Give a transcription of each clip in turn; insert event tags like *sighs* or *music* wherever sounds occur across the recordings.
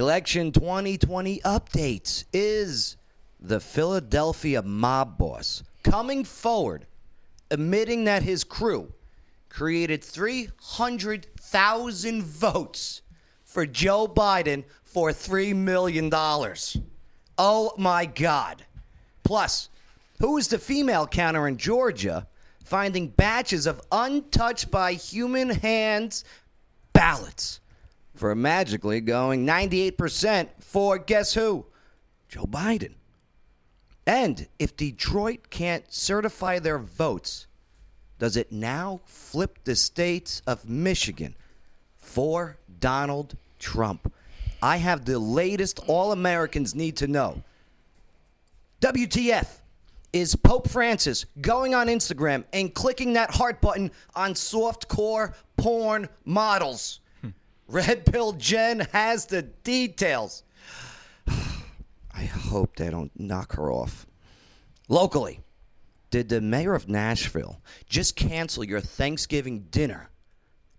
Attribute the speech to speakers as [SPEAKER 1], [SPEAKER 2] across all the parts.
[SPEAKER 1] Election 2020 updates is the Philadelphia mob boss coming forward, admitting that his crew created 300,000 votes for Joe Biden for $3 million. Oh my God. Plus, who is the female counter in Georgia finding batches of untouched by human hands ballots for magically going 98% for guess who? Joe Biden. And if Detroit can't certify their votes, does it now flip the states of Michigan for Donald Trump? I have the latest all Americans need to know. WTF is Pope Francis going on Instagram and clicking that heart button on softcore porn models? Red Pill Jen has the details. *sighs* I hope they don't knock her off. Locally, did the mayor of Nashville just cancel your Thanksgiving dinner?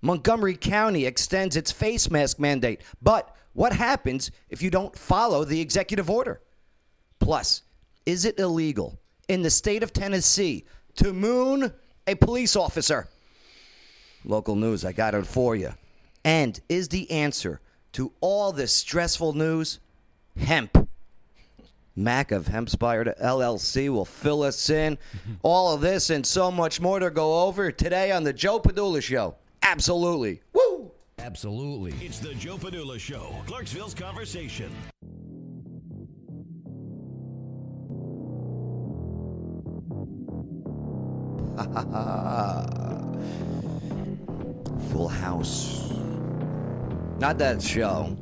[SPEAKER 1] Montgomery County extends its face mask mandate, but what happens if you don't follow the executive order? Plus, is it illegal in the state of Tennessee to moon a police officer? Local news, I got it for you. And is the answer to all this stressful news hemp? Mac of Hempspire LLC will fill us in. All of this and so much more to go over today on the Joe Padula Show. Absolutely. Woo!
[SPEAKER 2] Absolutely.
[SPEAKER 3] It's the Joe Padula Show, Clarksville's conversation.
[SPEAKER 1] *laughs* Full House. Not that show.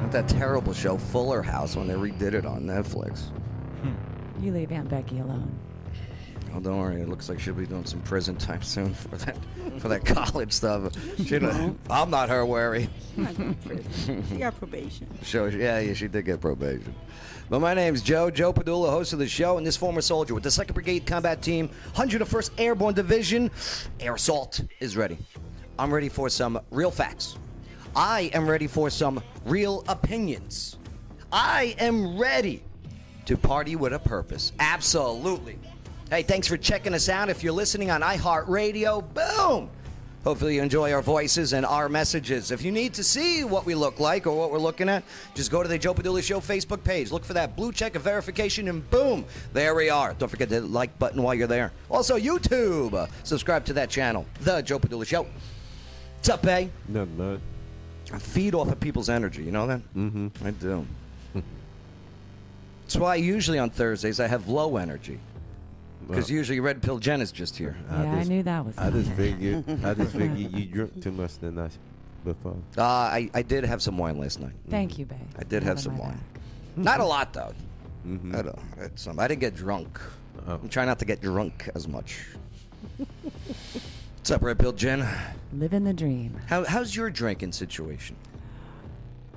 [SPEAKER 1] Not that terrible show, Fuller House, when they redid it on Netflix.
[SPEAKER 4] You leave Aunt Becky alone.
[SPEAKER 1] Oh, don't worry. It looks like she'll be doing some prison time soon for that for that *laughs* college stuff. She, I'm not her worry. *laughs*
[SPEAKER 5] She got probation.
[SPEAKER 1] Show, yeah, yeah, she did get probation. But my name's Joe, Joe Padula, host of the show, and this former soldier with the 2nd Brigade Combat Team, 101st Airborne Division, Air Assault, is ready. I'm ready for some real facts. I am ready for some real opinions. I am ready to party with a purpose. Absolutely. Hey, thanks for checking us out. If you're listening on iHeartRadio, boom! Hopefully, you enjoy our voices and our messages. If you need to see what we look like or what we're looking at, just go to the Joe Padula Show Facebook page. Look for that blue check of verification, and boom, there we are. Don't forget the like button while you're there. Also, YouTube. Uh, subscribe to that channel, The Joe Padula Show. What's up, eh?
[SPEAKER 6] Nothing much.
[SPEAKER 1] I feed off of people's energy. You know that? Mm-hmm. I do. *laughs* That's why usually on Thursdays I have low energy. Because
[SPEAKER 6] Well,
[SPEAKER 1] usually Red Pill Jen is just here.
[SPEAKER 6] I
[SPEAKER 4] yeah,
[SPEAKER 6] just-
[SPEAKER 4] I knew that was.
[SPEAKER 6] I
[SPEAKER 4] coming.
[SPEAKER 6] just figured. I
[SPEAKER 4] *laughs*
[SPEAKER 6] just figured you drink too much the night before.
[SPEAKER 1] Uh, I, I did have some wine last night.
[SPEAKER 4] Thank you, babe.
[SPEAKER 1] I did have
[SPEAKER 4] Out of
[SPEAKER 1] some
[SPEAKER 4] my
[SPEAKER 1] wine.
[SPEAKER 4] back.
[SPEAKER 1] Not a lot, though. I, don't, I, had some, I didn't get drunk.
[SPEAKER 6] Oh.
[SPEAKER 1] I'm trying not to get drunk as much. What's up, Red Pill Jen?
[SPEAKER 4] Living the dream.
[SPEAKER 1] How, how's your drinking situation?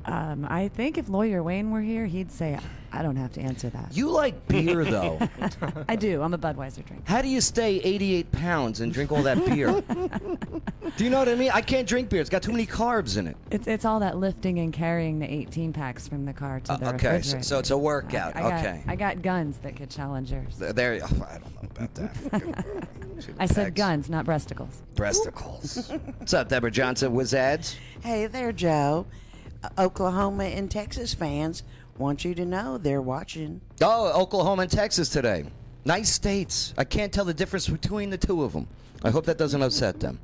[SPEAKER 4] Um, I think if lawyer Wayne were here, he'd say, "I don't have to answer that."
[SPEAKER 1] You like
[SPEAKER 4] *laughs*
[SPEAKER 1] beer, though.
[SPEAKER 4] I do. I'm a Budweiser drinker.
[SPEAKER 1] How do you stay 88 pounds and drink all that
[SPEAKER 4] *laughs*
[SPEAKER 1] beer? do you know what I mean? I can't drink beer. It's got too many carbs in it.
[SPEAKER 4] It's it's all that lifting and carrying the 18 packs from the car to
[SPEAKER 1] Uh,
[SPEAKER 4] the
[SPEAKER 1] okay, so-
[SPEAKER 4] refrigerator.
[SPEAKER 1] so it's a workout.
[SPEAKER 4] I, I
[SPEAKER 1] Okay.
[SPEAKER 4] Got, I got guns that could challenge yours.
[SPEAKER 1] Th- There, oh, I don't know about
[SPEAKER 4] *laughs*
[SPEAKER 1] that.
[SPEAKER 4] I said
[SPEAKER 1] Pecs.
[SPEAKER 4] guns, not breasticles.
[SPEAKER 1] breasticles. What's up, Deborah Johnson? Whiz ads.
[SPEAKER 5] Hey there, Joe. Uh, Oklahoma and Texas fans want you to know they're watching.
[SPEAKER 1] Oh, Oklahoma and Texas today. Nice states. I can't tell the difference between the two of them. I hope that doesn't upset them.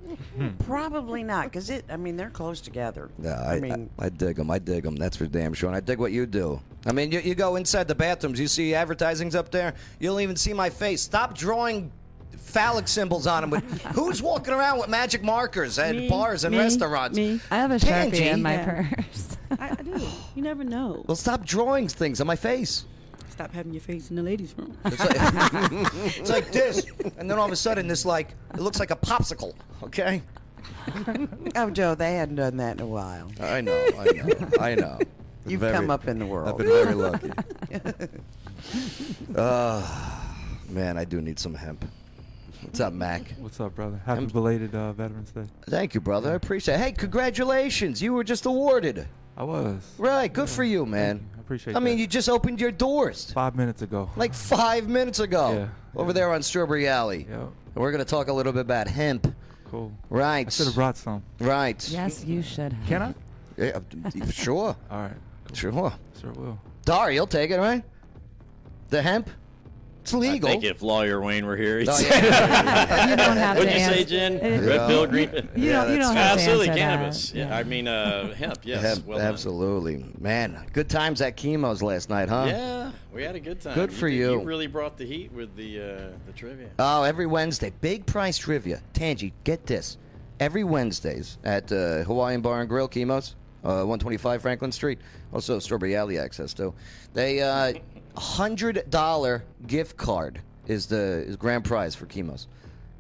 [SPEAKER 5] Probably not, because it. I mean, they're close together.
[SPEAKER 1] Yeah, I, I,
[SPEAKER 5] mean,
[SPEAKER 1] I, dig them. I dig them. That's for damn sure. And I dig what you do. I mean, you, you go inside the bathrooms, you see advertisings up there, you'll even see my face. Stop drawing phallic symbols on them.
[SPEAKER 5] *laughs*
[SPEAKER 1] With, who's walking around with magic markers at
[SPEAKER 5] Me,
[SPEAKER 1] bars and
[SPEAKER 5] me,
[SPEAKER 1] restaurants?
[SPEAKER 5] me.
[SPEAKER 4] I have a
[SPEAKER 1] Tangy.
[SPEAKER 4] sharpie in my
[SPEAKER 5] Yeah.
[SPEAKER 4] purse.
[SPEAKER 5] I, I do. You never know.
[SPEAKER 1] Well, stop drawing things on my face.
[SPEAKER 5] Stop having your face in the ladies' room.
[SPEAKER 1] It's like, it's like this, and then all of a sudden, this like it looks like a popsicle. Okay,
[SPEAKER 5] *laughs* oh, Joe, they hadn't done that in a while.
[SPEAKER 1] I know, I know, I know.
[SPEAKER 5] *laughs* You've
[SPEAKER 6] Very-
[SPEAKER 5] come up in the
[SPEAKER 6] I've
[SPEAKER 5] world.
[SPEAKER 6] been
[SPEAKER 5] *laughs*
[SPEAKER 6] very lucky.
[SPEAKER 1] Ah, Man, I do need some hemp. What's up, Mac?
[SPEAKER 7] What's up, brother? Happy belated uh, Veterans Day.
[SPEAKER 1] Thank you, brother. I appreciate. it. Hey, congratulations! You were just awarded.
[SPEAKER 7] I
[SPEAKER 2] I was
[SPEAKER 1] Right. Good for you, man.
[SPEAKER 2] I appreciate
[SPEAKER 1] I mean,
[SPEAKER 2] that.
[SPEAKER 1] you just opened your doors
[SPEAKER 2] five minutes ago.
[SPEAKER 1] like five minutes ago
[SPEAKER 2] Yeah,
[SPEAKER 1] over
[SPEAKER 2] yeah.
[SPEAKER 1] there on Strawberry Alley.
[SPEAKER 2] Yep.
[SPEAKER 1] And we're going to talk a little bit about hemp.
[SPEAKER 2] cool.
[SPEAKER 1] Right.
[SPEAKER 2] I should have brought some.
[SPEAKER 1] Right.
[SPEAKER 4] Yes, you should. Have.
[SPEAKER 2] Can I?
[SPEAKER 1] Yeah, sure.
[SPEAKER 2] All right. Cool.
[SPEAKER 1] Sure.
[SPEAKER 2] Sure will.
[SPEAKER 1] Dar, you'll take it, right? The hemp? It's legal.
[SPEAKER 7] I think if Lawyer Wayne were here, he'd
[SPEAKER 1] Oh,
[SPEAKER 7] say-
[SPEAKER 1] yeah.
[SPEAKER 4] You don't have
[SPEAKER 7] What'd
[SPEAKER 4] to
[SPEAKER 7] you say,
[SPEAKER 4] answer-
[SPEAKER 7] Jen?
[SPEAKER 4] it-
[SPEAKER 7] Red
[SPEAKER 1] Yeah.
[SPEAKER 7] pill, green pill.
[SPEAKER 4] You
[SPEAKER 1] Yeah,
[SPEAKER 4] don't. You
[SPEAKER 1] that's-
[SPEAKER 4] don't have
[SPEAKER 7] Absolutely,
[SPEAKER 4] to answer
[SPEAKER 7] cannabis.
[SPEAKER 4] That.
[SPEAKER 7] Yeah. I mean, uh, hemp. Yes,
[SPEAKER 1] Hemp,
[SPEAKER 7] well done.
[SPEAKER 1] absolutely. Man, good times at chemo's last night, huh?
[SPEAKER 7] Yeah, we had a good time.
[SPEAKER 1] Good for
[SPEAKER 7] did-
[SPEAKER 1] you.
[SPEAKER 7] You really brought the heat with the uh, the trivia.
[SPEAKER 1] Oh, every Wednesday, big price trivia. Tangy, get this. Every Wednesdays at uh, Hawaiian Bar and Grill, Chemo's, uh, 125 Franklin Street. Also, Strawberry Alley access, too. They, uh, $100 gift card is the is grand prize for Chemo's.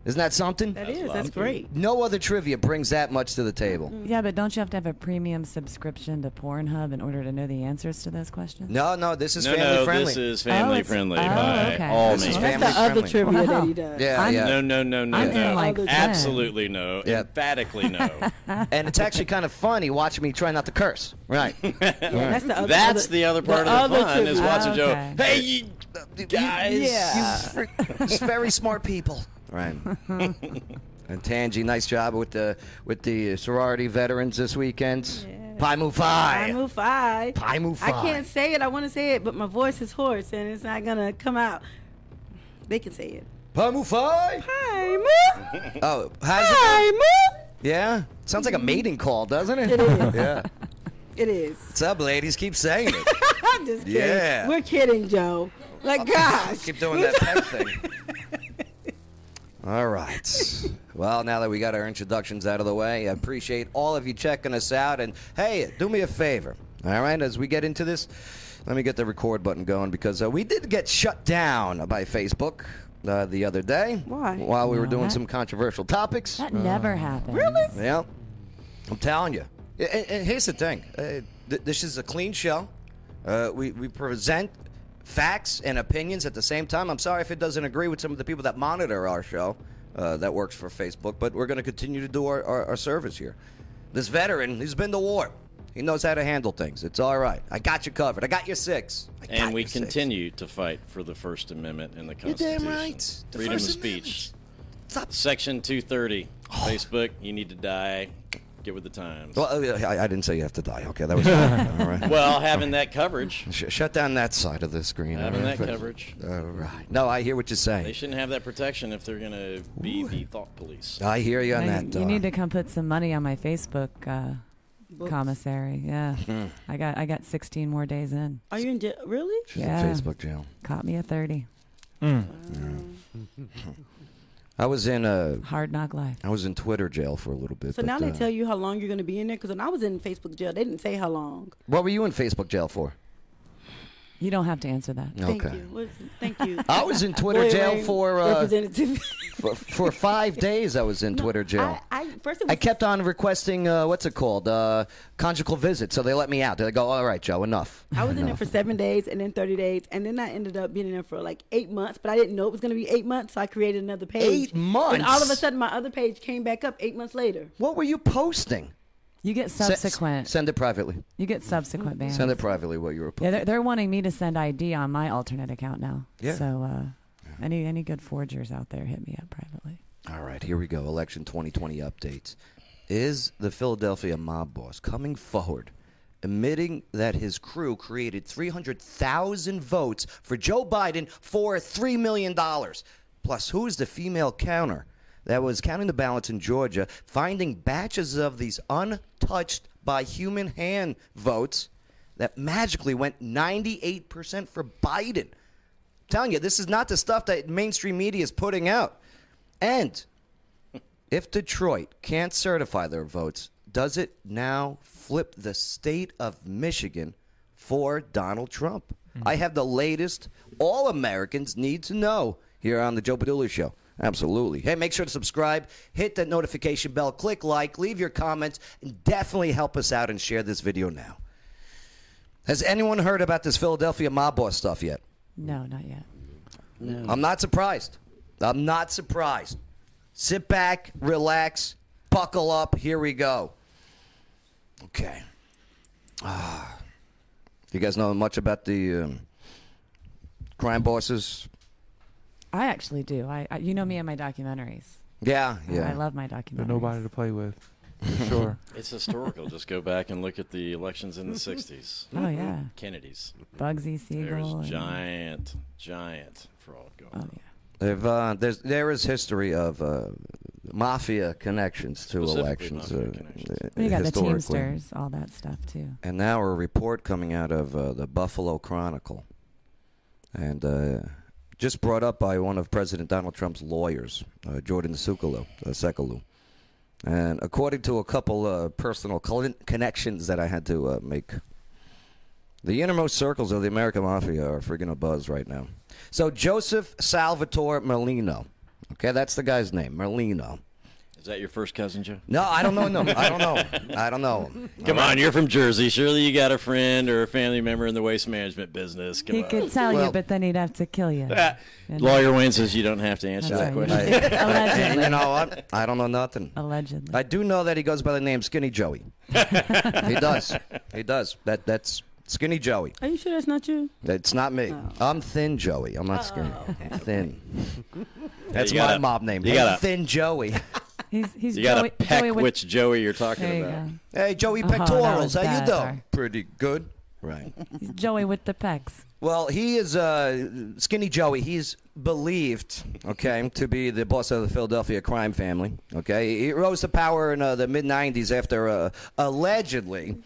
[SPEAKER 1] Isn't that something?
[SPEAKER 5] That is. That's great.
[SPEAKER 1] No other trivia brings that much to the table.
[SPEAKER 4] Yeah, but don't you have to have a premium subscription to Pornhub in order to know the answers to those questions?
[SPEAKER 1] No, no, this is
[SPEAKER 7] no,
[SPEAKER 1] family
[SPEAKER 7] no,
[SPEAKER 1] friendly.
[SPEAKER 7] this is family
[SPEAKER 4] it's-
[SPEAKER 7] friendly
[SPEAKER 4] oh,
[SPEAKER 7] by
[SPEAKER 4] okay.
[SPEAKER 7] all
[SPEAKER 1] This is
[SPEAKER 7] means.
[SPEAKER 1] fam- Family
[SPEAKER 8] That's the other
[SPEAKER 1] friendly.
[SPEAKER 8] trivia that
[SPEAKER 4] Wow.
[SPEAKER 8] he does.
[SPEAKER 1] yeah,
[SPEAKER 4] I'm-
[SPEAKER 1] yeah.
[SPEAKER 7] No, no, no, no,
[SPEAKER 4] I'm in
[SPEAKER 7] no.
[SPEAKER 4] like
[SPEAKER 7] Absolutely no.
[SPEAKER 1] Yeah.
[SPEAKER 7] Emphatically no.
[SPEAKER 1] and it's actually kind of funny watching me try not to curse. Right.
[SPEAKER 8] Yeah, *laughs* that's the other.
[SPEAKER 7] That's the other part of the
[SPEAKER 8] other
[SPEAKER 7] fun is
[SPEAKER 8] trivia.
[SPEAKER 7] watching Joe.
[SPEAKER 4] Okay.
[SPEAKER 7] Hey, you guys.
[SPEAKER 8] Yeah.
[SPEAKER 1] You fr- It's very smart people. Right. *laughs* and Tangi, nice job with the with the sorority veterans this weekend.
[SPEAKER 8] Yeah.
[SPEAKER 1] Pai Mu Phi.
[SPEAKER 8] I move five.
[SPEAKER 1] Pai Mu
[SPEAKER 8] I
[SPEAKER 1] Phi.
[SPEAKER 8] can't say it. I want to say it, but my voice is hoarse and it's not gonna come out. They can say it.
[SPEAKER 1] Pai Mu Phi.
[SPEAKER 8] Hi, move.
[SPEAKER 1] *laughs* Oh, how's it?
[SPEAKER 8] Hi, move.
[SPEAKER 1] Yeah. Sounds like a mating call, doesn't it?
[SPEAKER 8] It
[SPEAKER 1] *laughs*
[SPEAKER 8] is.
[SPEAKER 1] Yeah. *laughs*
[SPEAKER 8] It is.
[SPEAKER 1] What's up, ladies? Keep saying it.
[SPEAKER 8] I'm just kidding.
[SPEAKER 1] Yeah.
[SPEAKER 8] We're kidding, Joe. Like, gosh.
[SPEAKER 1] Keep doing that pep thing. All right. Well, now that we got our introductions out of the way, I appreciate all of you checking us out. And hey, do me a favor. All right, as we get into this, let me get the record button going because uh, we did get shut down by Facebook uh, the other day.
[SPEAKER 8] Why?
[SPEAKER 1] While we were
[SPEAKER 4] No,
[SPEAKER 1] doing
[SPEAKER 4] that-
[SPEAKER 1] some controversial topics. Uh,
[SPEAKER 4] That never happened. Really?
[SPEAKER 1] Yeah, I'm telling you. A- a- And, here's the thing: uh, th- this is a clean show. Uh, we we present facts and opinions at the same time. I'm sorry if it doesn't agree with some of the people that monitor our show. Uh, that works for Facebook, but we're going to continue to do our, our, our service here. This veteran, he's been to war. He knows how to handle things. It's all right. I got you covered. I got your six. I got
[SPEAKER 7] And we
[SPEAKER 1] your six.
[SPEAKER 7] continue to fight for the First Amendment and the
[SPEAKER 1] You're damn
[SPEAKER 7] Constitution.
[SPEAKER 1] right. The
[SPEAKER 7] Freedom
[SPEAKER 1] First
[SPEAKER 7] of speech.
[SPEAKER 1] Stop.
[SPEAKER 7] Section 230. Facebook, you need to die. Get with the times. Well,
[SPEAKER 1] Well, uh, I, I didn't say you have to die. Okay, that *laughs* was all right.
[SPEAKER 7] having that coverage,
[SPEAKER 1] Sh- shut down that side of the screen.
[SPEAKER 7] having
[SPEAKER 1] all
[SPEAKER 7] that
[SPEAKER 1] right?
[SPEAKER 7] coverage,
[SPEAKER 1] All right. No, I hear what you're
[SPEAKER 7] they
[SPEAKER 1] saying.
[SPEAKER 7] shouldn't have that protection if they're going to be the thought police.
[SPEAKER 1] I hear you on
[SPEAKER 4] Now,
[SPEAKER 1] that.
[SPEAKER 4] you-
[SPEAKER 1] Dar.
[SPEAKER 4] you need to come put some money on my Facebook uh, commissary. Yeah,
[SPEAKER 1] Hmm.
[SPEAKER 4] I got I got 16 more days in.
[SPEAKER 8] Are you in jail? Really?
[SPEAKER 1] She's
[SPEAKER 4] Yeah.
[SPEAKER 1] in Facebook jail.
[SPEAKER 4] Caught me at 30.
[SPEAKER 7] Mm.
[SPEAKER 9] Mm.
[SPEAKER 1] I was in uh,
[SPEAKER 4] Hard knock life.
[SPEAKER 1] I was in Twitter jail for a little bit.
[SPEAKER 8] So
[SPEAKER 1] but,
[SPEAKER 8] now they
[SPEAKER 1] uh,
[SPEAKER 8] tell you how long you're going to be in there? Because when I was in Facebook jail, they didn't say how long.
[SPEAKER 1] What were you in Facebook jail for?
[SPEAKER 4] You don't have to answer that.
[SPEAKER 8] Thank
[SPEAKER 1] okay.
[SPEAKER 8] you. What- Thank you.
[SPEAKER 1] I was in Twitter
[SPEAKER 8] Wait,
[SPEAKER 1] jail
[SPEAKER 8] wait,
[SPEAKER 1] for, uh,
[SPEAKER 8] Representative.
[SPEAKER 1] for
[SPEAKER 8] *laughs*
[SPEAKER 1] for five days. I was in Twitter jail.
[SPEAKER 8] I, I, first it was
[SPEAKER 1] I kept on requesting uh, what's it called uh, conjugal visit, so they let me out. They go, all right, Joe, enough.
[SPEAKER 8] I was in there for seven days and then 30 days. And then I ended up being in there for like eight months, but I didn't know it was going to be eight months. So I created another page.
[SPEAKER 1] Eight months?
[SPEAKER 8] And all of a sudden, my other page came back up eight months later.
[SPEAKER 1] What were you posting?
[SPEAKER 4] You get
[SPEAKER 1] Se-
[SPEAKER 4] subsequent.
[SPEAKER 1] send it privately.
[SPEAKER 4] you get subsequent bans.
[SPEAKER 1] Send it privately. What you were posting.
[SPEAKER 4] Yeah, they're, they're wanting me to send ID on my alternate account now.
[SPEAKER 1] Yeah.
[SPEAKER 4] So uh, any any good forgers out there, hit me up privately.
[SPEAKER 1] All right, here we go. Election 2020 updates. Is the Philadelphia mob boss coming forward, admitting that his crew created 300,000 votes for Joe Biden for $3 million? Plus, who is the female counter that was counting the ballots in Georgia, finding batches of these untouched by human hand votes that magically went 98% for Biden? telling you, this is not the stuff that mainstream media is putting out. And if Detroit can't certify their votes, does it now flip the state of Michigan for Donald Trump? I have the latest all Americans need to know here on the Joe Padula Show. Absolutely. Hey, make sure to subscribe, hit that notification bell, click like, leave your comments, and definitely help us out and share this video now. Has anyone heard about this Philadelphia mob boss stuff yet?
[SPEAKER 4] No, not yet.
[SPEAKER 1] I'm not surprised. I'm not surprised. Sit back, relax, buckle up. Here we go. Okay. Ah. You guys know much about the um, crime bosses?
[SPEAKER 4] I actually do. I, I you know me and my documentaries.
[SPEAKER 1] Yeah, yeah.
[SPEAKER 4] I love my documentaries.
[SPEAKER 2] There's nobody to play with.
[SPEAKER 1] *laughs*
[SPEAKER 2] For sure.
[SPEAKER 7] *laughs* It's historical. Just go back and look at the elections in the 60s.
[SPEAKER 4] Oh yeah,
[SPEAKER 7] Kennedy's.
[SPEAKER 4] Bugsy
[SPEAKER 7] There's
[SPEAKER 4] Siegel. and-
[SPEAKER 7] giant, giant fraud going
[SPEAKER 4] Oh
[SPEAKER 7] on.
[SPEAKER 4] yeah.
[SPEAKER 1] They've, uh, there's there is history of uh, mafia connections to
[SPEAKER 7] Specifically
[SPEAKER 1] elections.
[SPEAKER 7] mafia
[SPEAKER 1] uh,
[SPEAKER 7] connections.
[SPEAKER 1] uh,
[SPEAKER 4] And you got the
[SPEAKER 1] historically.
[SPEAKER 4] Teamsters, all that stuff too.
[SPEAKER 1] And now a report coming out of uh, the Buffalo Chronicle, and uh, just brought up by one of President Donald Trump's lawyers, uh, Jordan Sekulow, uh, Sekulow. And according to a couple uh, personal con- connections that I had to uh, make, the innermost circles of the American mafia are freaking abuzz right now. So Joseph Salvatore Merlino, okay, that's the guy's name, Merlino.
[SPEAKER 7] Is that your first cousin, Joe?
[SPEAKER 1] No, I don't know. No, I don't know.
[SPEAKER 7] *laughs*
[SPEAKER 1] I don't know.
[SPEAKER 7] Come on, you're from Jersey. Surely you got a friend or a family member in the waste management business. Come
[SPEAKER 4] He
[SPEAKER 7] on.
[SPEAKER 4] could tell
[SPEAKER 1] Well-
[SPEAKER 4] you, but then he'd have to kill you. And-
[SPEAKER 7] Lawyer Wayne says you don't have to answer
[SPEAKER 4] That's
[SPEAKER 7] that
[SPEAKER 4] right.
[SPEAKER 7] question.
[SPEAKER 1] And
[SPEAKER 4] *laughs* Allegedly.
[SPEAKER 1] you know what? I don't know nothing.
[SPEAKER 4] Allegedly.
[SPEAKER 1] I do know that he goes by the name Skinny Joey. he does. He does. That that's Skinny Joey.
[SPEAKER 8] Are you sure that's not you?
[SPEAKER 1] That's not me.
[SPEAKER 4] Oh.
[SPEAKER 1] I'm Thin Joey. I'm not skinny. I'm thin. That's
[SPEAKER 7] you
[SPEAKER 1] my
[SPEAKER 7] gotta-
[SPEAKER 1] mob name.
[SPEAKER 7] you
[SPEAKER 1] Hey,
[SPEAKER 7] gotta-
[SPEAKER 1] Thin Joey.
[SPEAKER 4] He's he's
[SPEAKER 7] You got to
[SPEAKER 4] Joey,
[SPEAKER 7] peck
[SPEAKER 4] Joey with-
[SPEAKER 7] which Joey you're talking
[SPEAKER 4] There you
[SPEAKER 7] about.
[SPEAKER 4] go.
[SPEAKER 1] Hey, Joey
[SPEAKER 4] Oh, that
[SPEAKER 1] Pectorals.
[SPEAKER 4] was
[SPEAKER 1] How you
[SPEAKER 4] bad,
[SPEAKER 1] doing?
[SPEAKER 4] sorry.
[SPEAKER 1] Pretty good. Right.
[SPEAKER 4] He's Joey with the pecs.
[SPEAKER 1] Well, he is uh, Skinny Joey. He's believed, okay, to be the boss of the Philadelphia crime family. Okay, he rose to power in uh, the mid '90s after uh, allegedly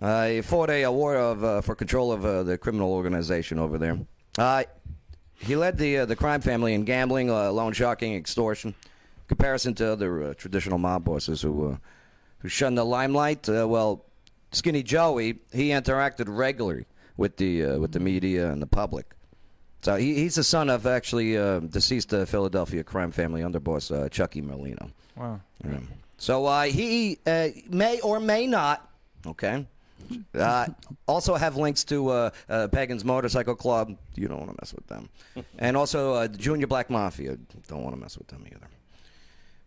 [SPEAKER 1] uh, he fought a, a war of uh, for control of uh, the criminal organization over there. Uh, he led the uh, the crime family in gambling, uh, loan sharking, extortion. Comparison to other uh, traditional mob bosses who uh, who shun the limelight. Uh, well, Skinny Joey he interacted regularly with the uh, with the media and the public. So he, he's the son of actually uh, deceased uh, Philadelphia crime family underboss uh, Chucky Merlino.
[SPEAKER 2] Wow.
[SPEAKER 1] Yeah. So uh, he uh, may or may not, okay, uh, also have links to uh, uh, Pagan's Motorcycle Club. You don't want to mess with them. And also uh, the Junior Black Mafia. Don't want to mess with them either.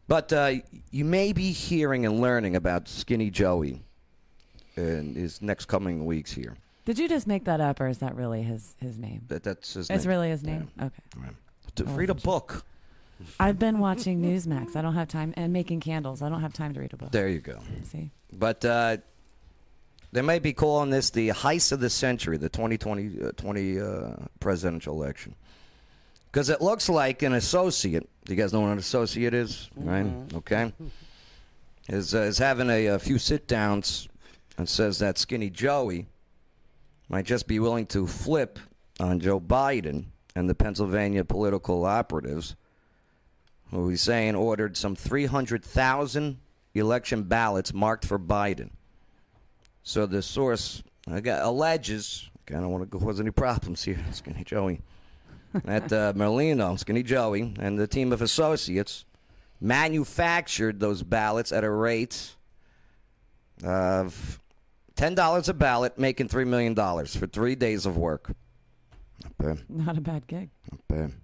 [SPEAKER 1] But uh, you may be hearing and learning about Skinny Joey in his next coming weeks here.
[SPEAKER 4] Did you just make that up, or is that really his his name?
[SPEAKER 1] That, that's his
[SPEAKER 4] It's
[SPEAKER 1] name.
[SPEAKER 4] really his name. Okay.
[SPEAKER 1] Right. To read a book.
[SPEAKER 4] I've been watching Newsmax. I don't have time, and making candles. I don't have time to read a book. *laughs*
[SPEAKER 1] There you go.
[SPEAKER 4] See,
[SPEAKER 1] But uh, they may be calling this the heist of the century, the 2020 uh, 20, uh, presidential election. Because it looks like an associate. You guys know what an associate is, right? Okay. Is, uh, is having a, a few sit downs and says that Skinny Joey might just be willing to flip on Joe Biden and the Pennsylvania political operatives who he's saying ordered some 300,000 election ballots marked for Biden. So the source I got- alleges, okay, I don't want to cause any problems here, *laughs* Skinny Joey, that uh, Merlino, Skinny Joey, and the team of associates manufactured those ballots at a rate of $10 a ballot, making $3 million for three days of work. Not bad.
[SPEAKER 4] not a bad gig.
[SPEAKER 1] Bam.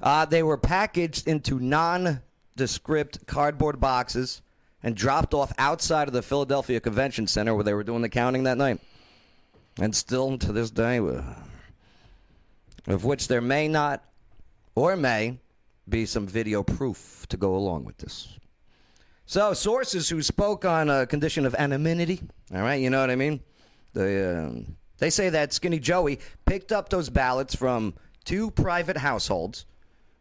[SPEAKER 1] Uh, they were packaged into nondescript cardboard boxes and dropped off outside of the Philadelphia Convention Center where they were doing the counting that night. And still to this day, uh, of which there may not or may be some video proof to go along with this. So, sources who spoke on a condition of anonymity, all right, you know what I mean? They, um, they say that Skinny Joey picked up those ballots from two private households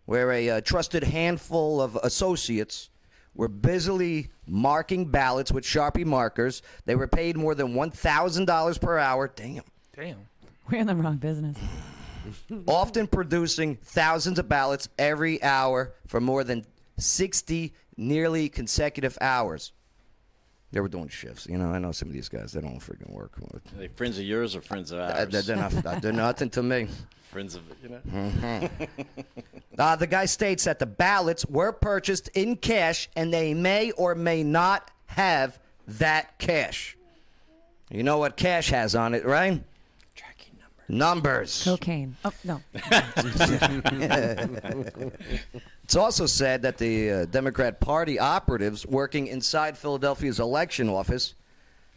[SPEAKER 1] where a uh, trusted handful of associates were busily marking ballots with Sharpie markers. They were paid more than $1,000 per hour. Damn.
[SPEAKER 2] Damn.
[SPEAKER 4] We're in the
[SPEAKER 1] *laughs*
[SPEAKER 4] wrong business.
[SPEAKER 1] often producing thousands of ballots every hour for more than 60 nearly consecutive hours. They were doing shifts. You know, I know some of these guys, they don't freaking work.
[SPEAKER 7] Are they friends of yours or friends of
[SPEAKER 1] Uh,
[SPEAKER 7] ours?
[SPEAKER 1] They're, they're
[SPEAKER 7] *laughs*
[SPEAKER 1] not, Mm-hmm. they're nothing to me.
[SPEAKER 7] friends of, you know.
[SPEAKER 1] Uh, the guy states that the ballots were purchased in cash and they may or may not have that cash. You know what cash has on it, right?
[SPEAKER 7] Tracking number.
[SPEAKER 1] Numbers.
[SPEAKER 4] Cocaine. Oh no.
[SPEAKER 1] *laughs* It's also said that the uh, Democrat Party operatives working inside Philadelphia's election office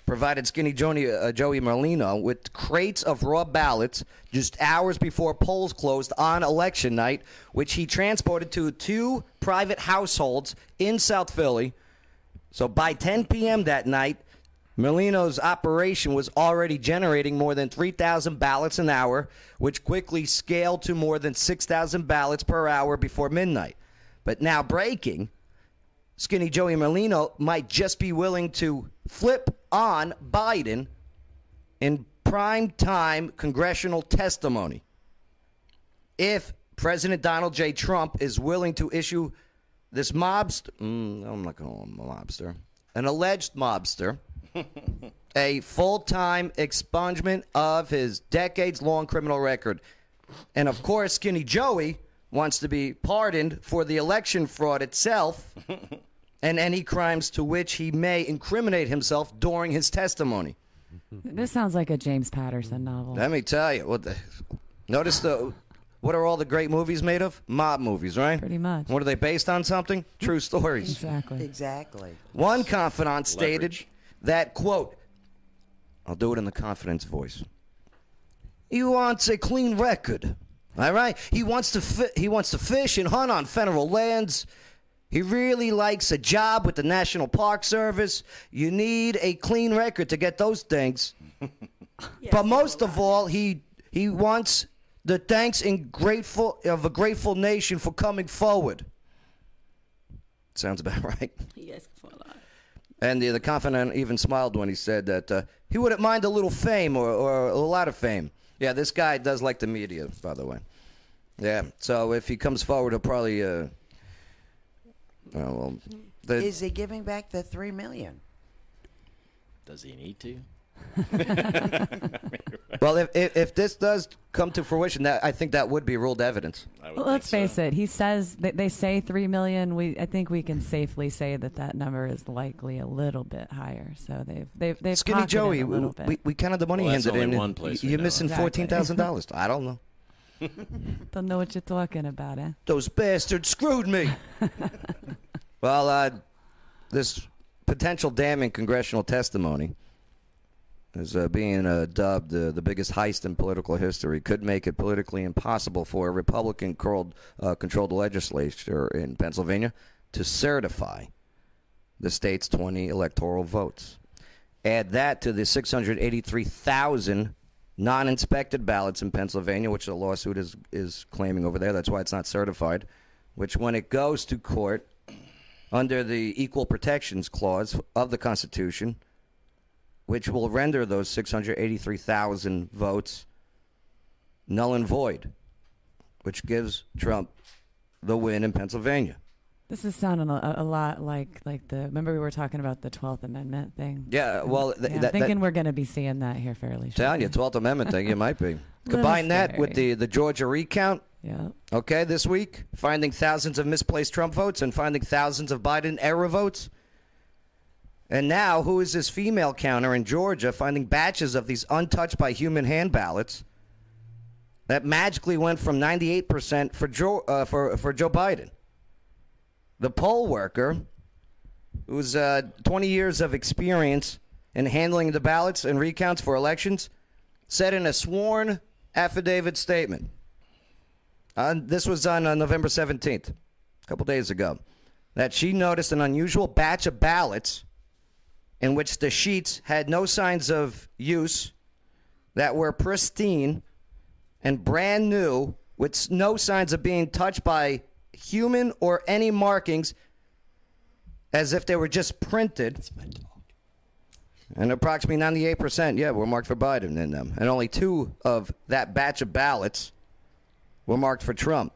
[SPEAKER 1] provided Skinny Joni, uh, Joey Merlino with crates of raw ballots just hours before polls closed on election night, which he transported to two private households in South Philly. So by 10 p.m. that night, Merlino's operation was already generating more than 3,000 ballots an hour, which quickly scaled to more than 6,000 ballots per hour before midnight. But now breaking, Skinny Joey Merlino might just be willing to flip on Biden in prime time congressional testimony if President Donald J. Trump is willing to issue this mobster, mm, I'm not going to call him a mobster, an alleged mobster, a full time expungement of his decades long criminal record. And of course, Skinny Joey wants to be pardoned for the election fraud itself and any crimes to which he may incriminate himself during his testimony.
[SPEAKER 4] This sounds like a James Patterson novel.
[SPEAKER 1] Let me tell you. What the, notice the what are all the great movies made of? Mob movies, right?
[SPEAKER 4] Pretty much.
[SPEAKER 1] What are they based on? Something true stories.
[SPEAKER 4] exactly.
[SPEAKER 5] Exactly.
[SPEAKER 1] One confidant stated
[SPEAKER 7] Leverage.
[SPEAKER 1] that quote. I'll do it in the confidence voice. He wants a clean record. All right. He wants to fi- he wants to fish and hunt on federal lands. He really likes a job with the National Park Service. You need a clean record to get those things. but most of all, he he wants the thanks and grateful of a grateful nation for coming forward. Sounds about *laughs* right.
[SPEAKER 8] He asked for a lot.
[SPEAKER 1] And the, the confidant even smiled when he said that uh, he wouldn't mind a little fame or, or a lot of fame. Yeah, this guy does like the media, by the way. Yeah, so if he comes forward, he'll probably. Uh, oh,
[SPEAKER 7] *laughs*
[SPEAKER 1] well, the,
[SPEAKER 5] Is he giving back the
[SPEAKER 1] *laughs*
[SPEAKER 5] three million?
[SPEAKER 7] *laughs* Does he need to?
[SPEAKER 1] well if, if, if this does come to fruition, that I think that would be ruled evidence.
[SPEAKER 7] I would
[SPEAKER 4] Well, let's
[SPEAKER 7] think
[SPEAKER 4] face
[SPEAKER 7] so.
[SPEAKER 4] it. He says they, they say three million. We I think we can safely say that that number is likely a little bit higher. So they've they've they've
[SPEAKER 1] Skinny
[SPEAKER 4] pocketed
[SPEAKER 1] Joey,
[SPEAKER 4] a
[SPEAKER 1] we,
[SPEAKER 4] little bit.
[SPEAKER 1] we, we counted the money
[SPEAKER 7] Well, that's
[SPEAKER 1] handed
[SPEAKER 7] only
[SPEAKER 1] in.
[SPEAKER 7] one place we
[SPEAKER 1] You're
[SPEAKER 7] know
[SPEAKER 1] missing
[SPEAKER 4] of. Exactly.
[SPEAKER 1] $14,000. I don't know.
[SPEAKER 4] *laughs* Don't know what you're talking about, eh?
[SPEAKER 1] Those bastards screwed me. *laughs* well, uh, this potential damning congressional testimony is uh, being uh, dubbed uh, the biggest heist in political history. Could make it politically impossible for a Republican controlled, uh, controlled legislature in Pennsylvania to certify the state's 20 electoral votes. Add that to the 683,000 non-inspected ballots in Pennsylvania, which the lawsuit is is claiming over there. That's why it's not certified. Which, when it goes to court under the Equal Protections Clause of the Constitution, which will render those 683,000 votes null and void, which gives Trump the win in Pennsylvania.
[SPEAKER 4] This is sounding a, a lot like like the. Remember we were talking about the Twelfth Amendment thing.
[SPEAKER 1] Yeah, well, th-
[SPEAKER 4] Yeah, I'm
[SPEAKER 1] that- that-
[SPEAKER 4] thinking we're going to be seeing that here fairly soon.
[SPEAKER 1] Telling you, 12th Amendment thing, you might be. Combine that with
[SPEAKER 4] scary.
[SPEAKER 1] the, the Georgia recount,
[SPEAKER 4] Yeah.
[SPEAKER 1] okay, this week, finding thousands of misplaced Trump votes and finding thousands of Biden era votes. And now, who is this female counter in Georgia finding batches of these untouched by human hand ballots that magically went from 98% for Joe, uh, for, for Joe Biden? The poll worker, who's uh, 20 years of experience in handling the ballots and recounts for elections, said in a sworn affidavit statement. On, this was on uh, November 17th, a couple days ago, that she noticed an unusual batch of ballots in which the sheets had no signs of use, that were pristine and brand new, with s- no signs of being touched by human or any markings, as if they were just printed. And approximately 98%, yeah, were marked for Biden in them. And only two of that batch of ballots were marked for Trump.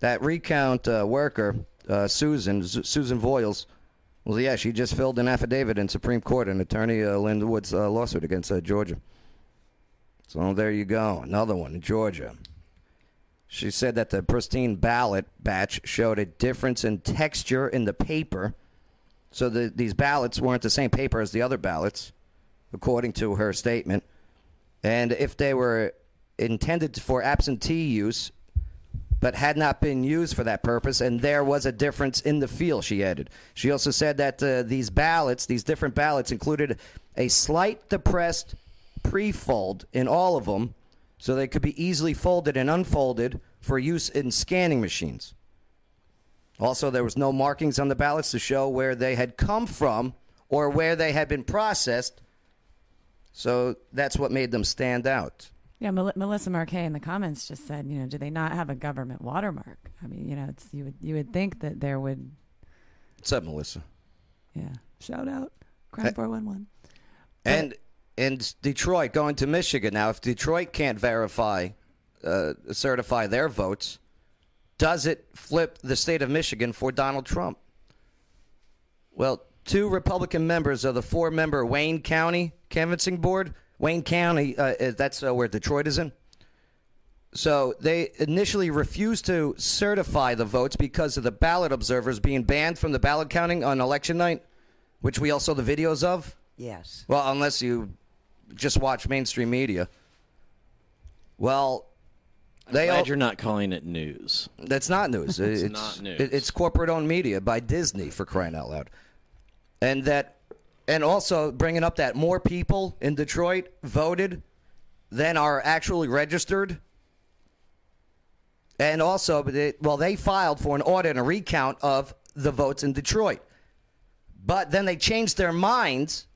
[SPEAKER 1] That recount uh, worker, uh, Susan, Z- Susan Voiles, well, yeah, she just filled an affidavit in Supreme Court in attorney uh, Linda Wood's uh, lawsuit against uh, Georgia. So there you go, another one in Georgia. She said that the pristine ballot batch showed a difference in texture in the paper. So the, these ballots weren't the same paper as the other ballots, according to her statement. And if they were intended for absentee use, but had not been used for that purpose, and there was a difference in the feel, she added. She also said that uh, these ballots, these different ballots, included a slight depressed pre-fold in all of them, so they could be easily folded and unfolded for use in scanning machines. Also, there was no markings on the ballots to show where they had come from or where they had been processed. So that's what made them stand out.
[SPEAKER 4] Yeah, Mel- Melissa Marquet in the comments just said, you know, do they not have a government watermark? I mean, you know, it's you would you would think that there would,
[SPEAKER 1] What's up, Melissa?
[SPEAKER 4] yeah. Shout out, crime four one one.
[SPEAKER 1] And and Detroit going to Michigan now. If Detroit can't verify, uh, certify their votes, does it flip the state of Michigan for Donald Trump? Well, two Republican members of the four-member Wayne County canvassing board. Wayne County, uh, is- that's uh, where Detroit is in. So they initially refused to certify the votes because of the ballot observers being banned from the ballot counting on election night, which we all saw the videos of.
[SPEAKER 5] Yes.
[SPEAKER 1] Well, unless you just watch mainstream media. Well, they
[SPEAKER 7] Glad
[SPEAKER 1] all,
[SPEAKER 7] you're not calling it news.
[SPEAKER 1] that's not
[SPEAKER 7] *laughs*
[SPEAKER 1] news. it's
[SPEAKER 7] not news.
[SPEAKER 1] it- it's corporate-owned media by Disney for crying out loud, and that, and also bringing up that more people in Detroit voted than are actually registered. And also, but they, well, they filed for an audit and a recount of the votes in Detroit, but then they changed their minds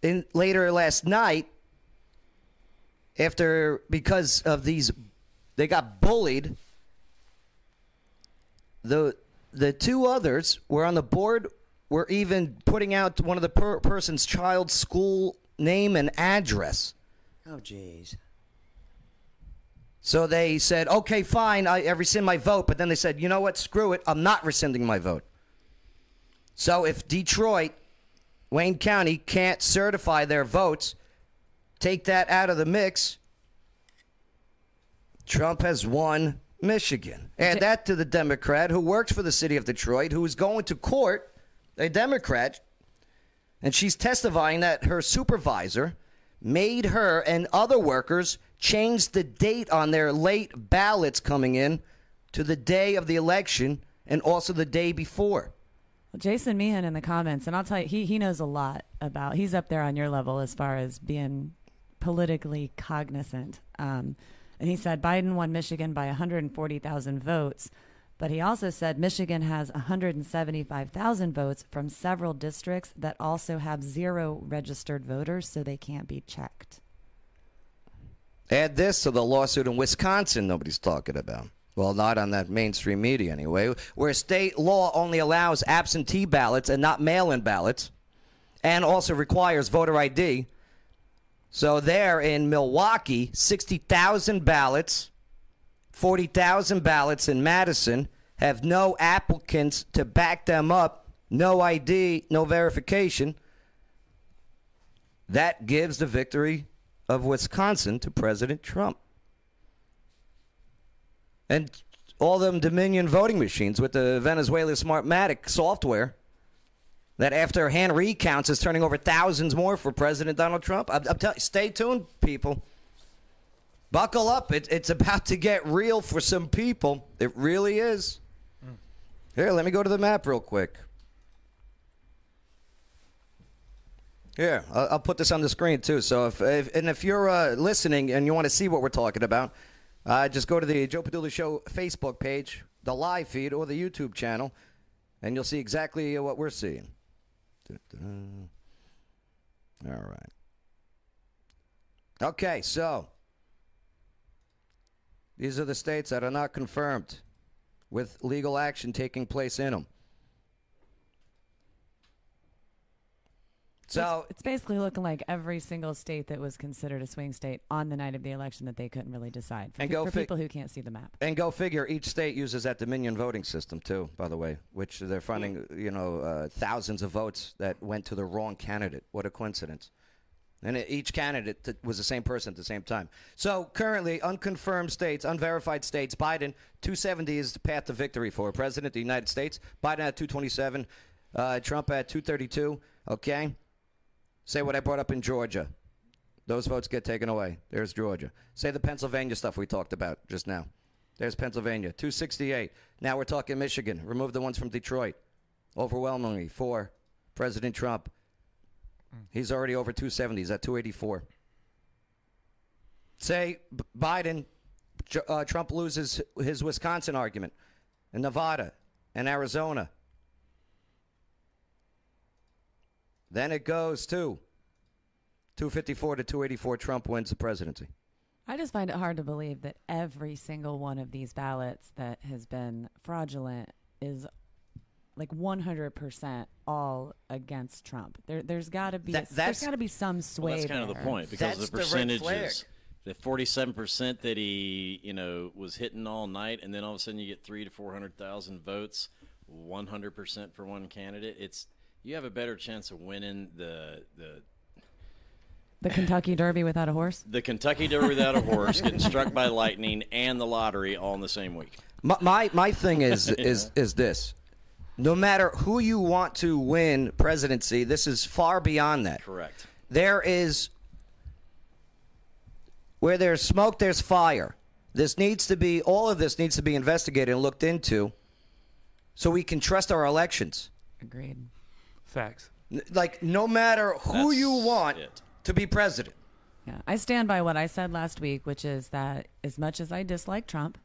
[SPEAKER 1] in later last night after because of these they got bullied the the two others were on the board were even putting out one of the per- person's child's school name and address
[SPEAKER 5] Oh, jeez.
[SPEAKER 1] so they said okay fine I, I rescind my vote but then they said you know what screw it i'm not rescinding my vote so if detroit wayne county can't certify their votes take that out of the mix Trump has won Michigan. Add that to the Democrat who works for the city of Detroit, who is going to court, a Democrat, and she's testifying that her supervisor made her and other workers change the date on their late ballots coming in to the day of the election and also the day before.
[SPEAKER 4] Well, Jason Meehan in the comments, and I'll tell you, he he knows a lot about. He's up there on your level as far as being politically cognizant. Um, and he said Biden won Michigan by 140,000 votes, but he also said Michigan has 175,000 votes from several districts that also have zero registered voters, so they can't be checked.
[SPEAKER 1] Add this to the lawsuit in Wisconsin nobody's talking about. Well, not on that mainstream media anyway, where state law only allows absentee ballots and not mail in ballots, and also requires voter ID. So there in Milwaukee, 60,000 ballots, 40,000 ballots in Madison have no applicants to back them up, no ID, no verification. That gives the victory of Wisconsin to President Trump. And all them Dominion voting machines with the Venezuela Smartmatic software that after hand recounts is turning over thousands more for President Donald Trump. I'm, I'm tell- stay tuned, people. Buckle up. It, it's about to get real for some people. It really is. Here, let me go to the map real quick. Here, I'll, I'll put this on the screen too. So if, if and if you're uh, listening and you want to see what we're talking about, uh, just go to the Joe Padula Show Facebook page, the live feed, or the YouTube channel, and you'll see exactly uh, what we're seeing. Dun-dun. All right. Okay, so these are the states that are not confirmed with legal action taking place in them. So
[SPEAKER 4] it's, it's basically looking like every single state that was considered a swing state on the night of the election that they couldn't really decide for,
[SPEAKER 1] And
[SPEAKER 4] pe-
[SPEAKER 1] go
[SPEAKER 4] for
[SPEAKER 1] fi-
[SPEAKER 4] people who can't see the map.
[SPEAKER 1] And go figure, each state uses that Dominion voting system too, by the way, which they're funding, you know, uh, thousands of votes that went to the wrong candidate. What a coincidence. And it- each candidate th- was the same person at the same time. So currently, unconfirmed states, unverified states, Biden, 270 is the path to victory for President of the United States. Biden at 227, uh, Trump at 232. Okay? Say what I brought up in Georgia. Those votes get taken away. There's Georgia. Say the Pennsylvania stuff we talked about just now. There's Pennsylvania. 268. Now we're talking Michigan. Remove the ones from Detroit. Overwhelmingly for President Trump. He's already over 270. He's at 284. Say B- Biden, J- uh, Trump loses his Wisconsin argument, and Nevada, and Arizona. Then it goes to 254 to 284. Trump wins the presidency.
[SPEAKER 4] I just find it hard to believe that every single one of these ballots that has been fraudulent is like 100% all against Trump. There, there's got to be
[SPEAKER 1] That-
[SPEAKER 4] there's
[SPEAKER 1] that's-
[SPEAKER 4] got to be some sway.
[SPEAKER 7] Well, that's kind of the
[SPEAKER 4] there.
[SPEAKER 7] point because
[SPEAKER 1] That's
[SPEAKER 7] the
[SPEAKER 1] the red flag.
[SPEAKER 7] percentages. The forty-seven percent that he, you know, was hitting all night, and then all of a sudden you get three to four hundred thousand votes, one hundred percent for one candidate. It's you have a better chance of winning the the
[SPEAKER 4] The Kentucky Derby without a horse.
[SPEAKER 7] the Kentucky Derby without a horse, getting struck by lightning, and the lottery all in the same week.
[SPEAKER 1] My my, my thing
[SPEAKER 7] *laughs*
[SPEAKER 1] is is is this. No matter who you want to win presidency, this is far beyond that.
[SPEAKER 7] Correct.
[SPEAKER 1] There is where there's smoke, there's fire. This needs to be all of this needs to be investigated and looked into, so we can trust our elections.
[SPEAKER 4] Agreed.
[SPEAKER 2] Facts.
[SPEAKER 1] N- Like no matter who
[SPEAKER 7] That's
[SPEAKER 1] you want
[SPEAKER 7] it.
[SPEAKER 1] to be president,
[SPEAKER 4] Yeah. I stand by what I said last week, which is that as much as I dislike Trump,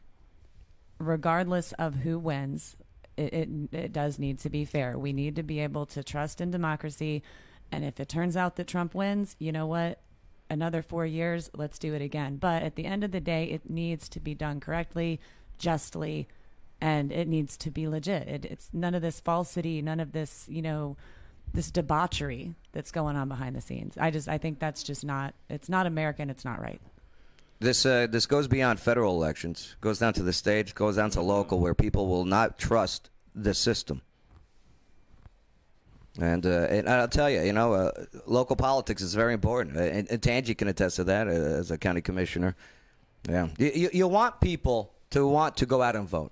[SPEAKER 4] regardless of who wins, it, it, it does need to be fair. We need to be able to trust in democracy. And if it turns out that Trump wins, you know what? Another four years, let's do it again. But at the end of the day, it needs to be done correctly, justly, and it needs to be legit. It, it's none of this falsity, none of this, you know, this debauchery that's going on behind the scenes. I just, I think that's just not, it's not American. It's not right.
[SPEAKER 1] This uh, this goes beyond federal elections. Goes down to the state. Goes down to local, where people will not trust the system. And uh, and I'll tell you, you know, uh, local politics is very important. Uh, And, and Tangi can attest to that uh, as a county commissioner. Yeah, you, you, you want people to want to go out and vote.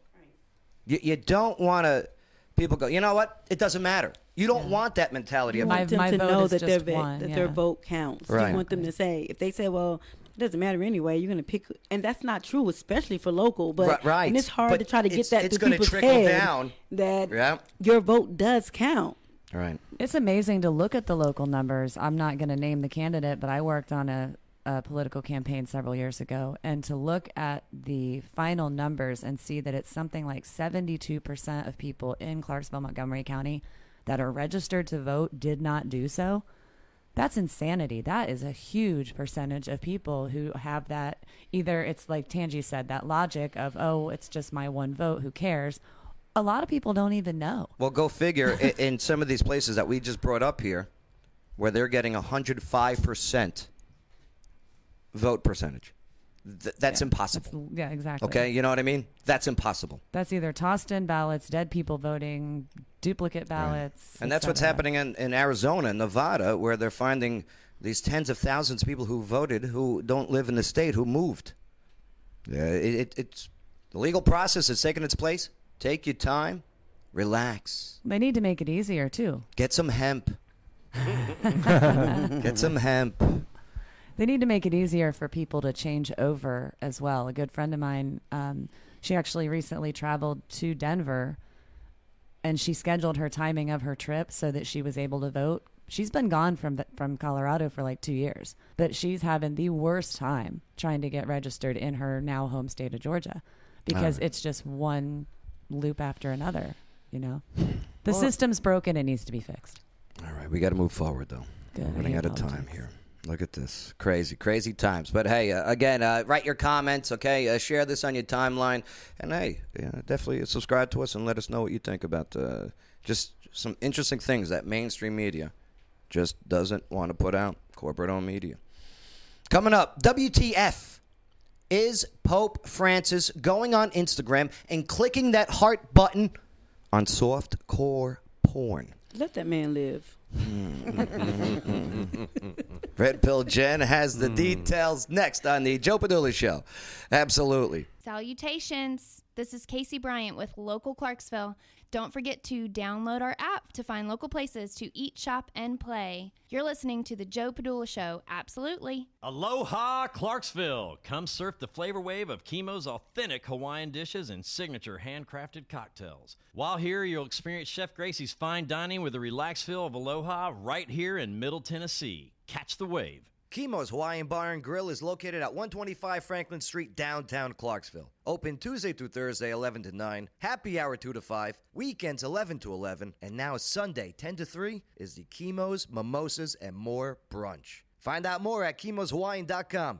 [SPEAKER 1] You, you don't want to people go. You know what? It doesn't matter. You don't want that mentality
[SPEAKER 8] You
[SPEAKER 1] of
[SPEAKER 4] My-
[SPEAKER 8] want them to
[SPEAKER 4] vote
[SPEAKER 8] know
[SPEAKER 4] is
[SPEAKER 8] that their
[SPEAKER 4] just
[SPEAKER 8] va-
[SPEAKER 4] one,
[SPEAKER 8] that their
[SPEAKER 4] yeah.
[SPEAKER 8] vote counts.
[SPEAKER 1] Right.
[SPEAKER 8] You want them to say if they say, "Well, it doesn't matter anyway," you're going to pick, and that's not true, especially for local. But
[SPEAKER 1] Ri- right.
[SPEAKER 8] and it's hard
[SPEAKER 1] But
[SPEAKER 8] to try to get
[SPEAKER 1] it's-
[SPEAKER 8] that
[SPEAKER 1] it's
[SPEAKER 8] through
[SPEAKER 1] gonna
[SPEAKER 8] people's
[SPEAKER 1] trickle
[SPEAKER 8] head
[SPEAKER 1] down.
[SPEAKER 8] that
[SPEAKER 1] Yeah.
[SPEAKER 8] your vote does count.
[SPEAKER 1] right.
[SPEAKER 4] It's amazing to look at the local numbers. I'm not going to name the candidate, but I worked on a, a political campaign several years ago, and to look at the final numbers and see that it's something like 72% of people in Clarksville, Montgomery County that are registered to vote did not do so. That's insanity. That is a huge percentage of people who have that. Either it's like Tangi said, that logic of, oh, it's just my one vote, who cares? A lot of people don't even know.
[SPEAKER 1] Well, go figure. in, in some of these places that we just brought up here, where they're getting 105% vote percentage, Th- that's impossible.
[SPEAKER 4] Yeah, exactly.
[SPEAKER 1] okay, you know what I mean? That's impossible.
[SPEAKER 4] That's either tossed in ballots, dead people voting, duplicate ballots.
[SPEAKER 1] And that's what's
[SPEAKER 4] etc.
[SPEAKER 1] happening in, in Arizona, Nevada, where they're finding these tens of thousands of people who voted who don't live in the state, who moved. Yeah, it, it, it's the legal process has taken its place. Take your time, relax,
[SPEAKER 4] They need to make it easier too. *laughs*
[SPEAKER 1] get some hemp. get some hemp.
[SPEAKER 4] They need to make it easier for people to change over as well. A good friend of mine, um, she actually recently traveled to Denver and she scheduled her timing of her trip so that she was able to vote. She's been gone from from Colorado for like 2 years, but she's having the worst time trying to get registered in her now home state of Georgia because it's just one loop after another, you know. The system's broken, it needs to be fixed.
[SPEAKER 1] All right, we got to move forward though.
[SPEAKER 4] Good,
[SPEAKER 1] We're
[SPEAKER 4] I
[SPEAKER 1] running
[SPEAKER 4] hate
[SPEAKER 1] out of
[SPEAKER 4] politics.
[SPEAKER 1] time here. Look at this. Crazy, crazy times. But hey, uh, again, uh, write your comments, okay? Uh, share this on your timeline. And hey, yeah, definitely subscribe to us and let us know what you think about uh, just some interesting things that mainstream media just doesn't want to put out. Corporate owned media. Coming up, WTF. Is Pope Francis going on Instagram and clicking that heart button on soft core porn?
[SPEAKER 8] Let that man live.
[SPEAKER 1] Mm-hmm. Red Pill Jen has the details next on the Joe Padula Show. Absolutely.
[SPEAKER 10] Salutations. This is Casey Bryant with Local Clarksville. Don't forget to download our app to find local places to eat, shop, and play. You're listening to The Joe Padula Show. Absolutely.
[SPEAKER 7] Aloha Clarksville! Come surf the flavor wave of Chemo's authentic Hawaiian dishes and signature handcrafted cocktails. While here, you'll experience Chef Gracie's fine dining with a relaxed feel of Aloha right here in Middle Tennessee. Catch the wave.
[SPEAKER 1] Chemo's Hawaiian Bar and Grill is located at 125 Franklin Street, downtown Clarksville. Open Tuesday through Thursday, 11 to 9, happy hour 2 to 5, weekends 11 to 11, and now Sunday, 10 to 3, is the Chemo's Mimosas and More Brunch. Find out more at chemo'shawaiian.com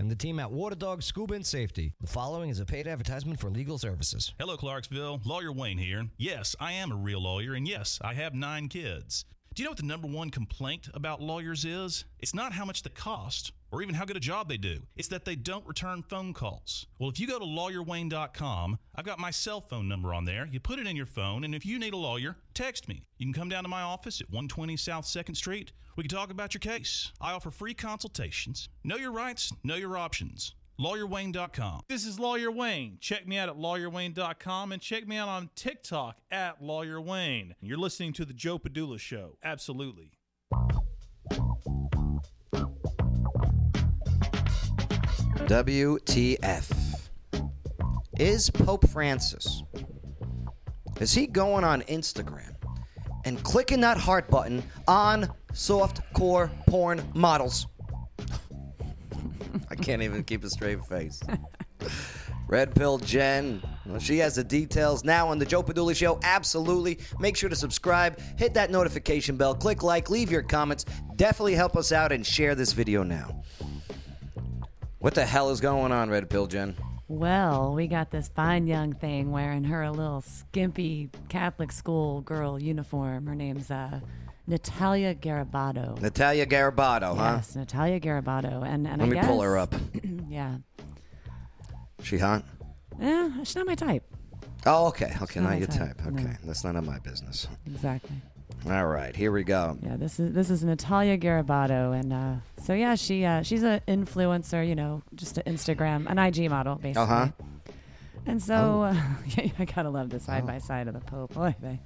[SPEAKER 11] and the team at Water Dog Scuba and Safety. The following is a paid advertisement for legal services.
[SPEAKER 3] Hello, Clarksville. Lawyer Wayne here. Yes, I am a real lawyer, and yes, I have nine kids. Do you know what the number one complaint about lawyers is? It's not how much they cost or even how good a job they do. It's that they don't return phone calls. Well, if you go to lawyerwayne.com, I've got my cell phone number on there. You put it in your phone, and if you need a lawyer, text me. You can come down to my office at 120 South 2nd Street. We can talk about your case. I offer free consultations. Know your rights, know your options. LawyerWayne.com.
[SPEAKER 12] This is Lawyer Wayne. Check me out at lawyerwayne.com and check me out on TikTok at Lawyer Wayne. You're listening to The Joe Padula Show. Absolutely.
[SPEAKER 1] WTF. Is Pope Francis, is he going on Instagram and clicking that heart button on soft core porn models? I can't even keep a straight face. Red Pill Jen. Well, She has the details now on the Joe Padula Show. Absolutely. Make sure to subscribe, hit that notification bell, click like, leave your comments. Definitely help us out and share this video now. What the hell is going on, Red Pill Jen?
[SPEAKER 4] Well, we got this fine young thing wearing her little skimpy Catholic school girl uniform. Her name's uh, Natalia Garibaldo.
[SPEAKER 1] Natalia Garibaldo, huh?
[SPEAKER 4] Yes, Natalia Garibaldo. And, and
[SPEAKER 1] Let
[SPEAKER 4] I
[SPEAKER 1] me
[SPEAKER 4] guess,
[SPEAKER 1] pull her up.
[SPEAKER 4] *clears throat* Yeah.
[SPEAKER 1] She hot?
[SPEAKER 4] Eh, she's not my type.
[SPEAKER 1] Oh, okay. Okay,
[SPEAKER 4] not
[SPEAKER 1] not
[SPEAKER 4] my
[SPEAKER 1] your
[SPEAKER 4] type,
[SPEAKER 1] type.
[SPEAKER 4] no.
[SPEAKER 1] Okay, that's none of my business.
[SPEAKER 4] Exactly.
[SPEAKER 1] All right, here we go.
[SPEAKER 4] Yeah, this is this is Natalia Garibaldo, and uh, so yeah, she uh, she's an influencer, you know, just an Instagram, an IG model, basically.
[SPEAKER 1] Uh huh.
[SPEAKER 4] And
[SPEAKER 1] Oh.
[SPEAKER 4] so, uh, *laughs* yeah, I gotta love the side by side of the Pope. Oy vey.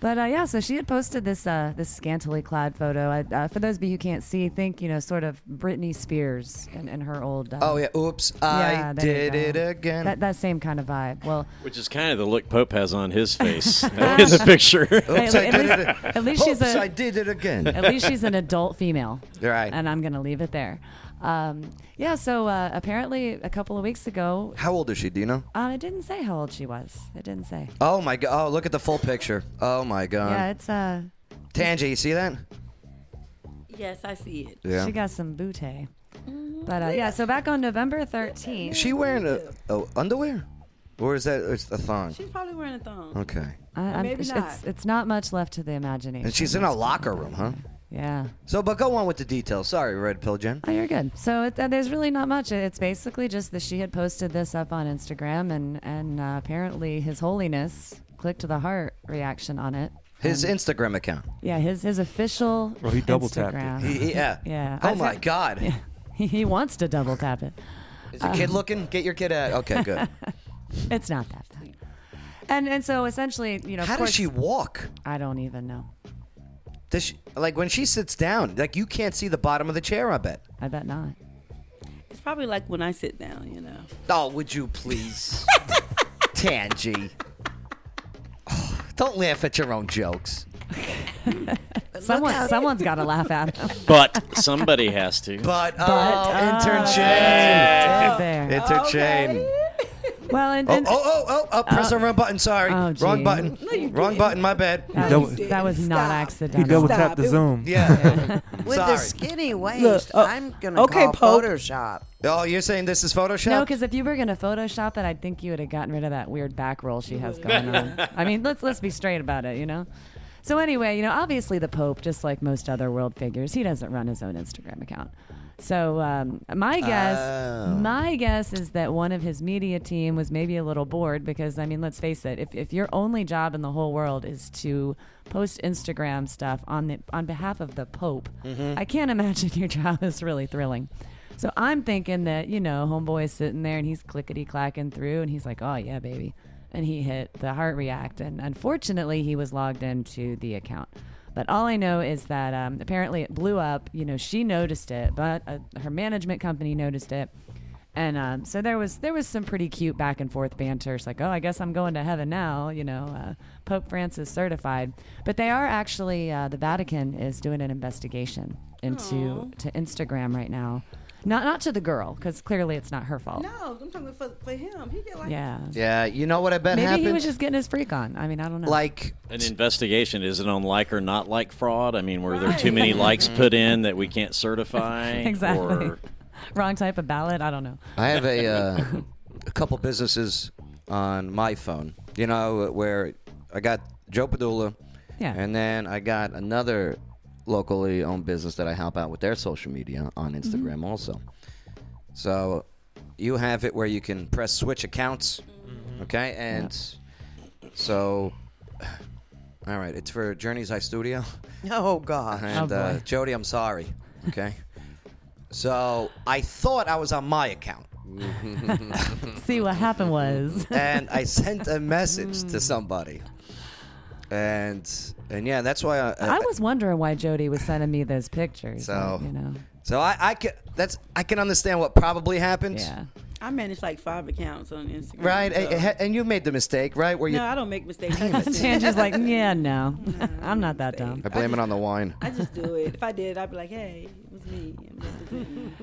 [SPEAKER 4] But uh, yeah, so she had posted this uh, this scantily clad photo. I, uh, for those of you who can't see, think you know, sort of Britney Spears and, and her old. Uh,
[SPEAKER 1] Oh yeah. Oops, I
[SPEAKER 4] yeah, there you
[SPEAKER 1] did
[SPEAKER 4] go.
[SPEAKER 1] it again.
[SPEAKER 4] That that same kind of vibe. Well,
[SPEAKER 7] Which is kind of the look Pope has on his
[SPEAKER 4] *laughs*
[SPEAKER 7] face in the picture.
[SPEAKER 1] Oops,
[SPEAKER 4] Hey,
[SPEAKER 1] I
[SPEAKER 4] at
[SPEAKER 1] did
[SPEAKER 4] least-
[SPEAKER 1] it. a-
[SPEAKER 4] at least she's
[SPEAKER 1] Oops,
[SPEAKER 4] a-
[SPEAKER 1] I did it again.
[SPEAKER 4] at least she's an adult female.
[SPEAKER 1] Right.
[SPEAKER 4] And I'm gonna leave it there. Um, yeah. So uh, apparently, a couple of weeks ago,
[SPEAKER 1] How old is she? Do you know?
[SPEAKER 4] uh, it didn't say how old she was. It didn't say.
[SPEAKER 1] Oh my god. Oh, look at the full picture. Oh my
[SPEAKER 4] yeah,
[SPEAKER 1] god.
[SPEAKER 4] it's uh,
[SPEAKER 1] Tanja, you see that?
[SPEAKER 8] Yes, I see it.
[SPEAKER 1] Yeah.
[SPEAKER 4] she got some bootay.
[SPEAKER 8] Mm-hmm.
[SPEAKER 4] But uh, yeah, so back on November 13th.
[SPEAKER 1] Is she wearing a, a underwear, or is that it's a thong?
[SPEAKER 8] She's probably wearing a thong.
[SPEAKER 1] Okay.
[SPEAKER 4] I, I'm,
[SPEAKER 8] Maybe
[SPEAKER 4] it's,
[SPEAKER 8] not.
[SPEAKER 4] It's, it's not much left to the imagination.
[SPEAKER 1] And she's in a locker room, huh?
[SPEAKER 4] yeah.
[SPEAKER 1] So, but go on with the details. Sorry, Red Pill Jen.
[SPEAKER 4] Oh, you're good. So it, uh, there's really not much. It- It's basically just that she had posted this up on Instagram, and and uh, apparently His Holiness clicked the heart reaction on it. Um,
[SPEAKER 1] His Instagram account.
[SPEAKER 4] Yeah, his his official
[SPEAKER 2] Oh, he double tapped it.
[SPEAKER 4] Instagram.
[SPEAKER 1] He- he- yeah.
[SPEAKER 4] *laughs* Yeah.
[SPEAKER 1] Oh
[SPEAKER 4] I've
[SPEAKER 1] my
[SPEAKER 4] heard-
[SPEAKER 1] god.
[SPEAKER 4] He, he wants to double tap it. Um,
[SPEAKER 1] Is the
[SPEAKER 4] Uh-huh.
[SPEAKER 1] kid looking? Get your kid out. Okay,
[SPEAKER 4] *laughs*
[SPEAKER 1] good.
[SPEAKER 4] It's not that bad. And and so essentially, you know, of
[SPEAKER 1] How
[SPEAKER 4] course,
[SPEAKER 1] does she walk?
[SPEAKER 4] I don't even know.
[SPEAKER 1] Does she, like when she sits down, like you can't see the bottom of the chair. I bet.
[SPEAKER 4] I bet not.
[SPEAKER 8] It's probably like when I sit down, you know.
[SPEAKER 1] Oh, would you please,
[SPEAKER 4] *laughs*
[SPEAKER 1] Tangy? Oh, Don't laugh at your own *laughs* jokes.
[SPEAKER 4] Someone someone's got to laugh at him.
[SPEAKER 7] but somebody has to.
[SPEAKER 1] But, *laughs* oh,
[SPEAKER 4] oh,
[SPEAKER 1] interchain,
[SPEAKER 4] there.
[SPEAKER 1] interchain.
[SPEAKER 4] Well, and,
[SPEAKER 1] Oh,
[SPEAKER 4] and-
[SPEAKER 1] oh, oh, oh, oh, press the wrong button. Sorry.
[SPEAKER 4] Oh,
[SPEAKER 1] wrong
[SPEAKER 4] gee.
[SPEAKER 1] button.
[SPEAKER 4] No, you
[SPEAKER 1] wrong
[SPEAKER 4] didn't.
[SPEAKER 1] button. My bad.
[SPEAKER 4] That
[SPEAKER 1] Don't-
[SPEAKER 4] was, that was not accidental.
[SPEAKER 2] double tapped the Zoom. *laughs*
[SPEAKER 1] Yeah. *laughs*
[SPEAKER 5] With
[SPEAKER 1] Sorry.
[SPEAKER 5] the skinny waist,
[SPEAKER 1] Look,
[SPEAKER 4] oh,
[SPEAKER 1] uh,
[SPEAKER 5] I'm gonna
[SPEAKER 1] okay,
[SPEAKER 5] call
[SPEAKER 1] Pope.
[SPEAKER 5] Photoshop.
[SPEAKER 1] Oh, you're saying this is Photoshop?
[SPEAKER 4] No, because if you were gonna Photoshop it, I think you would have gotten rid of that weird back roll she
[SPEAKER 2] *laughs*
[SPEAKER 4] has going on. I mean, let's let's be straight about it, you know. So anyway, you know, obviously the Pope, just like most other world figures, he doesn't run his own Instagram account. So um, my guess,
[SPEAKER 13] Oh.
[SPEAKER 4] my guess is that one of his media team was maybe a little bored because I mean, let's face it, if, if your only job in the whole world is to post Instagram stuff on the on behalf of the Pope,
[SPEAKER 13] Mhm.
[SPEAKER 4] I can't *laughs* imagine your job is really thrilling. So I'm thinking that, you know, homeboy is sitting there and he's clickety clacking through and he's like, oh, yeah, baby. And he hit the heart react. And unfortunately, he was logged into the account. But all I know is that um, apparently it blew up. You know, she noticed it, but uh, her management company noticed it. And um, so there was there was some pretty cute back and forth banter. It's like, oh, I guess I'm going to heaven now. You know, uh, Pope Francis certified. But they are actually uh, the Vatican is doing an investigation into to Instagram right now. Not not to the girl because clearly it's not her fault.
[SPEAKER 8] *laughs* No, I'm talking for, for him. He get like
[SPEAKER 4] Yeah.
[SPEAKER 1] Yeah, you know what I bet
[SPEAKER 4] Maybe
[SPEAKER 1] happened?
[SPEAKER 4] he was just getting his freak on. I mean, I don't know.
[SPEAKER 1] Like
[SPEAKER 7] An investigation is it on like or not like fraud? I mean, were there too many likes put in that we can't certify?
[SPEAKER 4] *laughs* *laughs* exactly.
[SPEAKER 1] *laughs*
[SPEAKER 7] Or
[SPEAKER 4] Wrong type of ballot. I don't know.
[SPEAKER 1] I have a uh, a couple businesses on my phone. You know where I got Joe Padula,
[SPEAKER 4] Yeah.
[SPEAKER 1] and then I got another locally owned business that I help out with their social media on Instagram also. So you have it where you can press switch accounts, okay? And so, *sighs* all right, it's for Journey's Eye Studio.
[SPEAKER 5] Oh gosh.
[SPEAKER 1] And uh, Jody, I'm sorry. Okay. so I thought I was on my account.
[SPEAKER 4] *laughs* See what happened was.
[SPEAKER 1] and
[SPEAKER 4] *laughs*
[SPEAKER 1] I sent a message to somebody. And and yeah, that's why I, uh,
[SPEAKER 4] I was wondering why Jody was sending me those pictures.
[SPEAKER 1] So-
[SPEAKER 4] like, you know,
[SPEAKER 1] So I, I can that's I can understand what probably happened.
[SPEAKER 4] Yeah.
[SPEAKER 8] I manage like five accounts on Instagram.
[SPEAKER 1] Right,
[SPEAKER 8] so-
[SPEAKER 1] and, and- and you made the mistake, right? Where you
[SPEAKER 8] no, I *laughs* don't make
[SPEAKER 4] *laughs*
[SPEAKER 8] mistakes. I
[SPEAKER 1] *laughs*
[SPEAKER 8] just-
[SPEAKER 4] Tanger's like, yeah, no, I'm not that dumb.
[SPEAKER 1] I blame it on the wine.
[SPEAKER 8] I just do it. If I did, I'd be like, hey, it was me. I'm just a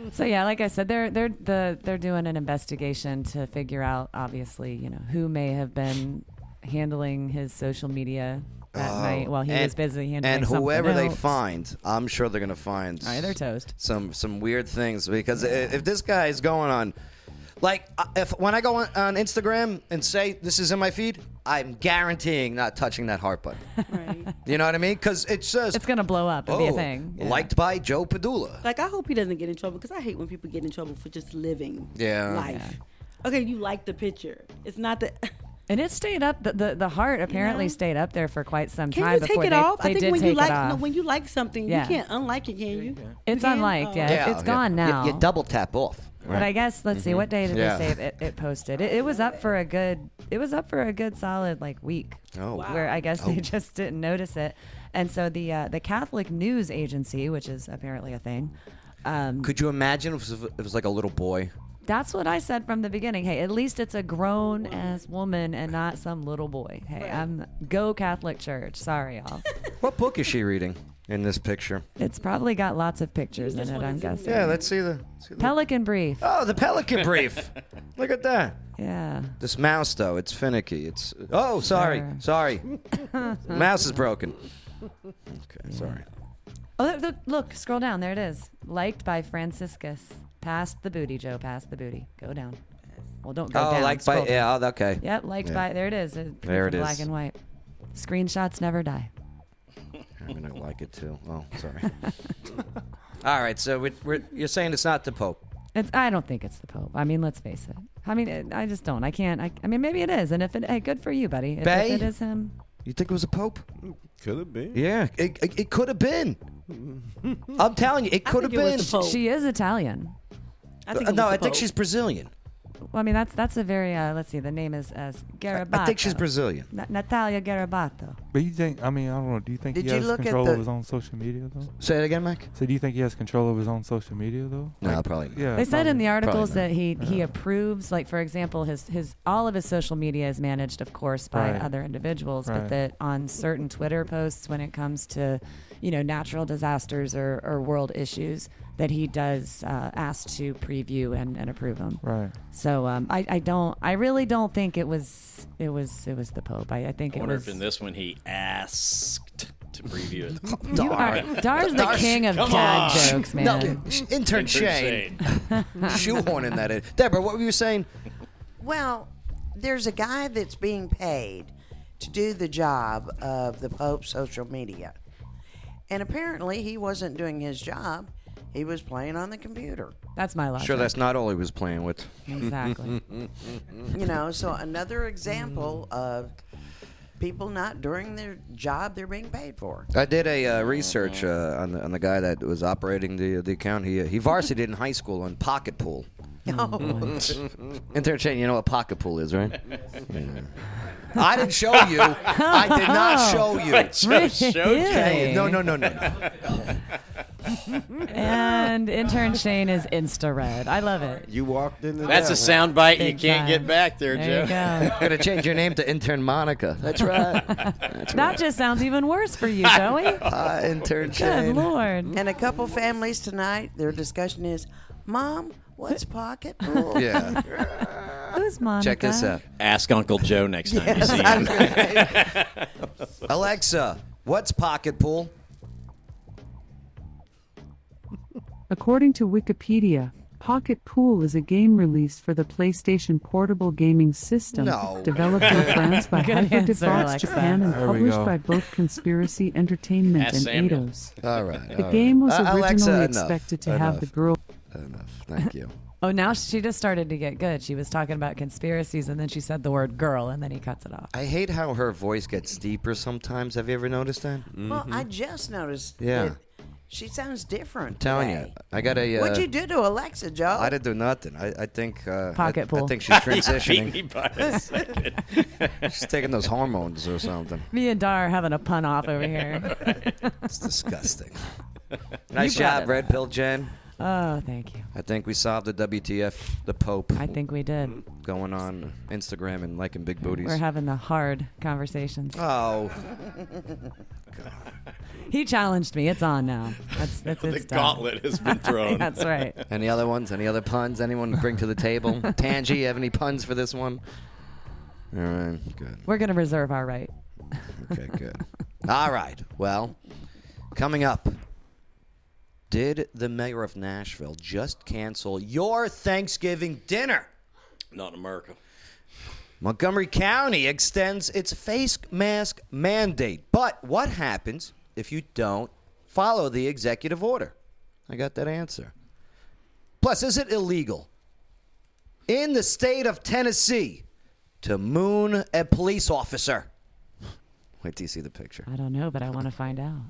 [SPEAKER 8] good-
[SPEAKER 4] *laughs* So yeah, like I said, they're they're the they're doing an investigation to figure out, obviously, you know, who may have been handling his social media that
[SPEAKER 1] Oh,
[SPEAKER 4] night while he
[SPEAKER 1] and-
[SPEAKER 4] was busy handling
[SPEAKER 1] And
[SPEAKER 4] something
[SPEAKER 1] whoever they
[SPEAKER 4] else.
[SPEAKER 1] find, I'm sure they're gonna find.
[SPEAKER 4] All right, they're toast.
[SPEAKER 1] Some some weird things because i if this guy is going on, like uh, if when I go on, on Instagram and say this is in my feed, I'm guaranteeing not touching that heart
[SPEAKER 4] *laughs*
[SPEAKER 1] button. You know what I mean? Because it says it's
[SPEAKER 4] gonna blow up.
[SPEAKER 8] and be a thing. Yeah.
[SPEAKER 1] Liked by Joe Padula.
[SPEAKER 8] Like, I hope he doesn't get in trouble because I hate when people get in trouble for just living
[SPEAKER 1] Yeah.
[SPEAKER 8] life. Okay, you like the picture. It's not the.
[SPEAKER 4] And it stayed up. The, the, the heart apparently stayed up there for quite some
[SPEAKER 8] Can
[SPEAKER 4] time
[SPEAKER 8] you take
[SPEAKER 4] before
[SPEAKER 8] it
[SPEAKER 4] they,
[SPEAKER 8] off?
[SPEAKER 4] they
[SPEAKER 8] I think
[SPEAKER 4] did
[SPEAKER 8] when
[SPEAKER 4] take
[SPEAKER 8] you like
[SPEAKER 4] it off.
[SPEAKER 8] no, when you like something,
[SPEAKER 4] Yeah.
[SPEAKER 8] you can't unlike it, can you?
[SPEAKER 4] It's unliked,
[SPEAKER 1] Oh.
[SPEAKER 4] yeah. It's- it's gone now.
[SPEAKER 1] You, you double tap off.
[SPEAKER 4] But I guess let's see.
[SPEAKER 1] Mhm.
[SPEAKER 4] What day did
[SPEAKER 1] Yeah.
[SPEAKER 4] they say it, it posted? It, it was up for a good. It was up for a good solid like week.
[SPEAKER 1] Oh. Wow.
[SPEAKER 4] Where I guess
[SPEAKER 1] Oh.
[SPEAKER 4] they *laughs* just didn't notice it, and so the uh, the Catholic News Agency, which is apparently a thing. Um,
[SPEAKER 1] Could you imagine if it was- it was like a little boy?
[SPEAKER 4] that's what I said from the beginning. Hey, at least it's a grown ass woman and not some little boy. Hey, I'm go Catholic Church. Sorry, y'all.
[SPEAKER 1] What book is she reading in this picture?
[SPEAKER 4] it's probably got lots of pictures in it. I'm guessing.
[SPEAKER 1] Yeah, let's see the
[SPEAKER 4] Pelican Brief.
[SPEAKER 1] Oh, the Pelican Brief. Look at that.
[SPEAKER 4] Yeah.
[SPEAKER 1] This mouse, though, it's finicky. It's oh, sorry,
[SPEAKER 4] Sure.
[SPEAKER 1] *laughs* sorry. mouse is broken. Okay, sorry.
[SPEAKER 4] Oh, look, look, look, scroll down. There it is. Liked by Franciscus. Past the booty, Joe. Past the booty. Go down. Well, don't go
[SPEAKER 1] oh,
[SPEAKER 4] down.
[SPEAKER 1] like
[SPEAKER 4] scroll
[SPEAKER 1] by yeah.
[SPEAKER 4] down.
[SPEAKER 1] Oh, okay.
[SPEAKER 4] Yep, liked
[SPEAKER 1] Yeah.
[SPEAKER 4] by. There it is. It's
[SPEAKER 1] There it
[SPEAKER 4] black
[SPEAKER 1] is.
[SPEAKER 4] and white. Screenshots never die.
[SPEAKER 1] I'm gonna like it too. Oh, sorry. *laughs* All right, so we're, we're, you're saying it's not the Pope.
[SPEAKER 4] It's, I don't think it's the Pope. I mean, let's face it. I mean, it, I just don't. I can't. I, I mean, maybe it is. And if it, hey, good for you, buddy. If,
[SPEAKER 1] Bay?
[SPEAKER 4] if it is him,
[SPEAKER 1] You think it was a Pope?
[SPEAKER 6] Could have been.
[SPEAKER 1] Yeah, it, it, it could have been. *laughs* I'm telling you, it could have been.
[SPEAKER 4] She is Italian.
[SPEAKER 1] I think it No, was the I think Pope. she's *laughs* Brazilian.
[SPEAKER 4] Well, I mean, that's that's a very. Uh, let's see. The name is as Garibaldo.
[SPEAKER 1] I think she's Brazilian.
[SPEAKER 4] Na- Natalia Garibaldo.
[SPEAKER 2] But you think? I mean, I don't know. Do you think
[SPEAKER 4] Did
[SPEAKER 2] he
[SPEAKER 4] you
[SPEAKER 2] has
[SPEAKER 4] look at
[SPEAKER 2] control
[SPEAKER 4] the-
[SPEAKER 2] of his own social media though?
[SPEAKER 1] Say it again, Mike.
[SPEAKER 2] So do you think he has control of his own social media though?
[SPEAKER 1] No, probably not.
[SPEAKER 2] Yeah.
[SPEAKER 4] They said in the articles
[SPEAKER 2] Probably
[SPEAKER 4] that he he approves, like for example, his his all of his social media is managed, of course, by
[SPEAKER 2] Right.
[SPEAKER 4] other individuals, but
[SPEAKER 2] Right.
[SPEAKER 4] that on certain Twitter posts, when it comes to, you know, natural disasters or, or world issues, that he does uh, ask to preview and, and approve them.
[SPEAKER 2] Right.
[SPEAKER 4] So um, I, I don't I really don't think it was it was it was the Pope. I, I think
[SPEAKER 7] I
[SPEAKER 4] it
[SPEAKER 7] wonder
[SPEAKER 4] was
[SPEAKER 7] if in this one he asked to preview it.
[SPEAKER 4] *laughs* You Dar. are- Dar's the king of
[SPEAKER 7] Come on.
[SPEAKER 4] dad jokes,
[SPEAKER 1] No,
[SPEAKER 4] man.
[SPEAKER 1] sh- intern Shane. Shoehorning that *laughs* in. Deborah, what were you saying?
[SPEAKER 5] Well, there's a guy that's being paid to do the job of the Pope's social media. And apparently he wasn't doing his job. He was playing on the computer.
[SPEAKER 4] That's my
[SPEAKER 1] Sure, that's not all he was playing with. *laughs*
[SPEAKER 4] Exactly.
[SPEAKER 5] You know, so another example of people not doing their job they're being paid for. *laughs*
[SPEAKER 1] I did a uh, research uh, on, the, on the guy that was operating the the account. He uh, he varsity in high school on pocket pool.
[SPEAKER 5] Oh.
[SPEAKER 1] Intern Shane, you know what pocket pool is,
[SPEAKER 7] *laughs*
[SPEAKER 1] right? I didn't show you. *laughs* I did
[SPEAKER 7] Oh.
[SPEAKER 1] not show you.
[SPEAKER 4] I just showed you.
[SPEAKER 1] Okay, No, no, no, no. no.
[SPEAKER 4] *laughs* and intern Shane is insta red. I love it.
[SPEAKER 6] You walked in.
[SPEAKER 7] That's a sound bite you can't get back *laughs* there,
[SPEAKER 4] There you
[SPEAKER 7] Joe. *laughs*
[SPEAKER 4] go.
[SPEAKER 1] Gonna change your name to Intern Monica. That's right. That's
[SPEAKER 4] That just sounds even worse for you, Joey.
[SPEAKER 5] *laughs*
[SPEAKER 1] Uh, intern
[SPEAKER 4] Good
[SPEAKER 1] Shane.
[SPEAKER 4] lord.
[SPEAKER 5] And a couple families tonight, their discussion is, Mom, what's pocket
[SPEAKER 4] *laughs*
[SPEAKER 5] pool?
[SPEAKER 1] Yeah.
[SPEAKER 4] Who's Monica?
[SPEAKER 1] Check this out.
[SPEAKER 7] uh, Ask Uncle Joe next time you see him. *laughs*
[SPEAKER 1] Alexa, what's pocket pool?
[SPEAKER 13] According to Wikipedia, Pocket Pool is a game released for the PlayStation Portable gaming system
[SPEAKER 1] No.
[SPEAKER 13] developed in France by
[SPEAKER 4] Good answer,
[SPEAKER 13] HyperDevox
[SPEAKER 4] Alexa.
[SPEAKER 13] Japan and
[SPEAKER 2] There we
[SPEAKER 13] published
[SPEAKER 2] go.
[SPEAKER 13] by both Conspiracy Entertainment
[SPEAKER 7] Ask
[SPEAKER 13] and
[SPEAKER 7] Samuel.
[SPEAKER 13] Eidos.
[SPEAKER 1] All right.
[SPEAKER 13] The
[SPEAKER 1] all
[SPEAKER 13] game
[SPEAKER 1] right.
[SPEAKER 13] was
[SPEAKER 1] Uh,
[SPEAKER 13] originally
[SPEAKER 1] Alexa, enough,
[SPEAKER 13] expected to have the
[SPEAKER 1] enough,
[SPEAKER 13] girl.
[SPEAKER 1] Enough. Thank you.
[SPEAKER 4] Oh, now she just started to get good. She was talking about conspiracies and then she said the word girl and then he cuts it off.
[SPEAKER 1] I hate how her voice gets deeper sometimes. Have you ever noticed that? Mm-hmm.
[SPEAKER 5] Well, I just noticed
[SPEAKER 1] Yeah.
[SPEAKER 5] that she sounds different.
[SPEAKER 1] I'm telling you,
[SPEAKER 5] today.
[SPEAKER 1] I got a. Uh,
[SPEAKER 5] What'd you do to Alexa, Joe?
[SPEAKER 1] I didn't do nothing. I, I think. Uh, I-
[SPEAKER 4] Pocket
[SPEAKER 1] I,
[SPEAKER 4] pool.
[SPEAKER 1] think she's
[SPEAKER 7] Beat
[SPEAKER 1] transitioning.
[SPEAKER 7] me by a *laughs* second.
[SPEAKER 1] she's taking those hormones or something.
[SPEAKER 4] Me and Dar are having a pun off over here.
[SPEAKER 1] It's
[SPEAKER 4] *laughs*
[SPEAKER 1] disgusting. nice
[SPEAKER 4] You brought
[SPEAKER 1] job,
[SPEAKER 4] it.
[SPEAKER 1] Red Pill Jen.
[SPEAKER 4] Oh, thank you.
[SPEAKER 1] I think we solved the WTF, the Pope.
[SPEAKER 4] I think we did.
[SPEAKER 1] going on Instagram and liking big booties.
[SPEAKER 4] We're having the hard conversations.
[SPEAKER 1] oh,
[SPEAKER 4] He challenged me. It's on now. That's that's
[SPEAKER 7] The
[SPEAKER 4] it's done.
[SPEAKER 7] gauntlet has
[SPEAKER 4] *laughs*
[SPEAKER 7] been thrown.
[SPEAKER 4] that's right.
[SPEAKER 1] any other ones? Any other puns? Anyone bring to the
[SPEAKER 4] *laughs*
[SPEAKER 1] table? Tangi, you have any puns for this one? All right, good.
[SPEAKER 4] We're gonna reserve our right.
[SPEAKER 1] Okay, good. All right. Well, coming up, did the mayor of Nashville just cancel your Thanksgiving dinner?
[SPEAKER 7] Not in America.
[SPEAKER 1] Montgomery County extends its face mask mandate. But what happens if you don't follow the executive order? I got that answer. Plus, is it illegal in the state of Tennessee to moon a police officer? *laughs* Wait till you see the picture.
[SPEAKER 4] *laughs* I don't know, but I want to find out.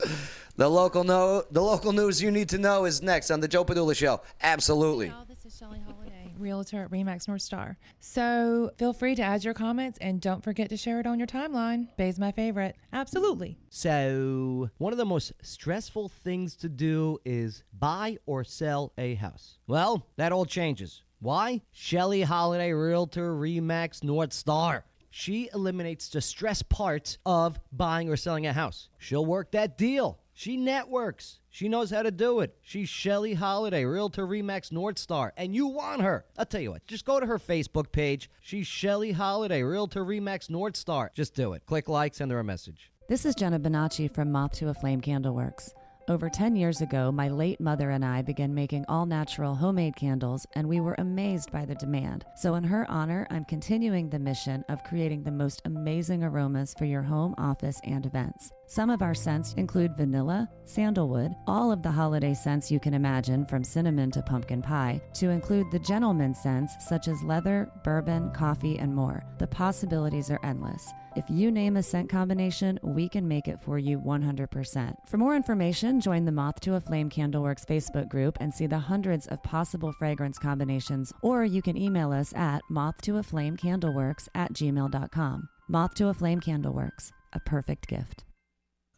[SPEAKER 1] The local no, the local news you need to know is next on the Joe Padula Show. Absolutely.
[SPEAKER 14] This is Shelly Holiday, Realtor at Remax North Star. So feel free to add your comments and don't forget to share it on your timeline. Bay's my favorite. Absolutely.
[SPEAKER 11] So, one of the most stressful things to do is buy or sell a house. Well, that all changes. Why? Shelly Holiday Realtor Remax North Star. She eliminates the stress parts of buying or selling a house. She'll work that deal. She networks. She knows how to do it. She's Shelly Holiday, Realtor Remax North Star, and you want her. I'll tell you what, just go to her Facebook page. She's Shelly Holiday, Realtor Remax North Star. Just do it. Click like, send her a message.
[SPEAKER 4] This is Jenna Bonacci from Moth to a Flame Candleworks. Over 10 years ago, my late mother and I began making all natural homemade candles, and we were amazed by the demand. So, in her honor, I'm continuing the mission of creating the most amazing aromas for your home, office, and events. Some of our scents include vanilla, sandalwood, all of the holiday scents you can imagine, from cinnamon to pumpkin pie, to include the gentleman scents such as leather, bourbon, coffee, and more. The possibilities are endless. If you name a scent combination, we can make it for you 100%. For more information, join the Moth to a Flame Candleworks Facebook group and see the hundreds of possible fragrance combinations, or you can email us at moth to a flame candleworks at gmail.com. Moth to a Flame Candleworks, a perfect gift.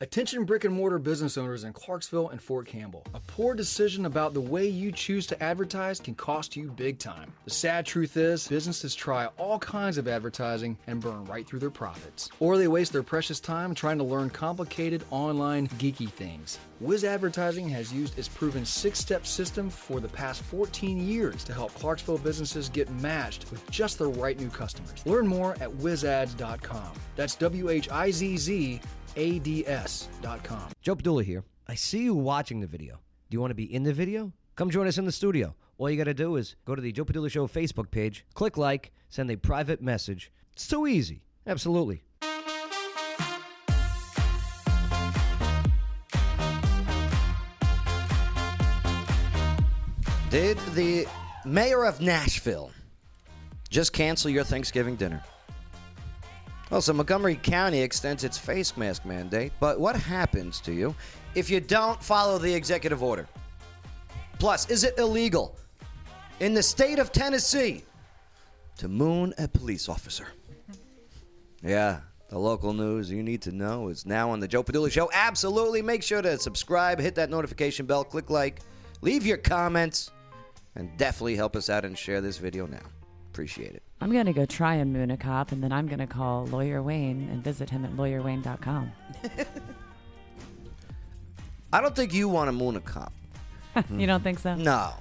[SPEAKER 15] Attention brick and mortar business owners in Clarksville and Fort Campbell. A poor decision about the way you choose to advertise can cost you big time. The sad truth is, businesses try all kinds of advertising and burn right through their profits. Or they waste their precious time trying to learn complicated online geeky things. Wiz Advertising has used its proven six step system for the past 14 years to help Clarksville businesses get matched with just the right new customers. Learn more at wizads.com. That's W H I Z Z ads.com.
[SPEAKER 11] Joe Padula here.
[SPEAKER 15] I
[SPEAKER 11] see you watching the video. Do you want to be in the video? Come join us in the studio. All you got to do is go to the Joe Padula Show Facebook page, click like, send a private message. It's too easy. Absolutely.
[SPEAKER 1] Did the mayor of Nashville just cancel your Thanksgiving dinner? Well, so Montgomery County extends its face mask mandate, but what happens to you if you don't follow the executive order? Plus, is it illegal in the state of Tennessee to moon a police officer? Yeah, the local news you need to know is now on the Joe Padula Show. Absolutely. Make sure to subscribe, hit that notification bell, click like, leave your comments, and definitely help us out and share this video now. Appreciate it.
[SPEAKER 4] I'm going to go try and moon a cop, and then I'm going to call Lawyer Wayne and visit him at lawyerwayne.com.
[SPEAKER 1] I don't think you want to moon a cop.
[SPEAKER 4] *laughs* you don't think so?
[SPEAKER 1] No.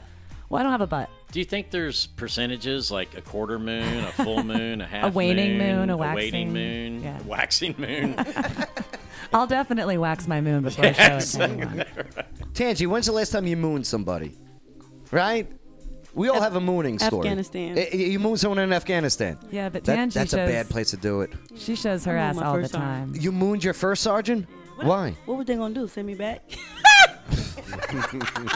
[SPEAKER 4] Well, I don't have a butt.
[SPEAKER 7] Do you think there's percentages like a quarter moon, a
[SPEAKER 4] *laughs*
[SPEAKER 7] full moon, a half
[SPEAKER 4] waning moon, a
[SPEAKER 7] waning
[SPEAKER 4] waxing-
[SPEAKER 7] moon,
[SPEAKER 4] yeah.
[SPEAKER 7] a *laughs* waxing moon?
[SPEAKER 4] *laughs* I'll definitely wax my moon before I
[SPEAKER 7] Yes.
[SPEAKER 4] show it to anyone.
[SPEAKER 1] Tangi, when's the last time you mooned somebody? Right? We all have a mooning story.
[SPEAKER 4] Afghanistan.
[SPEAKER 1] Eh, eh, you moon someone in Afghanistan.
[SPEAKER 4] Yeah, but
[SPEAKER 1] That-
[SPEAKER 4] Tangi
[SPEAKER 1] That's a
[SPEAKER 4] shows-
[SPEAKER 1] bad place to do it.
[SPEAKER 4] She shows her
[SPEAKER 8] I'm on
[SPEAKER 4] ass
[SPEAKER 8] my
[SPEAKER 4] all the
[SPEAKER 8] first
[SPEAKER 4] time.
[SPEAKER 8] arm.
[SPEAKER 1] You mooned your first sergeant? Why?
[SPEAKER 8] What was they gonna do? Send me
[SPEAKER 4] *laughs*
[SPEAKER 8] back?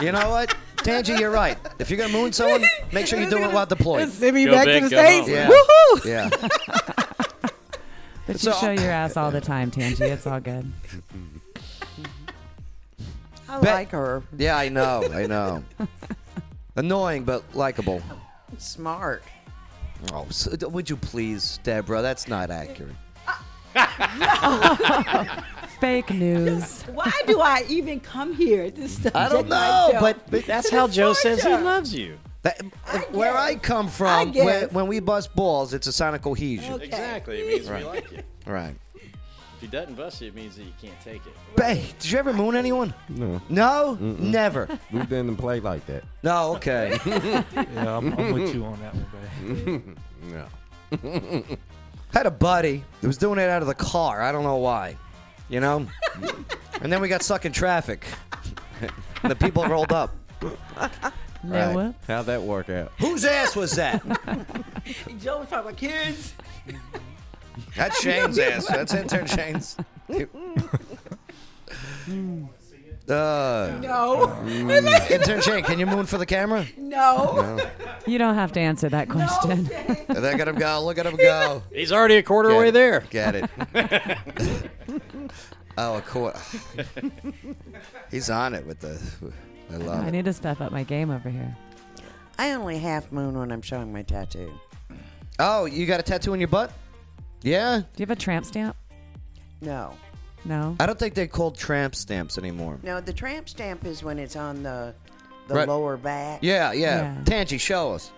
[SPEAKER 1] you know what? Tangi, you're right. If you're going to moon someone, make sure you do it while
[SPEAKER 4] *laughs*
[SPEAKER 1] deployed.
[SPEAKER 8] Send me Go back to big, the go States. home.
[SPEAKER 1] Yeah.
[SPEAKER 8] Woohoo!
[SPEAKER 1] Yeah. *laughs*
[SPEAKER 4] But *laughs*
[SPEAKER 1] So-
[SPEAKER 4] you show your ass all the time, Tangi. It's
[SPEAKER 1] *laughs*
[SPEAKER 4] all good.
[SPEAKER 16] Mm-hmm.
[SPEAKER 5] I like her.
[SPEAKER 1] Yeah, I know. I
[SPEAKER 4] *laughs*
[SPEAKER 1] know. Annoying, but likable.
[SPEAKER 5] *laughs* Smart.
[SPEAKER 1] Oh, so, would you please, Deborah? That's not accurate.
[SPEAKER 4] *laughs* Fake news.
[SPEAKER 8] Why do I even come here? To
[SPEAKER 1] *laughs* I don't know,
[SPEAKER 8] subject myself
[SPEAKER 1] but,
[SPEAKER 8] to this torture?
[SPEAKER 1] you. where I come
[SPEAKER 8] I
[SPEAKER 1] from,
[SPEAKER 8] guess.
[SPEAKER 1] when, when we bust balls, it's a sign of cohesion.
[SPEAKER 7] Exactly. It means
[SPEAKER 1] Right.
[SPEAKER 7] we like you.
[SPEAKER 1] Right.
[SPEAKER 7] If he doesn't bust you, it means that you can't take it.
[SPEAKER 1] Bay, did you ever moon anyone?
[SPEAKER 6] No.
[SPEAKER 1] No? Never.
[SPEAKER 6] We didn't play like that.
[SPEAKER 1] No, okay.
[SPEAKER 2] *laughs* Yeah, I'm- I'm with you on that one,
[SPEAKER 6] *laughs* no.
[SPEAKER 1] *laughs* Had a buddy that was doing it out of the car. I don't know why.
[SPEAKER 6] *laughs*
[SPEAKER 1] You know? and then we got stuck in traffic. and the people rolled up. Right.
[SPEAKER 6] what? How'd that work out?
[SPEAKER 1] Whose ass was that?
[SPEAKER 8] *laughs*
[SPEAKER 6] *laughs*
[SPEAKER 8] Joe was talking about kids. *laughs*
[SPEAKER 1] That's Shane's ass. That's intern Shane's. Uh,
[SPEAKER 8] No.
[SPEAKER 1] Mm. intern Shane, can you moon for the camera?
[SPEAKER 8] No.
[SPEAKER 4] You don't have to answer that question. *laughs*
[SPEAKER 1] Look at him go. Look at him go.
[SPEAKER 7] He's already a quarter
[SPEAKER 1] Get
[SPEAKER 7] way
[SPEAKER 1] it.
[SPEAKER 7] there.
[SPEAKER 1] Get it.
[SPEAKER 7] *laughs*
[SPEAKER 1] oh, a quarter. He's on it with the. I love
[SPEAKER 4] I
[SPEAKER 1] it.
[SPEAKER 4] need to step up my game over here.
[SPEAKER 5] I only half moon when I'm showing my tattoo.
[SPEAKER 1] Oh, you got a tattoo on your butt? Yeah. Do
[SPEAKER 4] you have a tramp stamp?
[SPEAKER 5] No.
[SPEAKER 4] No.
[SPEAKER 1] I don't think they're called tramp stamps anymore.
[SPEAKER 5] No, the tramp stamp is when it's on the the
[SPEAKER 1] Right.
[SPEAKER 5] lower back.
[SPEAKER 1] Yeah, yeah. Tangi, show us.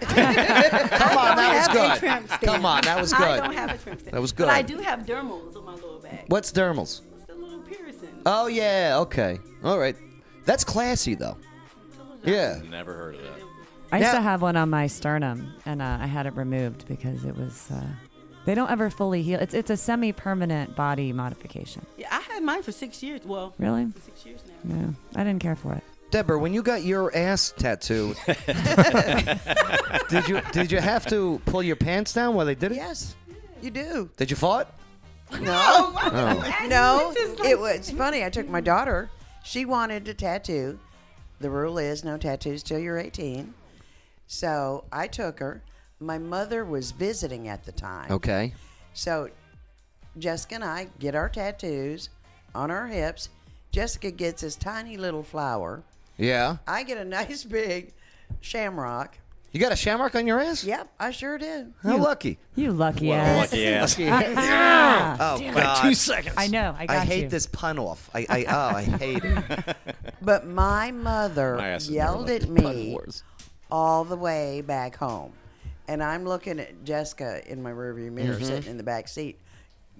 [SPEAKER 1] Come on, that
[SPEAKER 8] I
[SPEAKER 1] was
[SPEAKER 8] don't have a tramp
[SPEAKER 1] good.
[SPEAKER 8] stamp.
[SPEAKER 1] Come on, that was good.
[SPEAKER 8] I don't have a tramp stamp.
[SPEAKER 1] That was
[SPEAKER 8] But I
[SPEAKER 1] good.
[SPEAKER 8] do have dermals on my lower back.
[SPEAKER 1] What's dermals?
[SPEAKER 8] It's a little piercing.
[SPEAKER 1] Oh yeah, okay, all right. That's classy though. Yeah.
[SPEAKER 7] Never heard of that.
[SPEAKER 4] I used to have one on my sternum, and uh, I had it removed because it was. Uh, they don't ever fully heal. It's it's a semi-permanent body modification.
[SPEAKER 8] Yeah, I had mine for six years. Well,
[SPEAKER 4] Really?
[SPEAKER 8] for six years now.
[SPEAKER 4] Yeah, I didn't care for it.
[SPEAKER 1] Deborah, when you got your ass tattooed, did you did you have to pull your pants down while they did it?
[SPEAKER 5] Yes. You do.
[SPEAKER 1] Did you fart?
[SPEAKER 5] *laughs* No.
[SPEAKER 1] Oh.
[SPEAKER 5] No. It was funny. I took my daughter. She wanted to tattoo. The rule is no tattoos till you're 18. So I took her. My mother was visiting at the time.
[SPEAKER 1] Okay.
[SPEAKER 5] So Jessica and I get our tattoos on our hips. Jessica gets this tiny little flower. *laughs*
[SPEAKER 1] Yeah.
[SPEAKER 5] I get a nice big shamrock.
[SPEAKER 1] You got a shamrock on your ass?
[SPEAKER 5] Yep, I sure did.
[SPEAKER 1] How lucky.
[SPEAKER 4] You lucky
[SPEAKER 1] Well,
[SPEAKER 4] ass.
[SPEAKER 1] lucky
[SPEAKER 4] *laughs*
[SPEAKER 1] ass. *laughs*
[SPEAKER 4] Lucky
[SPEAKER 1] Ah,
[SPEAKER 4] ass.
[SPEAKER 1] ah,
[SPEAKER 4] Damn
[SPEAKER 1] oh,
[SPEAKER 4] it.
[SPEAKER 1] God.
[SPEAKER 4] Two seconds. I know, I got
[SPEAKER 1] hate
[SPEAKER 4] you.
[SPEAKER 1] this pun off. I, I oh, I hate
[SPEAKER 4] *laughs*
[SPEAKER 1] it.
[SPEAKER 5] But my mother
[SPEAKER 1] My ass has never
[SPEAKER 5] yelled
[SPEAKER 1] liked
[SPEAKER 5] at
[SPEAKER 1] Pug
[SPEAKER 5] me all the way back home. And I'm looking at Jessica in my rearview mirror,
[SPEAKER 1] Mhm.
[SPEAKER 5] sitting in the back seat,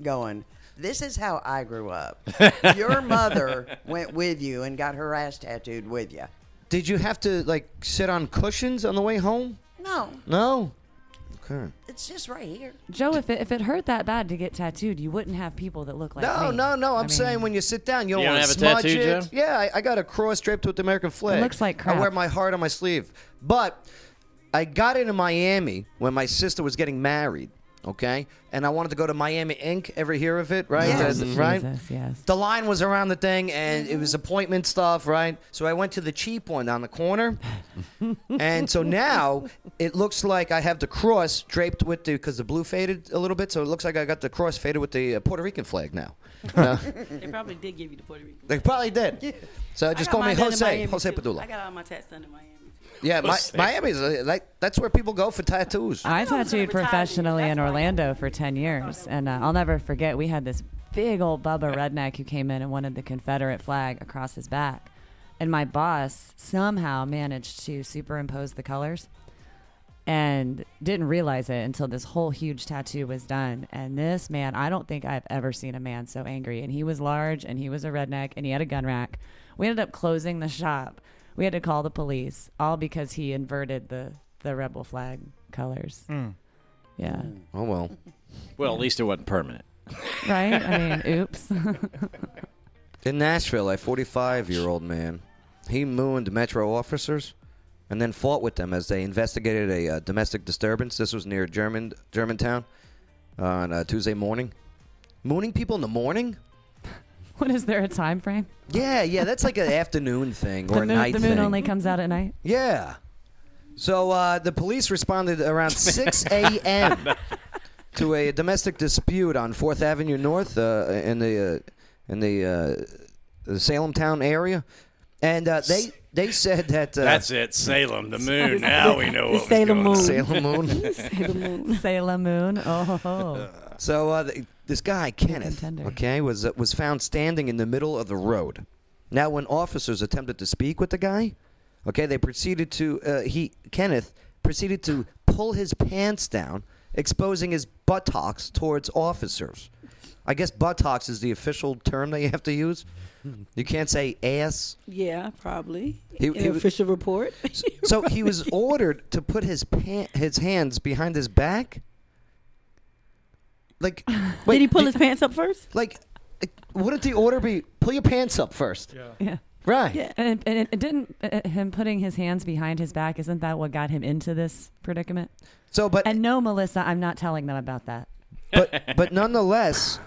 [SPEAKER 5] going, This is how I grew up.
[SPEAKER 1] *laughs*
[SPEAKER 5] Your mother went with you and got her ass tattooed with you.
[SPEAKER 1] Did you have to like sit on cushions on the way home?
[SPEAKER 5] No,
[SPEAKER 1] No. Okay.
[SPEAKER 5] it's just right here.
[SPEAKER 4] Joe, if it, if it hurt that bad to get tattooed, you wouldn't have people that look like
[SPEAKER 1] no,
[SPEAKER 4] me.
[SPEAKER 1] no, no. I'm
[SPEAKER 4] I mean,
[SPEAKER 1] saying when you sit down, you don't
[SPEAKER 4] You don't
[SPEAKER 1] want
[SPEAKER 4] have
[SPEAKER 1] to
[SPEAKER 4] a
[SPEAKER 1] smudge
[SPEAKER 4] tattoo,
[SPEAKER 1] it.
[SPEAKER 4] Jim?
[SPEAKER 1] Yeah, I, I got a cross draped with the American flag.
[SPEAKER 4] looks like
[SPEAKER 1] I
[SPEAKER 4] crap.
[SPEAKER 1] wear my heart on my sleeve. But I got into Miami when my sister was getting married. Okay, and I wanted to go to Miami Ink. Ever hear of it? Right,
[SPEAKER 4] Yes.
[SPEAKER 1] That's- right.
[SPEAKER 4] Jesus, yes.
[SPEAKER 1] The line was around the thing, and it was appointment stuff, right? So I went to the cheap one on the corner, and so now it looks like I have the cross draped with the because the blue faded a little bit, so it looks like I got the cross faded with the uh, Puerto Rican
[SPEAKER 17] *laughs*
[SPEAKER 1] flag now.
[SPEAKER 8] *laughs*
[SPEAKER 1] Uh,
[SPEAKER 17] they probably did give you the Puerto Rican.
[SPEAKER 1] they probably did. So
[SPEAKER 17] I
[SPEAKER 1] just
[SPEAKER 17] got
[SPEAKER 1] call me
[SPEAKER 17] mine done in
[SPEAKER 1] Jose,
[SPEAKER 17] Miami,
[SPEAKER 1] Jose
[SPEAKER 17] too. I
[SPEAKER 1] Padula.
[SPEAKER 17] got all my tats done in Miami.
[SPEAKER 1] Yeah, mi-
[SPEAKER 17] Jose.
[SPEAKER 1] Miami's uh, like that's where people go for tattoos.
[SPEAKER 4] I tattooed professionally in Orlando for 10 years, and uh, I'll never forget we had this big old Bubba redneck who came in and wanted the Confederate flag across his back. And my boss somehow managed to superimpose the colors and didn't realize it until this whole huge tattoo was done. And this man, I don't think I've ever seen a man so angry. And he was large and he was a redneck and he had a gun rack. We ended up closing the shop. We had to call the police, all because he inverted the, the rebel flag colors.
[SPEAKER 7] Mm.
[SPEAKER 4] Yeah.
[SPEAKER 1] Oh
[SPEAKER 4] *laughs*
[SPEAKER 1] well.
[SPEAKER 7] Well, at least it wasn't permanent.
[SPEAKER 4] Right? I mean, oops. *laughs*
[SPEAKER 1] In Nashville, a 45 year old man, he mooned Metro officers and then fought with them as they investigated a uh, domestic disturbance. This was near German Germantown on uh, Tuesday morning. Mooning people in the morning?
[SPEAKER 4] what is there a time frame?
[SPEAKER 1] Yeah, yeah, that's like an afternoon thing or
[SPEAKER 4] *laughs* the
[SPEAKER 1] a
[SPEAKER 4] moon,
[SPEAKER 1] night
[SPEAKER 4] the moon
[SPEAKER 1] thing.
[SPEAKER 4] only comes out at night.
[SPEAKER 1] Yeah. So uh, the police responded around
[SPEAKER 7] *laughs*
[SPEAKER 1] 6 a.m. to a domestic dispute on Fourth Avenue North uh, in the uh, in the, uh, the Salem town area, and uh, they they said that uh,
[SPEAKER 7] That's it, Salem,
[SPEAKER 1] *laughs*
[SPEAKER 7] the moon. Now we know what was going on.
[SPEAKER 1] Salem
[SPEAKER 4] *laughs*
[SPEAKER 1] moon.
[SPEAKER 4] Sailor Moon. Sailor Moon. Oh, ho, ho.
[SPEAKER 1] So uh, th- this guy Kenneth, okay, was uh, was found standing in the middle of the road. Now, when officers attempted to speak with the guy, okay, they proceeded to uh, he Kenneth proceeded to pull his pants down, exposing his buttocks towards officers. I guess buttocks is the official term they have to use. You can't say ass.
[SPEAKER 17] Yeah, probably.
[SPEAKER 1] He-
[SPEAKER 17] An
[SPEAKER 1] he was-
[SPEAKER 17] official report. *laughs*
[SPEAKER 1] So he was ordered to put his pa- his hands behind his back.
[SPEAKER 17] *laughs*
[SPEAKER 1] Like, wait,
[SPEAKER 17] did he pull
[SPEAKER 1] di-
[SPEAKER 17] his pants up first?
[SPEAKER 1] Like, wouldn't the order be pull your pants up first? Yeah.
[SPEAKER 4] Yeah.
[SPEAKER 1] *laughs* Right.
[SPEAKER 4] And, and it, it didn't uh, him putting his hands behind his back. Isn't that what got him into this predicament?
[SPEAKER 1] So, but
[SPEAKER 4] and no, Melissa, I'm not telling them about that. *laughs*
[SPEAKER 1] But but nonetheless,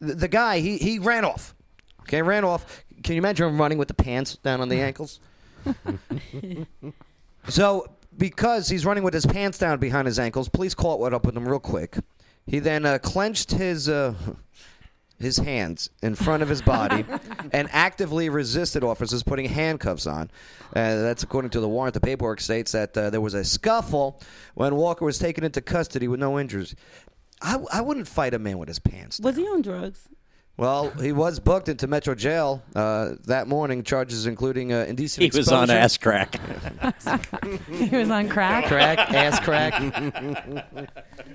[SPEAKER 1] the, the guy he he ran off. Okay, ran off. Can you imagine him running with the pants down on the
[SPEAKER 4] *laughs*
[SPEAKER 1] ankles? *laughs* Oh, So, because he's running with his pants down behind his ankles, police caught what up with him real quick. He then uh, clenched his uh, his hands in front of his body and actively resisted officers putting handcuffs on. Uh, that's according to the warrant. The paperwork states that uh, there was a scuffle when Walker was taken into custody with no injuries. I, I wouldn't fight a man with his pants.
[SPEAKER 17] Was he on drugs?
[SPEAKER 1] Well, he was booked into Metro Jail uh, that morning. Charges including uh, indecent
[SPEAKER 7] He was on
[SPEAKER 1] exposure.
[SPEAKER 7] ass crack.
[SPEAKER 1] *laughs*
[SPEAKER 4] he was on crack.
[SPEAKER 1] Crack, ass
[SPEAKER 4] *laughs*
[SPEAKER 1] crack.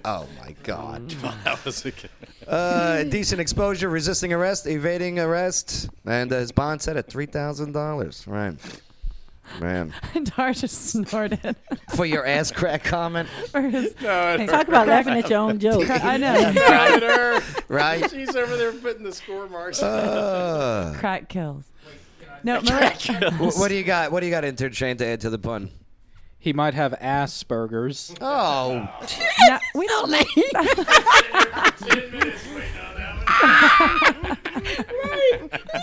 [SPEAKER 1] oh my
[SPEAKER 7] *laughs*
[SPEAKER 1] God.
[SPEAKER 7] that was a good.
[SPEAKER 1] Uh, decent exposure, resisting arrest, evading arrest, and uh, his bond set at three thousand dollars. Right, man.
[SPEAKER 4] And Dar just snorted.
[SPEAKER 1] For your ass crack comment,
[SPEAKER 4] For his-
[SPEAKER 1] *laughs*
[SPEAKER 7] no.
[SPEAKER 17] Talk about laughing at your own joke.
[SPEAKER 7] *laughs*
[SPEAKER 4] I know.
[SPEAKER 1] right?
[SPEAKER 7] She's over there putting the score marks.
[SPEAKER 1] Uh,
[SPEAKER 4] crack kills.
[SPEAKER 1] *laughs*
[SPEAKER 4] No,
[SPEAKER 1] wh- what, do you got? What do you got, intern Shane, to add to the pun?
[SPEAKER 18] He might have Asperger's.
[SPEAKER 1] Oh,
[SPEAKER 4] No, we don't know.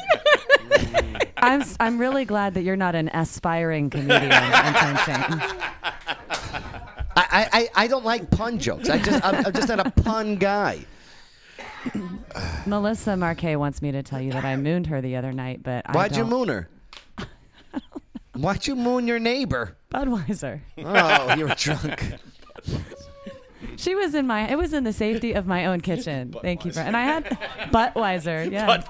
[SPEAKER 1] *laughs*
[SPEAKER 4] I'm s- I'm really glad that you're not an aspiring comedian. Anton Shank.
[SPEAKER 1] I, I, I don't like pun jokes. I just I'm, I'm just not a pun guy.
[SPEAKER 4] Melissa Marquet wants me to tell you that I mooned her the other night, but I
[SPEAKER 1] Why'd you
[SPEAKER 4] don't-
[SPEAKER 1] moon her? Why'd you moon your neighbor?
[SPEAKER 4] Budweiser.
[SPEAKER 1] Oh,
[SPEAKER 4] *laughs*
[SPEAKER 1] you were drunk.
[SPEAKER 4] She was in my. It was in the safety of my
[SPEAKER 1] *laughs*
[SPEAKER 4] own kitchen. Thank you, Brian. And I had *laughs* Budweiser. Yeah. *laughs*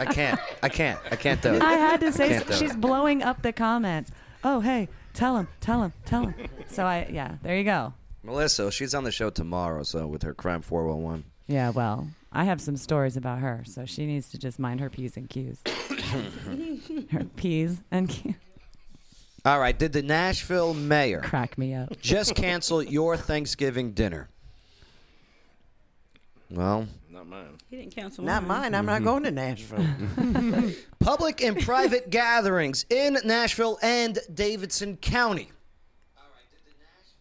[SPEAKER 1] I can't. I can't. I can't do it.
[SPEAKER 4] I had to
[SPEAKER 1] I
[SPEAKER 4] say
[SPEAKER 1] can't do
[SPEAKER 4] she's
[SPEAKER 1] it.
[SPEAKER 4] blowing up the comments. Oh hey, tell him, tell him, tell him. So I yeah, there you go.
[SPEAKER 1] Melissa. She's on the show tomorrow, so with her crime oh 411.
[SPEAKER 4] Yeah, well, I have some stories about her, so she needs to just mind her p's
[SPEAKER 1] *coughs*
[SPEAKER 4] and q's. her p's and q's.
[SPEAKER 1] All right. Did the Nashville mayor
[SPEAKER 4] crack me
[SPEAKER 1] *laughs*
[SPEAKER 4] up?
[SPEAKER 1] Just cancel your Thanksgiving dinner. Well,
[SPEAKER 7] *laughs* Not mine.
[SPEAKER 17] He didn't cancel
[SPEAKER 5] Not mine. I'm
[SPEAKER 7] Mm-hmm.
[SPEAKER 5] not
[SPEAKER 4] Mm-hmm.
[SPEAKER 5] going to Nashville.
[SPEAKER 1] *laughs* public and private gatherings in Nashville and Davidson County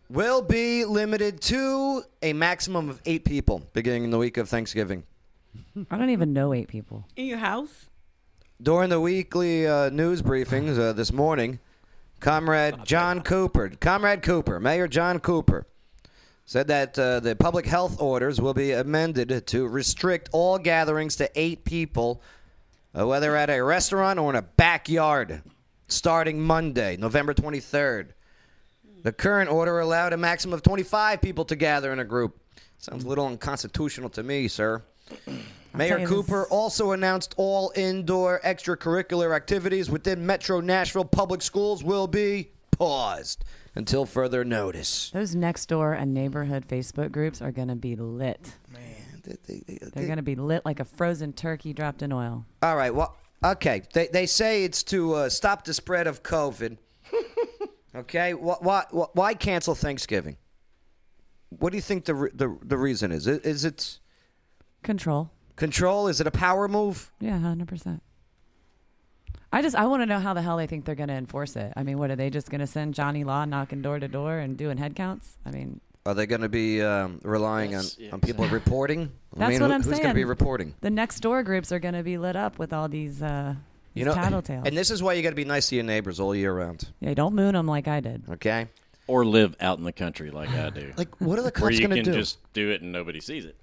[SPEAKER 1] will be limited to a maximum of eight people beginning in the week of Thanksgiving.
[SPEAKER 4] I don't even know eight people.
[SPEAKER 17] In your house?
[SPEAKER 1] During the weekly uh, news briefings uh, this morning, Comrade John Cooper, Comrade Cooper, Mayor John Cooper, said that uh, the public health orders will be amended to restrict all gatherings to eight people, uh, whether at a restaurant or in a backyard, starting Monday, November 23rd. The current order allowed a maximum of 25 people to gather in a group. Sounds a little unconstitutional to me, sir.
[SPEAKER 4] tell
[SPEAKER 1] Mayor
[SPEAKER 4] you
[SPEAKER 1] Cooper also announced all indoor extracurricular activities within Metro Nashville public schools will be paused until further notice.
[SPEAKER 4] Those next door and neighborhood Facebook groups are going to be lit. Man,
[SPEAKER 1] they, are
[SPEAKER 4] going to be lit like a frozen turkey dropped in oil.
[SPEAKER 1] All right. Well, okay. They, they say it's to uh, stop the spread of
[SPEAKER 4] *laughs*
[SPEAKER 1] COVID. okay. Why, why, why cancel Thanksgiving? What do you think the, re- the, the reason is? I- Is it
[SPEAKER 4] Control.
[SPEAKER 1] control? Is it a power move?
[SPEAKER 4] Yeah, 100%. I just I want to know how the hell they think they're going to enforce it. I mean, what are they just going to send Johnny Law knocking door to door and doing head counts? I mean,
[SPEAKER 1] Are they going to be um, relying
[SPEAKER 7] Yes,
[SPEAKER 1] on,
[SPEAKER 7] yeah,
[SPEAKER 1] on people reporting?
[SPEAKER 4] that's
[SPEAKER 1] I mean,
[SPEAKER 4] what
[SPEAKER 1] who-
[SPEAKER 4] I'm
[SPEAKER 1] who's
[SPEAKER 4] saying.
[SPEAKER 1] going to be reporting?
[SPEAKER 4] The next door groups are going to be lit up with all these uh these tattletales.
[SPEAKER 1] and this is why you got to be nice to your neighbors all year round.
[SPEAKER 4] yeah, don't moon them like I did.
[SPEAKER 1] Okay.
[SPEAKER 7] Or live out in the country like I do.
[SPEAKER 1] Like, what are the
[SPEAKER 7] *laughs* Where
[SPEAKER 1] cops
[SPEAKER 7] you
[SPEAKER 1] gonna
[SPEAKER 7] can
[SPEAKER 1] do?
[SPEAKER 7] just do it and nobody sees it.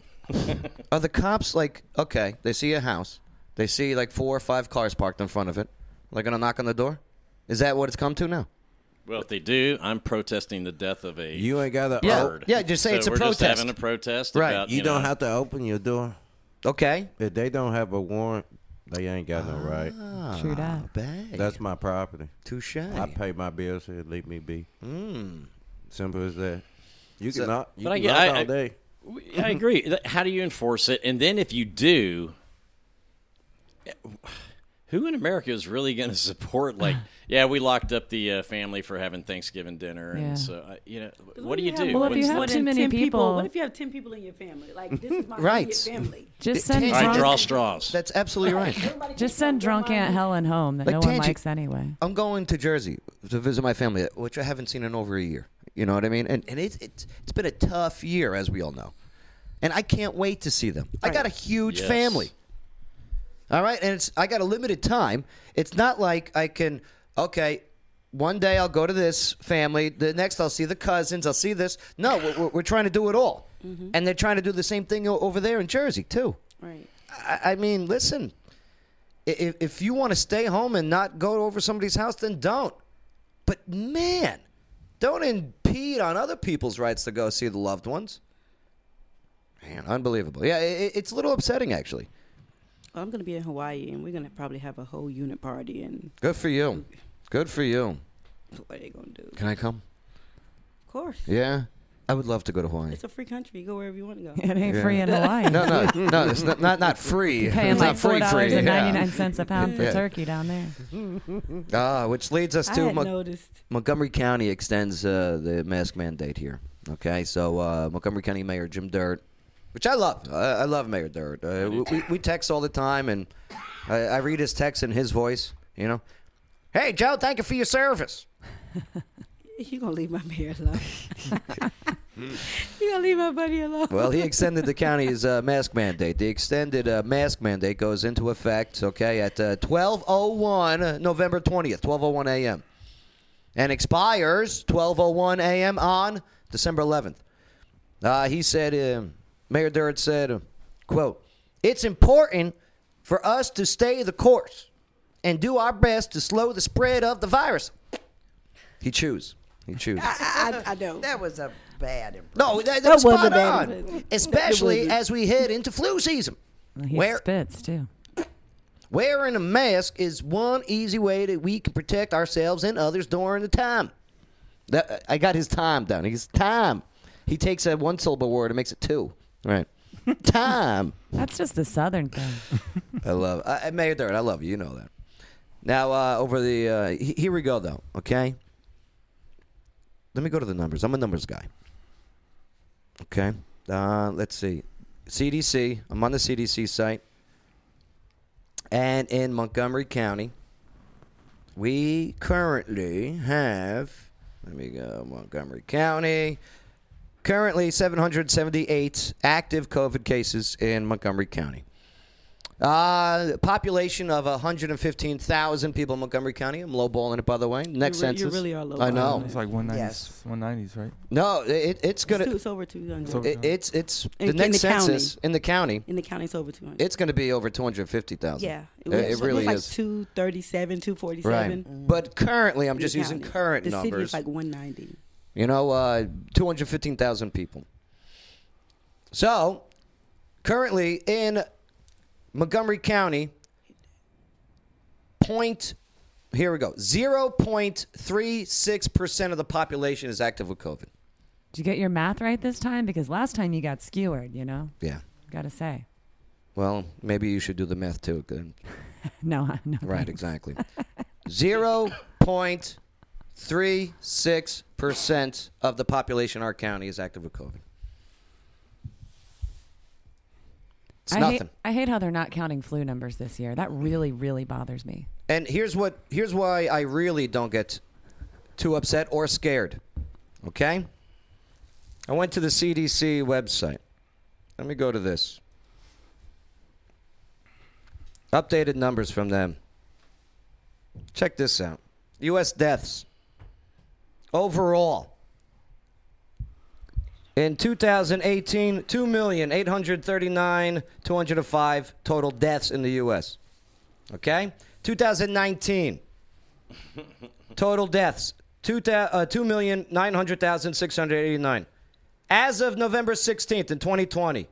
[SPEAKER 1] Are the cops like okay? They see a house, they see like four or five cars parked in front of it. They're gonna knock on the door. Is that what it's come to now?
[SPEAKER 7] Well, if they do, I'm protesting the death of a.
[SPEAKER 6] You ain't got to.
[SPEAKER 1] Yeah, yeah, just say
[SPEAKER 7] So
[SPEAKER 1] it's a
[SPEAKER 7] we're just
[SPEAKER 1] protest.
[SPEAKER 7] having a protest
[SPEAKER 1] Right,
[SPEAKER 7] about,
[SPEAKER 6] You,
[SPEAKER 7] you,
[SPEAKER 6] don't
[SPEAKER 7] know,
[SPEAKER 6] have to open your door.
[SPEAKER 1] Okay.
[SPEAKER 6] If they don't have a warrant, they ain't got no right.
[SPEAKER 4] True that.
[SPEAKER 6] That's my property.
[SPEAKER 1] Touche.
[SPEAKER 6] I pay my bills here. Leave me be.
[SPEAKER 1] Mm.
[SPEAKER 6] Simple as that. You
[SPEAKER 7] So-
[SPEAKER 6] can knock. You
[SPEAKER 7] but I
[SPEAKER 6] can
[SPEAKER 7] get-
[SPEAKER 6] knock
[SPEAKER 7] I-
[SPEAKER 6] all
[SPEAKER 7] I-
[SPEAKER 6] day.
[SPEAKER 7] we- I agree. Th- How do you enforce it? And then if you do, eh, who in America is really going to *laughs* support? Like, yeah, we locked up the uh, family for having Thanksgiving dinner,
[SPEAKER 4] Yeah.
[SPEAKER 7] and so I, you know, what do you
[SPEAKER 17] have
[SPEAKER 7] do?
[SPEAKER 17] more
[SPEAKER 7] What's
[SPEAKER 17] than-
[SPEAKER 7] the-
[SPEAKER 17] more than 10 What if you have 10 people in your family? Like, this is my immediate family.
[SPEAKER 4] send
[SPEAKER 7] All right,
[SPEAKER 4] drunk-
[SPEAKER 7] draw straws.
[SPEAKER 1] That's absolutely right.
[SPEAKER 7] *laughs*
[SPEAKER 4] *laughs* Just send drunk Aunt Helen home that
[SPEAKER 1] Like
[SPEAKER 4] no
[SPEAKER 1] Tangi-
[SPEAKER 4] one likes anyway.
[SPEAKER 1] I'm going to Jersey to visit my family, which I haven't seen in over a year. You know what I mean? And and it's it's, it's been a tough year, as we all know. And I can't wait to see them. I got a huge
[SPEAKER 6] Yes.
[SPEAKER 1] family. All right, and it's I got a limited time. It's not like I can okay. One day I'll go to this family. The next I'll see the cousins. I'll see this. No, we're- we're, we're trying to do it all, and they're trying to do the same thing o- over there in Jersey too.
[SPEAKER 17] Right.
[SPEAKER 1] I, I mean, listen, if, if you want to stay home and not go over somebody's house, then don't. But man, don't impede on other people's rights to go see the loved ones. Man, unbelievable. Yeah, it, it's a little upsetting actually.
[SPEAKER 17] Well, I'm going to be in Hawaii, and we're going to probably have a whole unit party, and
[SPEAKER 1] Good for you. Good for you.
[SPEAKER 17] what are they going to do?
[SPEAKER 1] Can I come?
[SPEAKER 17] Of course.
[SPEAKER 1] Yeah, I would love to go to Hawaii.
[SPEAKER 17] It's a free country. You go wherever you want to go.
[SPEAKER 4] It ain't
[SPEAKER 1] Yeah. *laughs*
[SPEAKER 4] free in Hawaii.
[SPEAKER 1] No, no, no.
[SPEAKER 17] *laughs*
[SPEAKER 1] It's not not, not free.
[SPEAKER 4] You're paying
[SPEAKER 1] it's
[SPEAKER 4] like
[SPEAKER 1] not free, free.
[SPEAKER 4] $4.99
[SPEAKER 1] *laughs* yeah.
[SPEAKER 4] a pound for
[SPEAKER 1] Yeah.
[SPEAKER 4] turkey down there.
[SPEAKER 1] *laughs* Ah, which leads us
[SPEAKER 17] Mm-hmm. I
[SPEAKER 1] to
[SPEAKER 17] had noticed.
[SPEAKER 1] Montgomery County extends uh, the mask mandate here. Okay, so uh, Montgomery County Mayor Jim Dirt, which I love. I, I love Mayor Dirt. Uh, we, we, we text all the time, and I, I read his text in his voice. You know, hey Joe, thank you for your service.
[SPEAKER 17] You're going to leave my mayor alone. *laughs* You're going to leave my buddy alone.
[SPEAKER 1] Well, he extended the county's uh, mask mandate. The extended uh, mask mandate goes into effect, okay, at uh, 12:01 November 20th, 12:01 a.m. and expires 12:01 a.m. on December 11th. Uh, he said, um Mayor Durrett said, uh, "quote It's important for us to stay the course and do our best to slow the spread of the virus." He chews. He chews.
[SPEAKER 5] I, I, I don't. That was a bad impression.
[SPEAKER 1] No, that, that's spot on. Especially as we head into flu season.
[SPEAKER 4] He
[SPEAKER 1] Where-
[SPEAKER 4] spits too.
[SPEAKER 1] Wearing a mask is one easy way that we can protect ourselves and others during the time. That I got his time down. He's time. He takes a one syllable word and makes it two.
[SPEAKER 4] *laughs*
[SPEAKER 1] Right. time.
[SPEAKER 4] That's just the southern thing.
[SPEAKER 1] I love I, I- Mayor Dirt. I love you. You know that. Now uh, over the uh, he- here we go though. Okay. Let me go to the numbers. I'm a numbers guy. Okay. Uh, let's see. CDC. I'm on the CDC site. And in Montgomery County, we currently have. Let me go Montgomery County. Currently, 778 active COVID cases in Montgomery County. Uh, population of 115,000 people in Montgomery County. I'm lowballing it, by the way. Next
[SPEAKER 17] You re- you
[SPEAKER 1] census.
[SPEAKER 17] really are
[SPEAKER 1] I know.
[SPEAKER 2] It's like 190s, 190s, right?
[SPEAKER 1] No, it, it's gonna.
[SPEAKER 17] two- it's over 200. It's
[SPEAKER 1] It's
[SPEAKER 17] over
[SPEAKER 1] it,
[SPEAKER 17] 200.
[SPEAKER 1] it's, it's
[SPEAKER 17] In-
[SPEAKER 1] the
[SPEAKER 17] in
[SPEAKER 1] next
[SPEAKER 17] the county.
[SPEAKER 1] census in the county.
[SPEAKER 17] In the county, it's over 200.
[SPEAKER 1] It's gonna be over 250,000.
[SPEAKER 17] yeah,
[SPEAKER 1] it, Uh, it really
[SPEAKER 17] like
[SPEAKER 1] is.
[SPEAKER 17] 237, 247.
[SPEAKER 1] Right.
[SPEAKER 8] Mm-hmm.
[SPEAKER 1] But currently, I'm just
[SPEAKER 17] The
[SPEAKER 1] using
[SPEAKER 17] county.
[SPEAKER 1] current
[SPEAKER 17] the city
[SPEAKER 1] numbers.
[SPEAKER 17] is like 190.
[SPEAKER 1] You know, uh, 215,000 people. So, currently in Montgomery County, point, here we go, 0.36% of the population is active with COVID.
[SPEAKER 4] Did you get your math right this time? Because last time you got skewered, you know?
[SPEAKER 1] Yeah.
[SPEAKER 4] Gotta say.
[SPEAKER 1] Well, maybe you should do the math too. Good.
[SPEAKER 4] No, I- *laughs* no.
[SPEAKER 1] Right,
[SPEAKER 4] *laughs*
[SPEAKER 1] exactly. 0.36% of the population in our county is active with COVID. It's
[SPEAKER 4] I
[SPEAKER 1] nothing.
[SPEAKER 4] Hate, I hate how they're not counting flu numbers this year. That really, really bothers me.
[SPEAKER 1] And here's what here's why I really don't get too upset or scared. Okay? I went to the CDC website. Let me go to this. Updated numbers from them. Check this out. US deaths overall in 2018, 2,839,205 total deaths in the U.S. Okay? 2019, total deaths, two thou- uh, 2,900,689. As of November 16th in 2020,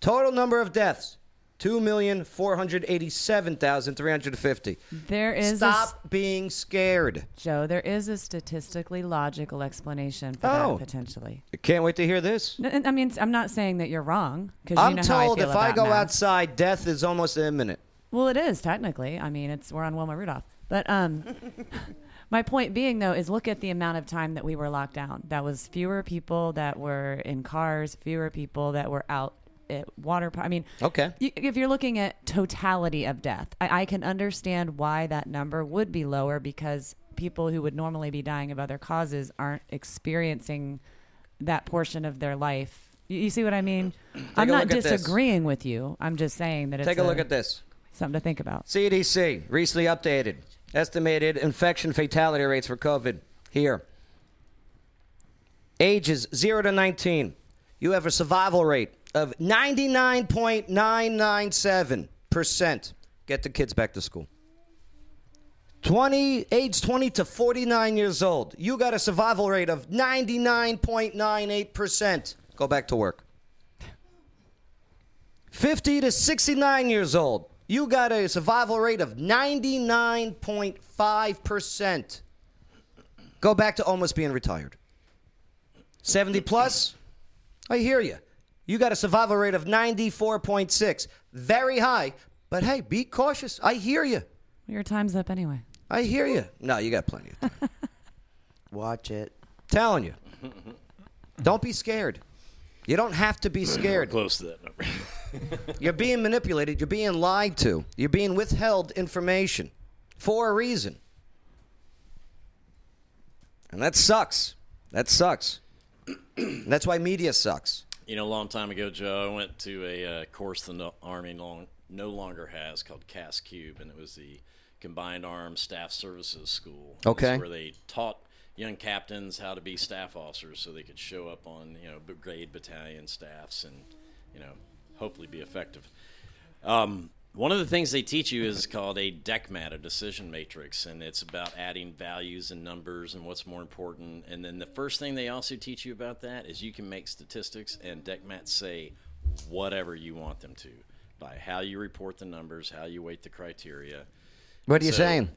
[SPEAKER 1] total number of deaths, 2,487,350.
[SPEAKER 4] There is a
[SPEAKER 1] Stop being scared.
[SPEAKER 4] Joe, there is a statistically logical explanation for
[SPEAKER 1] Oh.
[SPEAKER 4] that potentially.
[SPEAKER 1] Can't wait to hear this.
[SPEAKER 4] N- n- I mean, I'm not saying that you're wrong. 'cause you
[SPEAKER 1] I'm
[SPEAKER 4] know how I
[SPEAKER 1] told
[SPEAKER 4] feel
[SPEAKER 1] if I
[SPEAKER 4] about
[SPEAKER 1] go
[SPEAKER 4] masks.
[SPEAKER 1] outside, death is almost imminent.
[SPEAKER 4] Well, it is technically. I mean, it's we're on Wilma Rudolph, but um, *laughs* my point being though is look at the amount of time that we were locked down. That was fewer people that were in cars, fewer people that were out at water. par- I mean,
[SPEAKER 1] Okay.
[SPEAKER 4] you, if you're looking at totality of death, I, I can understand why that number would be lower because people who would normally be dying of other causes aren't experiencing that portion of their life. You, you see what I mean? I'm
[SPEAKER 1] a
[SPEAKER 4] not
[SPEAKER 1] look at this.
[SPEAKER 4] disagreeing with you. I'm just saying that it's
[SPEAKER 1] Take a look at this.
[SPEAKER 4] something to think about.
[SPEAKER 1] CDC recently updated estimated infection fatality rates for COVID here. Ages 0 to 19. You have a survival rate of 99.997%. Get the kids back to school. 20 age 20 to 49 years old. You got a survival rate of 99.98%. Go back to work. 50 to 69 years old, you got a survival rate of 99.5%. Go back to almost being retired. 70 plus, I hear you. You got a survival rate of 94.6. Very high, but hey, be cautious. I hear you.
[SPEAKER 4] Your time's up anyway.
[SPEAKER 1] I hear you. No, you got plenty of time.
[SPEAKER 5] Watch it.
[SPEAKER 1] Telling you. Don't be scared. You don't have to be scared.
[SPEAKER 7] Close to that number.
[SPEAKER 1] You're being manipulated. You're being lied to. You're being withheld information for a reason. And that sucks. That sucks. *clears throat* That's why media sucks.
[SPEAKER 7] You know, a long time ago, Joe, I went to a uh, course the no- Army long, no longer has called CAS Cube, and it was the Combined Arms Staff Services School. It's
[SPEAKER 1] Okay.
[SPEAKER 7] where they taught young captains how to be staff officers so they could show up on, you know, brigade battalion staffs and, you know, hopefully be effective. Um, One of the things they teach you is called a DECMAT, a decision matrix, and it's about adding values and numbers and what's more important. And then the first thing they also teach you about that is you can make statistics, and DECMATs say whatever you want them to by how you report the numbers, how you weight the criteria.
[SPEAKER 1] What are you
[SPEAKER 7] So,
[SPEAKER 1] saying?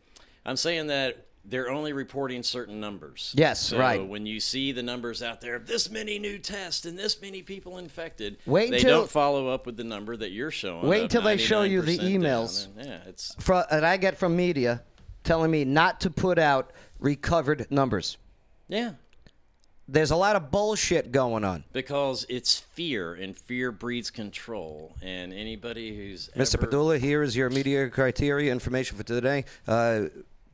[SPEAKER 7] I'm saying that they're only reporting certain numbers.
[SPEAKER 1] Yes,
[SPEAKER 7] so
[SPEAKER 1] right.
[SPEAKER 7] When you see the numbers out there of this many new tests and this many people infected,
[SPEAKER 1] Wait
[SPEAKER 7] they
[SPEAKER 1] until-
[SPEAKER 7] don't follow up with the number that you're showing.
[SPEAKER 1] Wait
[SPEAKER 7] of
[SPEAKER 1] until they show you the
[SPEAKER 7] 99% down.
[SPEAKER 1] emails
[SPEAKER 7] And, yeah, it's
[SPEAKER 1] fro- that I get from media telling me not to put out recovered numbers.
[SPEAKER 7] yeah.
[SPEAKER 1] There's a lot of bullshit going on.
[SPEAKER 7] Because it's fear, and fear breeds control. And anybody who's
[SPEAKER 1] Mr.
[SPEAKER 7] ever-
[SPEAKER 1] Padula, here is your media criteria information for today. Uh,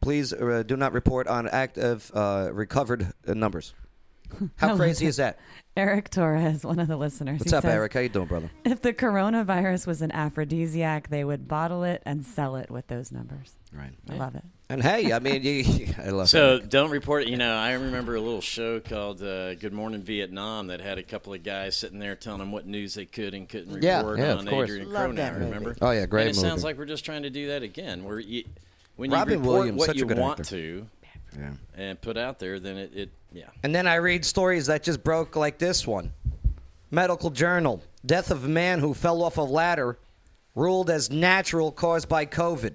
[SPEAKER 1] please uh, do not report on active uh, recovered uh, numbers.
[SPEAKER 4] *laughs*
[SPEAKER 1] How crazy is that?
[SPEAKER 4] Eric Torres, one of the listeners.
[SPEAKER 1] What's
[SPEAKER 4] he
[SPEAKER 1] up,
[SPEAKER 4] says,
[SPEAKER 1] Eric? How you doing, brother?
[SPEAKER 4] If the coronavirus was an aphrodisiac, they would bottle it and sell it with those numbers.
[SPEAKER 1] Right.
[SPEAKER 4] I love it.
[SPEAKER 1] And
[SPEAKER 4] *laughs*
[SPEAKER 1] hey, I mean, you, *laughs* I love
[SPEAKER 7] So don't report it. You know, I remember a little show called uh, Good Morning Vietnam that had a couple of guys sitting there telling them what news they could and couldn't report
[SPEAKER 1] Yeah, yeah, of
[SPEAKER 7] on
[SPEAKER 1] course.
[SPEAKER 7] Adrian
[SPEAKER 1] Love that
[SPEAKER 7] Cronauer.
[SPEAKER 1] movie.
[SPEAKER 7] Remember?
[SPEAKER 1] Oh, yeah, great
[SPEAKER 7] And it sounds
[SPEAKER 1] movie.
[SPEAKER 7] like we're just trying to do that again. Where you, when
[SPEAKER 1] Robin
[SPEAKER 7] you report
[SPEAKER 1] Williams,
[SPEAKER 7] what
[SPEAKER 1] such a
[SPEAKER 7] you
[SPEAKER 1] good
[SPEAKER 7] want
[SPEAKER 1] actor.
[SPEAKER 7] to,
[SPEAKER 1] Yeah.
[SPEAKER 7] and put out there, then it, it yeah.
[SPEAKER 1] And then I read stories that just broke like this one. Medical Journal. Death of a man who fell off a ladder ruled as natural caused by COVID.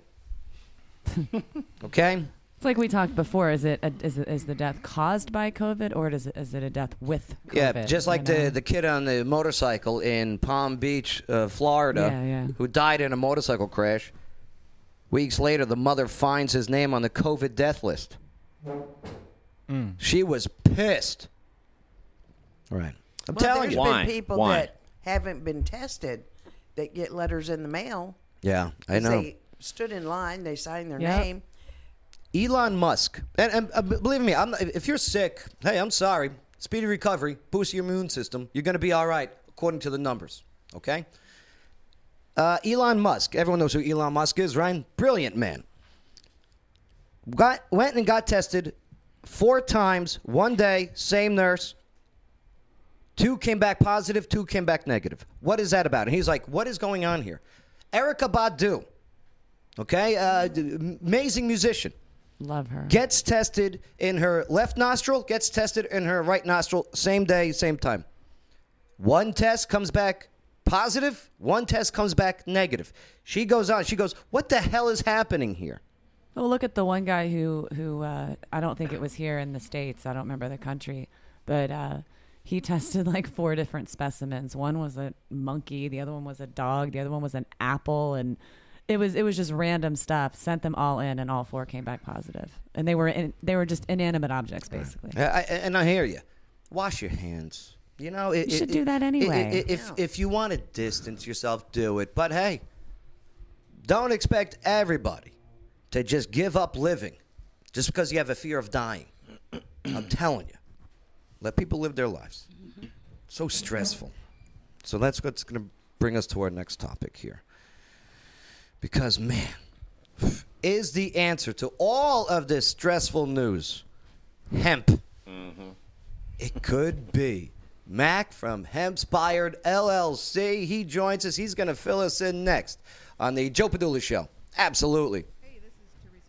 [SPEAKER 1] okay?
[SPEAKER 4] It's like we talked before. Is it a, is it, is the death caused by COVID, or does it, is it a death with COVID?
[SPEAKER 1] Yeah, just
[SPEAKER 4] you
[SPEAKER 1] like
[SPEAKER 4] know?
[SPEAKER 1] the, the kid on the motorcycle in Palm Beach, uh, Florida,
[SPEAKER 4] Yeah, yeah.
[SPEAKER 1] who died in a motorcycle crash. Weeks later, the mother finds his name on the COVID death list. She was pissed. Right. I'm
[SPEAKER 5] well,
[SPEAKER 1] telling
[SPEAKER 5] there's
[SPEAKER 1] you.
[SPEAKER 5] been people that haven't been tested that get letters in the mail.
[SPEAKER 1] Yeah, I
[SPEAKER 5] 'cause
[SPEAKER 1] know.
[SPEAKER 5] They stood in line. They signed their
[SPEAKER 1] Yeah.
[SPEAKER 5] name.
[SPEAKER 1] Elon Musk, and, and uh, b- believe me, I'm, not- if you're sick, hey, I'm sorry. Speedy recovery, boost your immune system. You're going to be all right, according to the numbers. Okay? Uh, Elon Musk, everyone knows who Elon Musk is, right? Brilliant man. Got, went and got tested four times, one day, same nurse. Two came back positive, two came back negative. What is that about? And he's like, what is going on here? Erica Badu, okay, uh, d- amazing musician.
[SPEAKER 4] Love her.
[SPEAKER 1] Gets tested in her left nostril, gets tested in her right nostril, same day, same time. One test comes back positive, one test comes back negative. She goes on, she goes, What the hell is happening here?
[SPEAKER 4] Well, look at the one guy who who uh, I don't think it was here in the states. I don't remember the country, but uh, he *laughs* tested like four different specimens. One was a monkey, the other one was a dog, the other one was an apple, and it was it was just random stuff. Sent them all in, and all four came back positive. And they were in, they were just inanimate
[SPEAKER 8] *laughs*
[SPEAKER 4] objects, basically.
[SPEAKER 1] I, I, and I hear you. Wash your hands. You know, it,
[SPEAKER 4] You should
[SPEAKER 1] it-
[SPEAKER 4] do that
[SPEAKER 1] it-
[SPEAKER 4] anyway.
[SPEAKER 1] it- it- if if you want to distance yourself, do it. But hey, don't expect everybody to just give up living just because you have a fear of dying. I'm telling you, let people live their lives. So stressful. So that's what's going to bring us to our next topic here. Because man, is the answer to all of this stressful news hemp? It could be. Mac from Hempspired LLC. He joins us. He's going to fill us in next on the Joe Padula Show. Absolutely.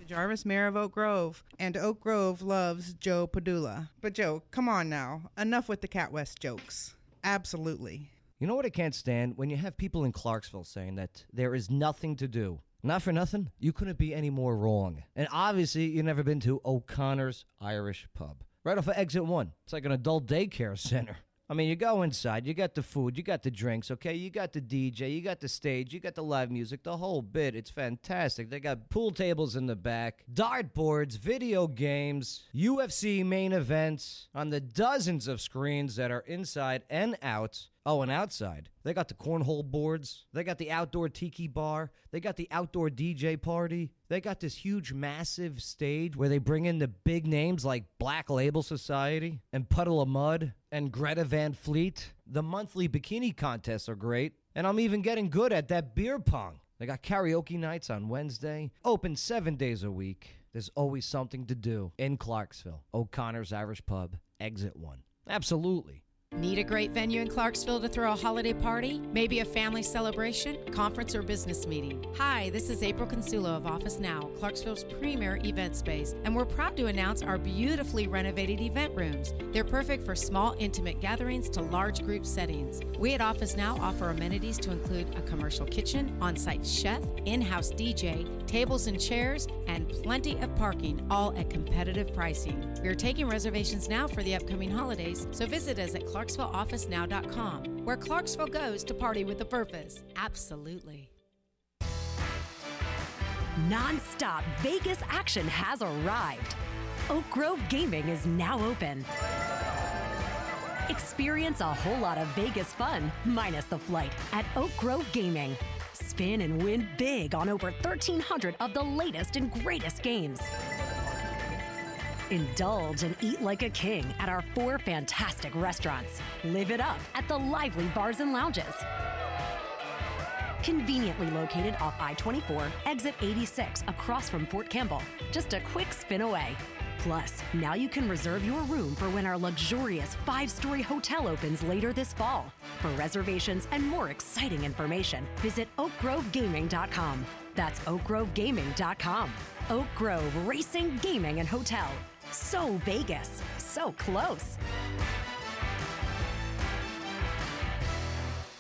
[SPEAKER 16] Jarvis, mayor of Oak Grove, and Oak Grove loves Joe Padula. But Joe, come on now, enough with the Cat West jokes. Absolutely.
[SPEAKER 11] You know what I can't stand? When you have people in Clarksville saying that there is nothing to do. Not for nothing, you couldn't be any more wrong. And obviously, you've never been to O'Connor's Irish Pub. Right off of exit one, it's like an adult daycare *laughs* center. I mean, you go inside, you got the food, you got the drinks, okay? You got the DJ, you got the stage, you got the live music, the whole bit. It's fantastic. They got pool tables in the back, dartboards, video games, UFC main events on the dozens of screens that are inside and out. Oh, and outside, they got the cornhole boards. They got the outdoor tiki bar. They got the outdoor DJ party. They got this huge, massive stage where they bring in the big names like Black Label Society and Puddle of Mud and Greta Van Fleet. The monthly bikini contests are great. And I'm even getting good at that beer pong. They got karaoke nights on Wednesday, open seven days a week. There's always something to do in Clarksville, O'Connor's Irish Pub, exit one. Absolutely.
[SPEAKER 19] Need a great venue in Clarksville to throw a holiday party? Maybe a family celebration, conference, or business meeting? Hi, this is April Consulo of Office Now, Clarksville's premier event space, and we're proud to announce our beautifully renovated event rooms. They're perfect for small, intimate gatherings to large group settings. We at Office Now offer amenities to include a commercial kitchen, on site chef, in house DJ, tables and chairs, and plenty of parking, all at competitive pricing. We are taking reservations now for the upcoming holidays, so visit us at ClarksvilleOfficeNow.com, where Clarksville goes to party with a purpose. Absolutely.
[SPEAKER 9] *laughs* Nonstop Vegas action has arrived. Oak Grove Gaming is now open. Experience a whole lot of Vegas fun, minus the flight, at Oak Grove Gaming. Spin and win big on over 1,300 of the latest and greatest games. Indulge and eat like a king at our four fantastic restaurants. Live it up at the lively bars and lounges. Conveniently located off I 24, exit 86, across from Fort Campbell. Just a quick spin away. Plus, now you can reserve your room for when our luxurious five story hotel opens later this fall. For reservations and more exciting information, visit oakgrovegaming.com. That's oakgrovegaming.com. Oak Grove Racing, Gaming, and Hotel. So Vegas, so close.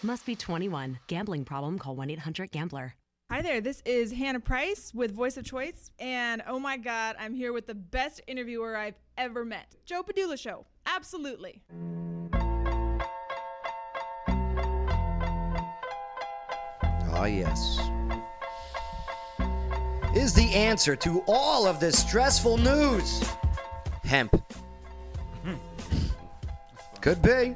[SPEAKER 9] Must be 21. Gambling problem, call 1 800 Gambler.
[SPEAKER 20] Hi there, this is Hannah Price with Voice of Choice, and oh my god, I'm here with the best interviewer I've ever met Joe Padula Show. Absolutely.
[SPEAKER 1] Ah, yes. Is the answer to all of this stressful news hemp? Could be.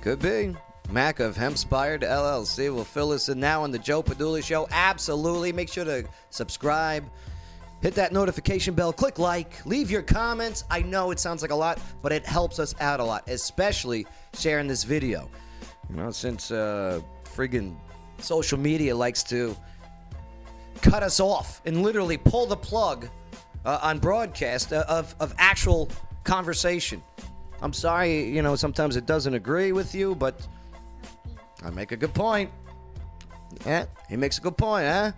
[SPEAKER 1] Could be. Mac of Hempspired LLC will fill us in now on the Joe Padula Show. Absolutely. Make sure to subscribe. Hit that notification bell, click like, leave your comments. I know it sounds like a lot, but it helps us out a lot, especially sharing this video. You know, since uh, friggin' social media likes to cut us off and literally pull the plug uh, on broadcast uh, of, of actual conversation. I'm sorry, you know, sometimes it doesn't agree with you, but I make a good point. Yeah, he makes a good point, huh?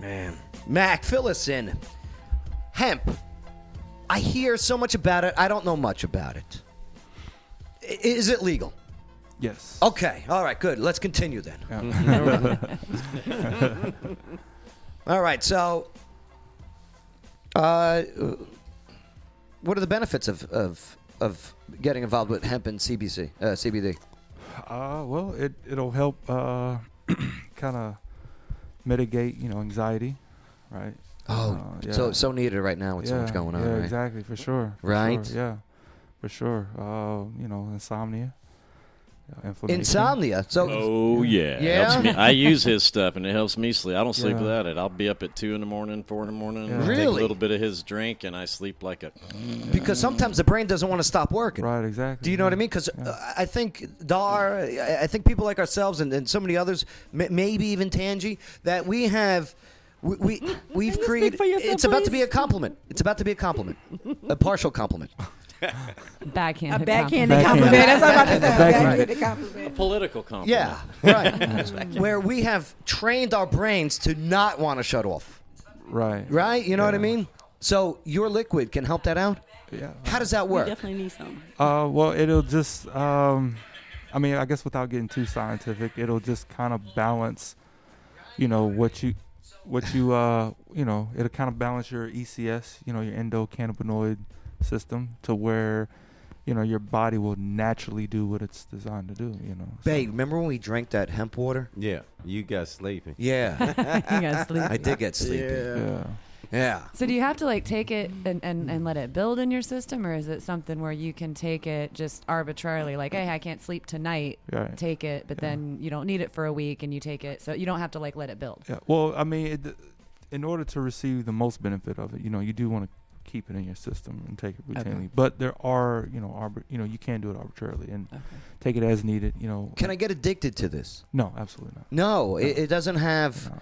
[SPEAKER 1] Man. Mac, fill us in. Hemp. I hear so much about it, I don't know much about it. I- is it legal?
[SPEAKER 2] Yes.
[SPEAKER 1] Okay, all right, good. Let's continue then. *laughs* all right, so uh, what are the benefits of, of, of getting involved with hemp and CBC, uh, CBD?
[SPEAKER 2] Uh, well, it it'll help uh, *clears throat* kind of mitigate, you know, anxiety, right?
[SPEAKER 1] Oh,
[SPEAKER 2] Uh,
[SPEAKER 1] so
[SPEAKER 2] yeah.
[SPEAKER 1] so needed right now with so much
[SPEAKER 2] Yeah,
[SPEAKER 1] going on,
[SPEAKER 2] Yeah,
[SPEAKER 1] right?
[SPEAKER 2] exactly, for sure. for
[SPEAKER 1] Right?
[SPEAKER 2] sure, yeah, for sure. Uh, you know, insomnia. uh, inflammation.
[SPEAKER 1] Insomnia, so-
[SPEAKER 7] Oh yeah,
[SPEAKER 1] Yeah?
[SPEAKER 7] Helps me- I use *laughs* his stuff and it helps me sleep. I don't sleep
[SPEAKER 1] Yeah.
[SPEAKER 7] without it. I'll be up at two in the morning, four in the morning.
[SPEAKER 1] Yeah.
[SPEAKER 7] Take a
[SPEAKER 1] Really?
[SPEAKER 7] little bit of his drink and I sleep like a.
[SPEAKER 1] Because sometimes the brain doesn't want to stop working.
[SPEAKER 2] Mm-hmm. Right, exactly.
[SPEAKER 1] Do you know what I mean? Because I think Dar, I I think people like ourselves and, and so many others, m- maybe even Tangi, that we have, we,
[SPEAKER 2] *laughs*
[SPEAKER 1] we we've created.
[SPEAKER 2] for yourself,
[SPEAKER 1] It's about to be
[SPEAKER 2] please?
[SPEAKER 1] a compliment. It's about to be a compliment, a partial compliment.
[SPEAKER 4] Backhanded.
[SPEAKER 8] A backhanded compliment. That's what I'm about to say. A backhanded
[SPEAKER 7] A *laughs* political compliment.
[SPEAKER 1] Yeah,
[SPEAKER 7] *laughs*
[SPEAKER 1] right. Where we have trained our brains to not want to shut off.
[SPEAKER 2] Right.
[SPEAKER 1] Right. You know what I mean? So your liquid can help that out.
[SPEAKER 2] Yeah.
[SPEAKER 1] How does that
[SPEAKER 8] We
[SPEAKER 1] work?
[SPEAKER 8] definitely need some.
[SPEAKER 2] Uh, well, it'll just, um, I mean, I guess without getting too scientific, it'll just kind of balance, you know, what you, what you, uh, you know, it'll kind of balance your ECS, you know, your endocannabinoid system to where, you know, your body will naturally do what it's designed to do, you know.
[SPEAKER 1] Babe, remember when we drank that hemp water?
[SPEAKER 6] Yeah, you got sleeping.
[SPEAKER 2] *laughs*
[SPEAKER 7] *laughs*
[SPEAKER 1] Yeah.
[SPEAKER 4] You
[SPEAKER 1] *laughs*
[SPEAKER 4] got sleepy.
[SPEAKER 1] I did get sleepy.
[SPEAKER 6] Yeah.
[SPEAKER 1] Yeah.
[SPEAKER 4] So do you have to like take it and, and, and let it build in your system, or is it something where you can take it just arbitrarily, like, hey, I can't sleep tonight,
[SPEAKER 2] Right.
[SPEAKER 4] take it, but then you don't need it for a week and you take it, so you don't have to like let it build.
[SPEAKER 2] Yeah. Well, I mean, it, in order to receive the most benefit of it, you know, you do want to keep it in your system and take it
[SPEAKER 1] Okay.
[SPEAKER 2] routinely. But there are, you know, arbit- you know, you can do it arbitrarily and take it as needed. You know.
[SPEAKER 1] Can I get addicted to this?
[SPEAKER 2] No, uh-uh. absolutely not.
[SPEAKER 1] No, It, it doesn't have.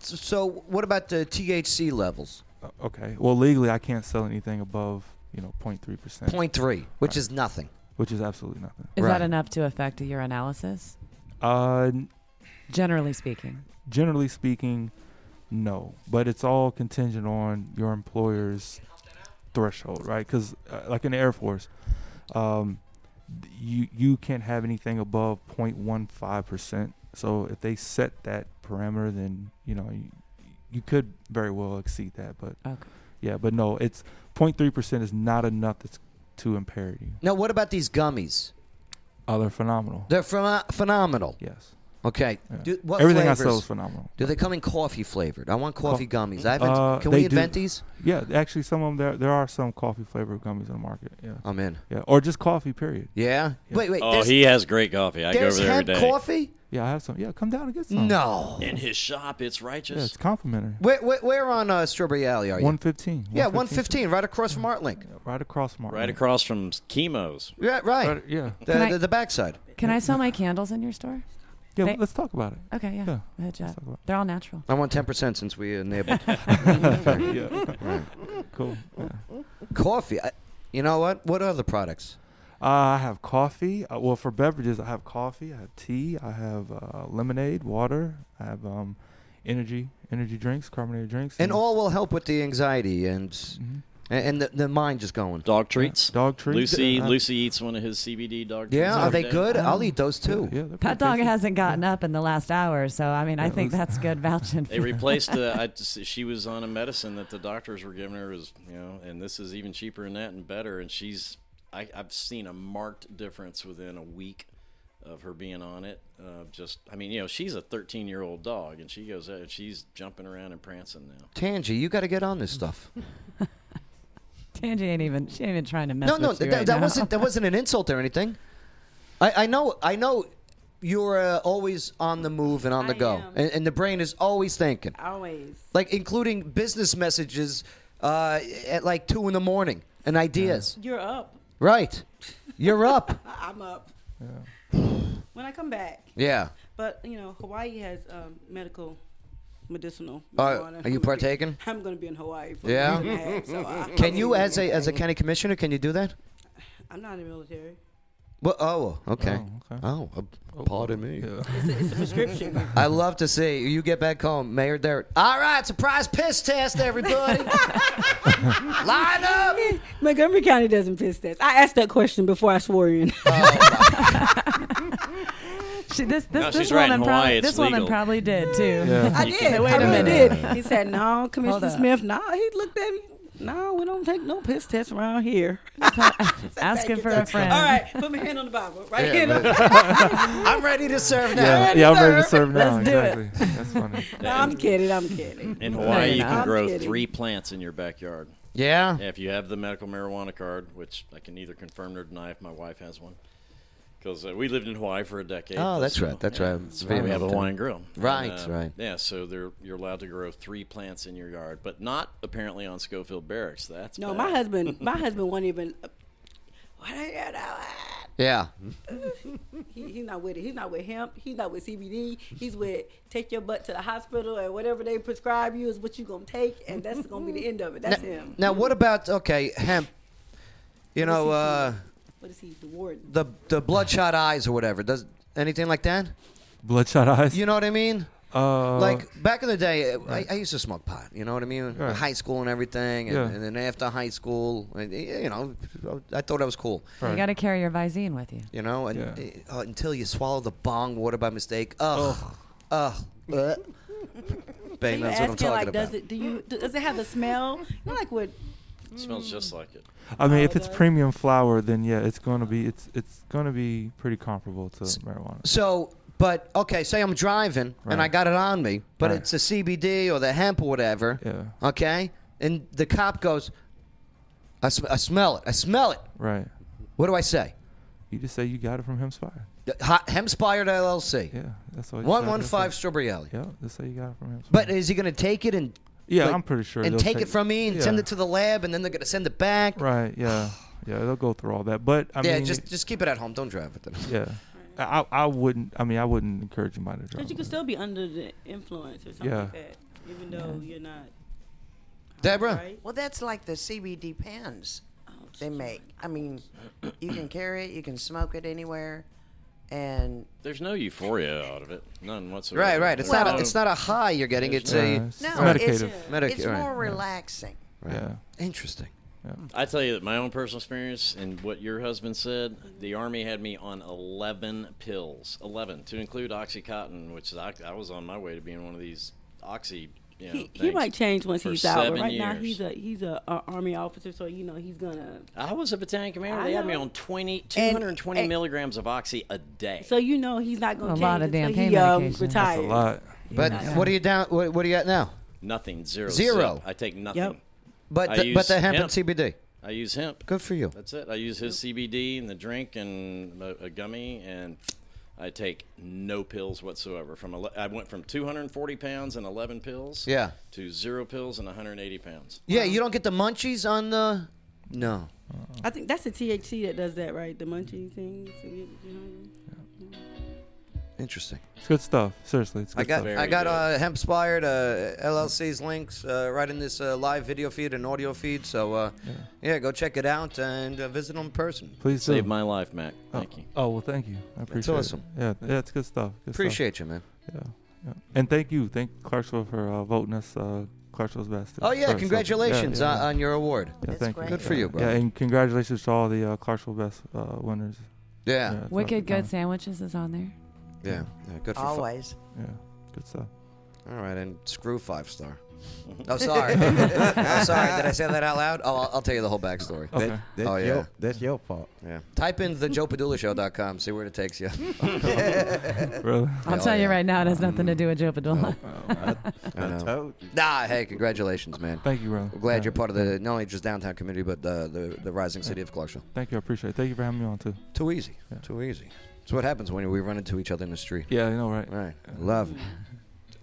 [SPEAKER 1] S- So, what about the THC levels?
[SPEAKER 2] Oh, Okay. Well, legally, I can't sell anything above, you know, 0.3 percent.
[SPEAKER 1] 0.3, which is nothing.
[SPEAKER 2] which is absolutely nothing.
[SPEAKER 4] Is that enough to affect your analysis?
[SPEAKER 2] Uh,
[SPEAKER 4] generally speaking.
[SPEAKER 2] Generally speaking, no. But it's all contingent on your employer's threshold, right? Because, uh, like in the Air Force, um, you you can't have anything above 0.15 percent. So if they set that parameter, then you know you, you could very well exceed that. But yeah, but no, it's 0.3 percent is not enough that's to impair you.
[SPEAKER 1] Now, what about these gummies?
[SPEAKER 2] Oh, they're phenomenal.
[SPEAKER 1] They're phenom- phenomenal.
[SPEAKER 2] Yes.
[SPEAKER 1] Okay.
[SPEAKER 2] Yeah.
[SPEAKER 1] Do, what
[SPEAKER 2] Everything I
[SPEAKER 1] flavors?
[SPEAKER 2] sell is phenomenal.
[SPEAKER 1] Do they come in coffee flavored? I want coffee
[SPEAKER 2] Co-
[SPEAKER 1] gummies. I haven't.
[SPEAKER 2] Uh,
[SPEAKER 1] can
[SPEAKER 2] they
[SPEAKER 1] we
[SPEAKER 2] do-
[SPEAKER 1] invent these?
[SPEAKER 2] Yeah, actually, some of them there there are some coffee flavored gummies in the market. Yeah,
[SPEAKER 1] I'm in.
[SPEAKER 2] Yeah, or just coffee. Period.
[SPEAKER 1] Yeah. Wait, wait.
[SPEAKER 7] Oh,
[SPEAKER 1] there's-
[SPEAKER 7] he has great coffee. I go
[SPEAKER 1] there's
[SPEAKER 7] over there every
[SPEAKER 1] hemp
[SPEAKER 7] day.
[SPEAKER 1] coffee.
[SPEAKER 2] Yeah, I have some. Yeah, come down and get some.
[SPEAKER 1] No.
[SPEAKER 7] In his shop, it's righteous.
[SPEAKER 2] Yeah, it's complimentary.
[SPEAKER 1] Where, where, where on uh, Strawberry Alley are you?
[SPEAKER 2] 115.
[SPEAKER 1] Yeah, 115, right across from Artlink.
[SPEAKER 2] Right across from
[SPEAKER 7] Right across from s- Chemo's.
[SPEAKER 1] Yeah, right.
[SPEAKER 2] yeah.
[SPEAKER 1] The,
[SPEAKER 4] Can I-
[SPEAKER 1] the, the backside.
[SPEAKER 4] Can I sell my candles in your store?
[SPEAKER 2] Yeah,
[SPEAKER 4] They-
[SPEAKER 2] let's talk about it.
[SPEAKER 4] Okay, yeah. Good job. They're
[SPEAKER 1] *laughs*
[SPEAKER 4] all natural.
[SPEAKER 1] I want 10% since we enabled.
[SPEAKER 2] *laughs* Yeah. Cool.
[SPEAKER 1] Coffee. I, Mm-hmm. you know what? What other products?
[SPEAKER 2] Uh, I have coffee. Uh, well, for beverages, I have coffee. I have tea. I have uh, lemonade, water. I have um, energy, energy drinks, carbonated drinks,
[SPEAKER 1] And all will help with the anxiety and a- and the, the mind just going.
[SPEAKER 7] Dog treats.
[SPEAKER 2] Dog treats.
[SPEAKER 7] Lucy
[SPEAKER 1] Uh,
[SPEAKER 7] Lucy eats one of his CBD dog treats.
[SPEAKER 1] Yeah, are
[SPEAKER 7] every
[SPEAKER 1] they
[SPEAKER 7] day.
[SPEAKER 1] good? I'll eat those too.
[SPEAKER 2] Yeah,
[SPEAKER 4] That dog hasn't gotten up in the last hour, so I mean, I think that's good vouching.
[SPEAKER 7] They
[SPEAKER 4] *laughs*
[SPEAKER 7] replaced. Uh, I just, she was on a medicine that the doctors were giving her was you know, and this is even cheaper than that and better. And she's I, I've seen a marked difference within a week of her being on it. Uh, just I mean you know she's a 13 year old dog and she goes out she's jumping around and prancing now.
[SPEAKER 1] Tangy, you got to get on this stuff.
[SPEAKER 4] Tangie ain't even. She ain't even trying to mess
[SPEAKER 1] no,
[SPEAKER 4] with
[SPEAKER 1] no,
[SPEAKER 4] you
[SPEAKER 1] that,
[SPEAKER 4] right
[SPEAKER 1] that
[SPEAKER 4] now.
[SPEAKER 1] wasn't that wasn't an insult or anything. I, I know, I know, you're uh, always on the move and on the go, and, and the brain is always thinking,
[SPEAKER 8] Always.
[SPEAKER 1] like including business messages uh, at like two in the morning and ideas.
[SPEAKER 8] You're up.
[SPEAKER 1] Right, you're
[SPEAKER 8] *laughs*
[SPEAKER 1] up.
[SPEAKER 8] I- I'm up. When I come back.
[SPEAKER 1] Yeah.
[SPEAKER 8] But you know, Hawaii has um, medical, medicinal.
[SPEAKER 1] Uh,
[SPEAKER 8] marijuana.
[SPEAKER 1] are you
[SPEAKER 8] I'm gonna be-
[SPEAKER 1] partaking?
[SPEAKER 8] *laughs* I'm gonna be in Hawaii. For a
[SPEAKER 1] Yeah.
[SPEAKER 8] week and a
[SPEAKER 2] *laughs*
[SPEAKER 8] half, so
[SPEAKER 2] uh,
[SPEAKER 8] I-
[SPEAKER 1] Can you, as a as a county commissioner, can you do that?
[SPEAKER 8] I'm not in the military. *laughs*
[SPEAKER 1] Well, oh, okay.
[SPEAKER 2] Oh,
[SPEAKER 1] uh, pardon me.
[SPEAKER 8] It's
[SPEAKER 2] *laughs*
[SPEAKER 8] a, it's a prescription.
[SPEAKER 1] *laughs* I love to see you get back home, Mayor Derrick. All right, surprise piss test,
[SPEAKER 8] *laughs*
[SPEAKER 1] everybody. Line up.
[SPEAKER 8] Montgomery County doesn't piss test. I asked that question before I swore in.
[SPEAKER 1] Oh,
[SPEAKER 8] *laughs*
[SPEAKER 4] She, this this,
[SPEAKER 8] No,
[SPEAKER 4] this
[SPEAKER 8] she's right. In
[SPEAKER 4] woman
[SPEAKER 8] Hawaii,
[SPEAKER 4] probably
[SPEAKER 8] it's
[SPEAKER 4] this woman
[SPEAKER 8] legal.
[SPEAKER 4] probably did too. *laughs*
[SPEAKER 2] Yeah.
[SPEAKER 8] I did.
[SPEAKER 4] Wait
[SPEAKER 8] I
[SPEAKER 4] a
[SPEAKER 8] really
[SPEAKER 4] minute.
[SPEAKER 8] did. He said, "No, Commissioner
[SPEAKER 4] up.
[SPEAKER 8] Smith. No, he looked at me. No, we don't take no piss tests
[SPEAKER 1] *laughs*
[SPEAKER 8] around here."
[SPEAKER 4] Asking for a friend.
[SPEAKER 8] All right, put my hand on the Bible. Right
[SPEAKER 1] Yeah,
[SPEAKER 8] here.
[SPEAKER 1] man.
[SPEAKER 8] *laughs*
[SPEAKER 1] I'm ready to serve now.
[SPEAKER 2] Yeah, yeah, I'm ready to serve now.
[SPEAKER 8] Let's do
[SPEAKER 2] exactly.
[SPEAKER 8] it.
[SPEAKER 2] That's funny.
[SPEAKER 8] *laughs* No, I'm kidding. I'm kidding.
[SPEAKER 7] In Hawaii, you can
[SPEAKER 8] I'm
[SPEAKER 7] grow
[SPEAKER 8] kidding.
[SPEAKER 7] three plants in your backyard.
[SPEAKER 1] Yeah.
[SPEAKER 7] If you have the medical marijuana card, which I can neither confirm nor deny if my wife has one, because uh, we lived in Hawaii for a decade.
[SPEAKER 1] Oh, that's
[SPEAKER 7] so,
[SPEAKER 1] right, that's
[SPEAKER 7] yeah,
[SPEAKER 1] right. It's
[SPEAKER 7] so
[SPEAKER 1] very
[SPEAKER 7] we have a
[SPEAKER 1] often.
[SPEAKER 7] wine grill. uh,
[SPEAKER 1] Right, right.
[SPEAKER 7] Yeah, so they're, you're allowed to grow three plants in your yard, but not apparently on Schofield Barracks. That's
[SPEAKER 8] No,
[SPEAKER 7] bad.
[SPEAKER 8] my
[SPEAKER 1] *laughs*
[SPEAKER 8] husband. My husband won't even. What are you
[SPEAKER 1] Yeah.
[SPEAKER 8] doing? *laughs* he, he's not with it. He's not with hemp. He's not with CBD. He's with take your butt to the hospital and whatever they prescribe you is what you gonna take, and that's gonna be the end of it. That's him.
[SPEAKER 1] Now, what about okay hemp? You know, uh,
[SPEAKER 8] What is he? The warden.
[SPEAKER 1] the the bloodshot eyes or whatever. Does anything like that?
[SPEAKER 2] Bloodshot eyes.
[SPEAKER 1] You know what I mean?
[SPEAKER 2] Uh,
[SPEAKER 1] like back in the day, I, I used to smoke pot. You know what I mean?
[SPEAKER 2] Right.
[SPEAKER 1] High school and everything, and,
[SPEAKER 2] Yeah.
[SPEAKER 1] and then after high school, and, you know, I thought I was cool.
[SPEAKER 4] *laughs* You got to carry your Visine with you.
[SPEAKER 1] You know, and uh, until you swallow the bong water by mistake. Ugh. Ugh. Ugh. Uh. Bang,
[SPEAKER 8] you
[SPEAKER 1] that's what I'm
[SPEAKER 8] asking
[SPEAKER 1] talking
[SPEAKER 8] like,
[SPEAKER 1] about.
[SPEAKER 8] does it? Do you? Does it have the smell? You're like what?
[SPEAKER 7] It smells just like it.
[SPEAKER 2] I mean, if it's premium flower, then yeah, it's going to be it's it's going to be pretty comparable to marijuana.
[SPEAKER 1] So, but okay, say I'm driving and I got it on me, but
[SPEAKER 2] Right.
[SPEAKER 1] it's a CBD or the hemp or whatever. Yeah. Okay, and the cop goes, I, sm- I smell it. I smell it.
[SPEAKER 2] Right.
[SPEAKER 1] What do I say?
[SPEAKER 2] You just say you got it from Hemspire.
[SPEAKER 1] Hot Hemspired LLC.
[SPEAKER 2] Yeah, that's all. you
[SPEAKER 1] One
[SPEAKER 2] said.
[SPEAKER 1] one
[SPEAKER 2] That's all-
[SPEAKER 1] five Strawberry Alley.
[SPEAKER 2] Yeah, just say you got it from Hemspire.
[SPEAKER 1] But is he going to take it and?
[SPEAKER 2] Yeah, I'm pretty sure
[SPEAKER 1] And
[SPEAKER 2] they'll
[SPEAKER 1] take,
[SPEAKER 2] take-
[SPEAKER 1] it from me and
[SPEAKER 2] yeah.
[SPEAKER 1] send it to the lab, and then they're going to send it back.
[SPEAKER 2] Right.
[SPEAKER 1] *sighs*
[SPEAKER 2] Yeah. Yeah. They'll go through all that. But I
[SPEAKER 1] yeah,
[SPEAKER 2] mean,
[SPEAKER 1] just just keep it at home. Don't drive with it.
[SPEAKER 2] yeah. I I wouldn't. I mean, I wouldn't encourage anybody to drive.
[SPEAKER 8] But you could still be under the influence or something like
[SPEAKER 2] Yeah.
[SPEAKER 8] that, even though you're not.
[SPEAKER 1] Deborah.
[SPEAKER 8] Right? Oh,
[SPEAKER 5] Well, that's like the CBD pens. they make. I mean, you can carry it, you can smoke it anywhere, and
[SPEAKER 7] There's no euphoria out of it. None whatsoever.
[SPEAKER 1] Right, right. It's
[SPEAKER 7] There's
[SPEAKER 1] not a,
[SPEAKER 7] no-
[SPEAKER 1] it's not a high you're getting. It's a
[SPEAKER 7] No, it's-
[SPEAKER 5] no, it's uh,
[SPEAKER 1] Medicative.
[SPEAKER 5] it's
[SPEAKER 1] right.
[SPEAKER 5] more relaxing.
[SPEAKER 1] Yeah. Interesting.
[SPEAKER 7] I tell you that my own personal experience and what your husband said, the army had me on 11 pills, 11 to include OxyContin, which is, I, I was on my way to being one of these Oxy. You know,
[SPEAKER 8] He, he
[SPEAKER 7] things
[SPEAKER 8] might change once
[SPEAKER 7] for
[SPEAKER 8] he's out, but
[SPEAKER 7] seven
[SPEAKER 8] right now
[SPEAKER 7] years.
[SPEAKER 8] he's a he's a, a army officer, so you know he's gonna.
[SPEAKER 7] I was a battalion commander.
[SPEAKER 8] I
[SPEAKER 7] They had
[SPEAKER 8] know.
[SPEAKER 7] me on 20,
[SPEAKER 8] And-
[SPEAKER 7] 220
[SPEAKER 8] and-
[SPEAKER 7] milligrams of Oxy a day.
[SPEAKER 8] So you know he's not gonna
[SPEAKER 7] A
[SPEAKER 8] change
[SPEAKER 7] lot of
[SPEAKER 8] until
[SPEAKER 7] damn pain
[SPEAKER 8] he, um,
[SPEAKER 7] medication.
[SPEAKER 8] retires.
[SPEAKER 7] That's a lot.
[SPEAKER 1] But
[SPEAKER 7] Yeah.
[SPEAKER 1] what are you down? What, what are you at now?
[SPEAKER 7] Nothing. Zero.
[SPEAKER 1] Zero.
[SPEAKER 7] zip. I take nothing. I
[SPEAKER 1] But the, but
[SPEAKER 7] use
[SPEAKER 1] the hemp,
[SPEAKER 7] hemp.
[SPEAKER 1] and CBD.
[SPEAKER 7] I use hemp.
[SPEAKER 1] Good for you.
[SPEAKER 7] That's it. I use his CBD and the drink and a, a gummy, and I take no pills whatsoever. From ele- I went from 240 pounds and 11 pills.
[SPEAKER 1] Yeah.
[SPEAKER 7] To zero pills and 180 pounds.
[SPEAKER 1] Yeah, you don't get the munchies on the. No.
[SPEAKER 8] I think that's the THC that does that, right? The munchie things. you know?
[SPEAKER 1] Interesting.
[SPEAKER 2] It's good stuff. Seriously, it's good
[SPEAKER 1] I got
[SPEAKER 2] stuff.
[SPEAKER 1] I got uh, hemp spired uh, LLC's links uh, right in this uh, live video feed and audio feed. So uh, yeah. go check it out and uh, visit them in person.
[SPEAKER 2] Please do.
[SPEAKER 7] Saved my life, Mac. Thank you.
[SPEAKER 2] Oh well, thank you. I appreciate
[SPEAKER 1] awesome.
[SPEAKER 2] it. Yeah, yeah, it's good stuff. Good
[SPEAKER 1] Appreciate
[SPEAKER 2] stuff.
[SPEAKER 1] you, man.
[SPEAKER 2] Yeah, yeah. And thank you, thank Clarksville for uh, voting us uh, Clarksville's best.
[SPEAKER 1] Oh
[SPEAKER 2] First,
[SPEAKER 1] yeah,
[SPEAKER 2] so-
[SPEAKER 1] congratulations
[SPEAKER 2] yeah, yeah,
[SPEAKER 1] on-
[SPEAKER 2] yeah.
[SPEAKER 1] on your award.
[SPEAKER 2] Yeah, thank you.
[SPEAKER 1] Good for you, bro.
[SPEAKER 2] Yeah, and congratulations to all the uh, Clarksville best uh, winners.
[SPEAKER 1] Yeah.
[SPEAKER 2] it's
[SPEAKER 4] Wicked
[SPEAKER 2] awesome.
[SPEAKER 4] Good Sandwiches is on there.
[SPEAKER 1] Yeah, yeah, good for fi-
[SPEAKER 5] Always.
[SPEAKER 2] Yeah, good stuff.
[SPEAKER 1] All right, and screw five star. *laughs* Oh,
[SPEAKER 2] *laughs*
[SPEAKER 1] sorry. oh, sorry. Did I say that out loud? Oh, I'll, I'll tell you the whole backstory.
[SPEAKER 6] That- Okay. that's
[SPEAKER 1] oh, yeah.
[SPEAKER 6] your- that's your fault.
[SPEAKER 1] Yeah. Type in the joepadulashow.com, see where it takes you.
[SPEAKER 2] *laughs*
[SPEAKER 1] *laughs*
[SPEAKER 2] Really?
[SPEAKER 4] I'll tell you right now, it has nothing
[SPEAKER 1] Mm.
[SPEAKER 4] to do with Joe *laughs* Padula.
[SPEAKER 1] I know. Nah, hey, congratulations, man.
[SPEAKER 2] Thank you, brother.
[SPEAKER 1] We're glad you're part of the not only just downtown community, but the the, the rising city of Clarksville.
[SPEAKER 2] Thank you. I appreciate it. Thank you for having me on too.
[SPEAKER 1] Too easy. Too easy. It's what happens when we run into each other in the street.
[SPEAKER 2] Yeah, I know, right?
[SPEAKER 1] Right. Love.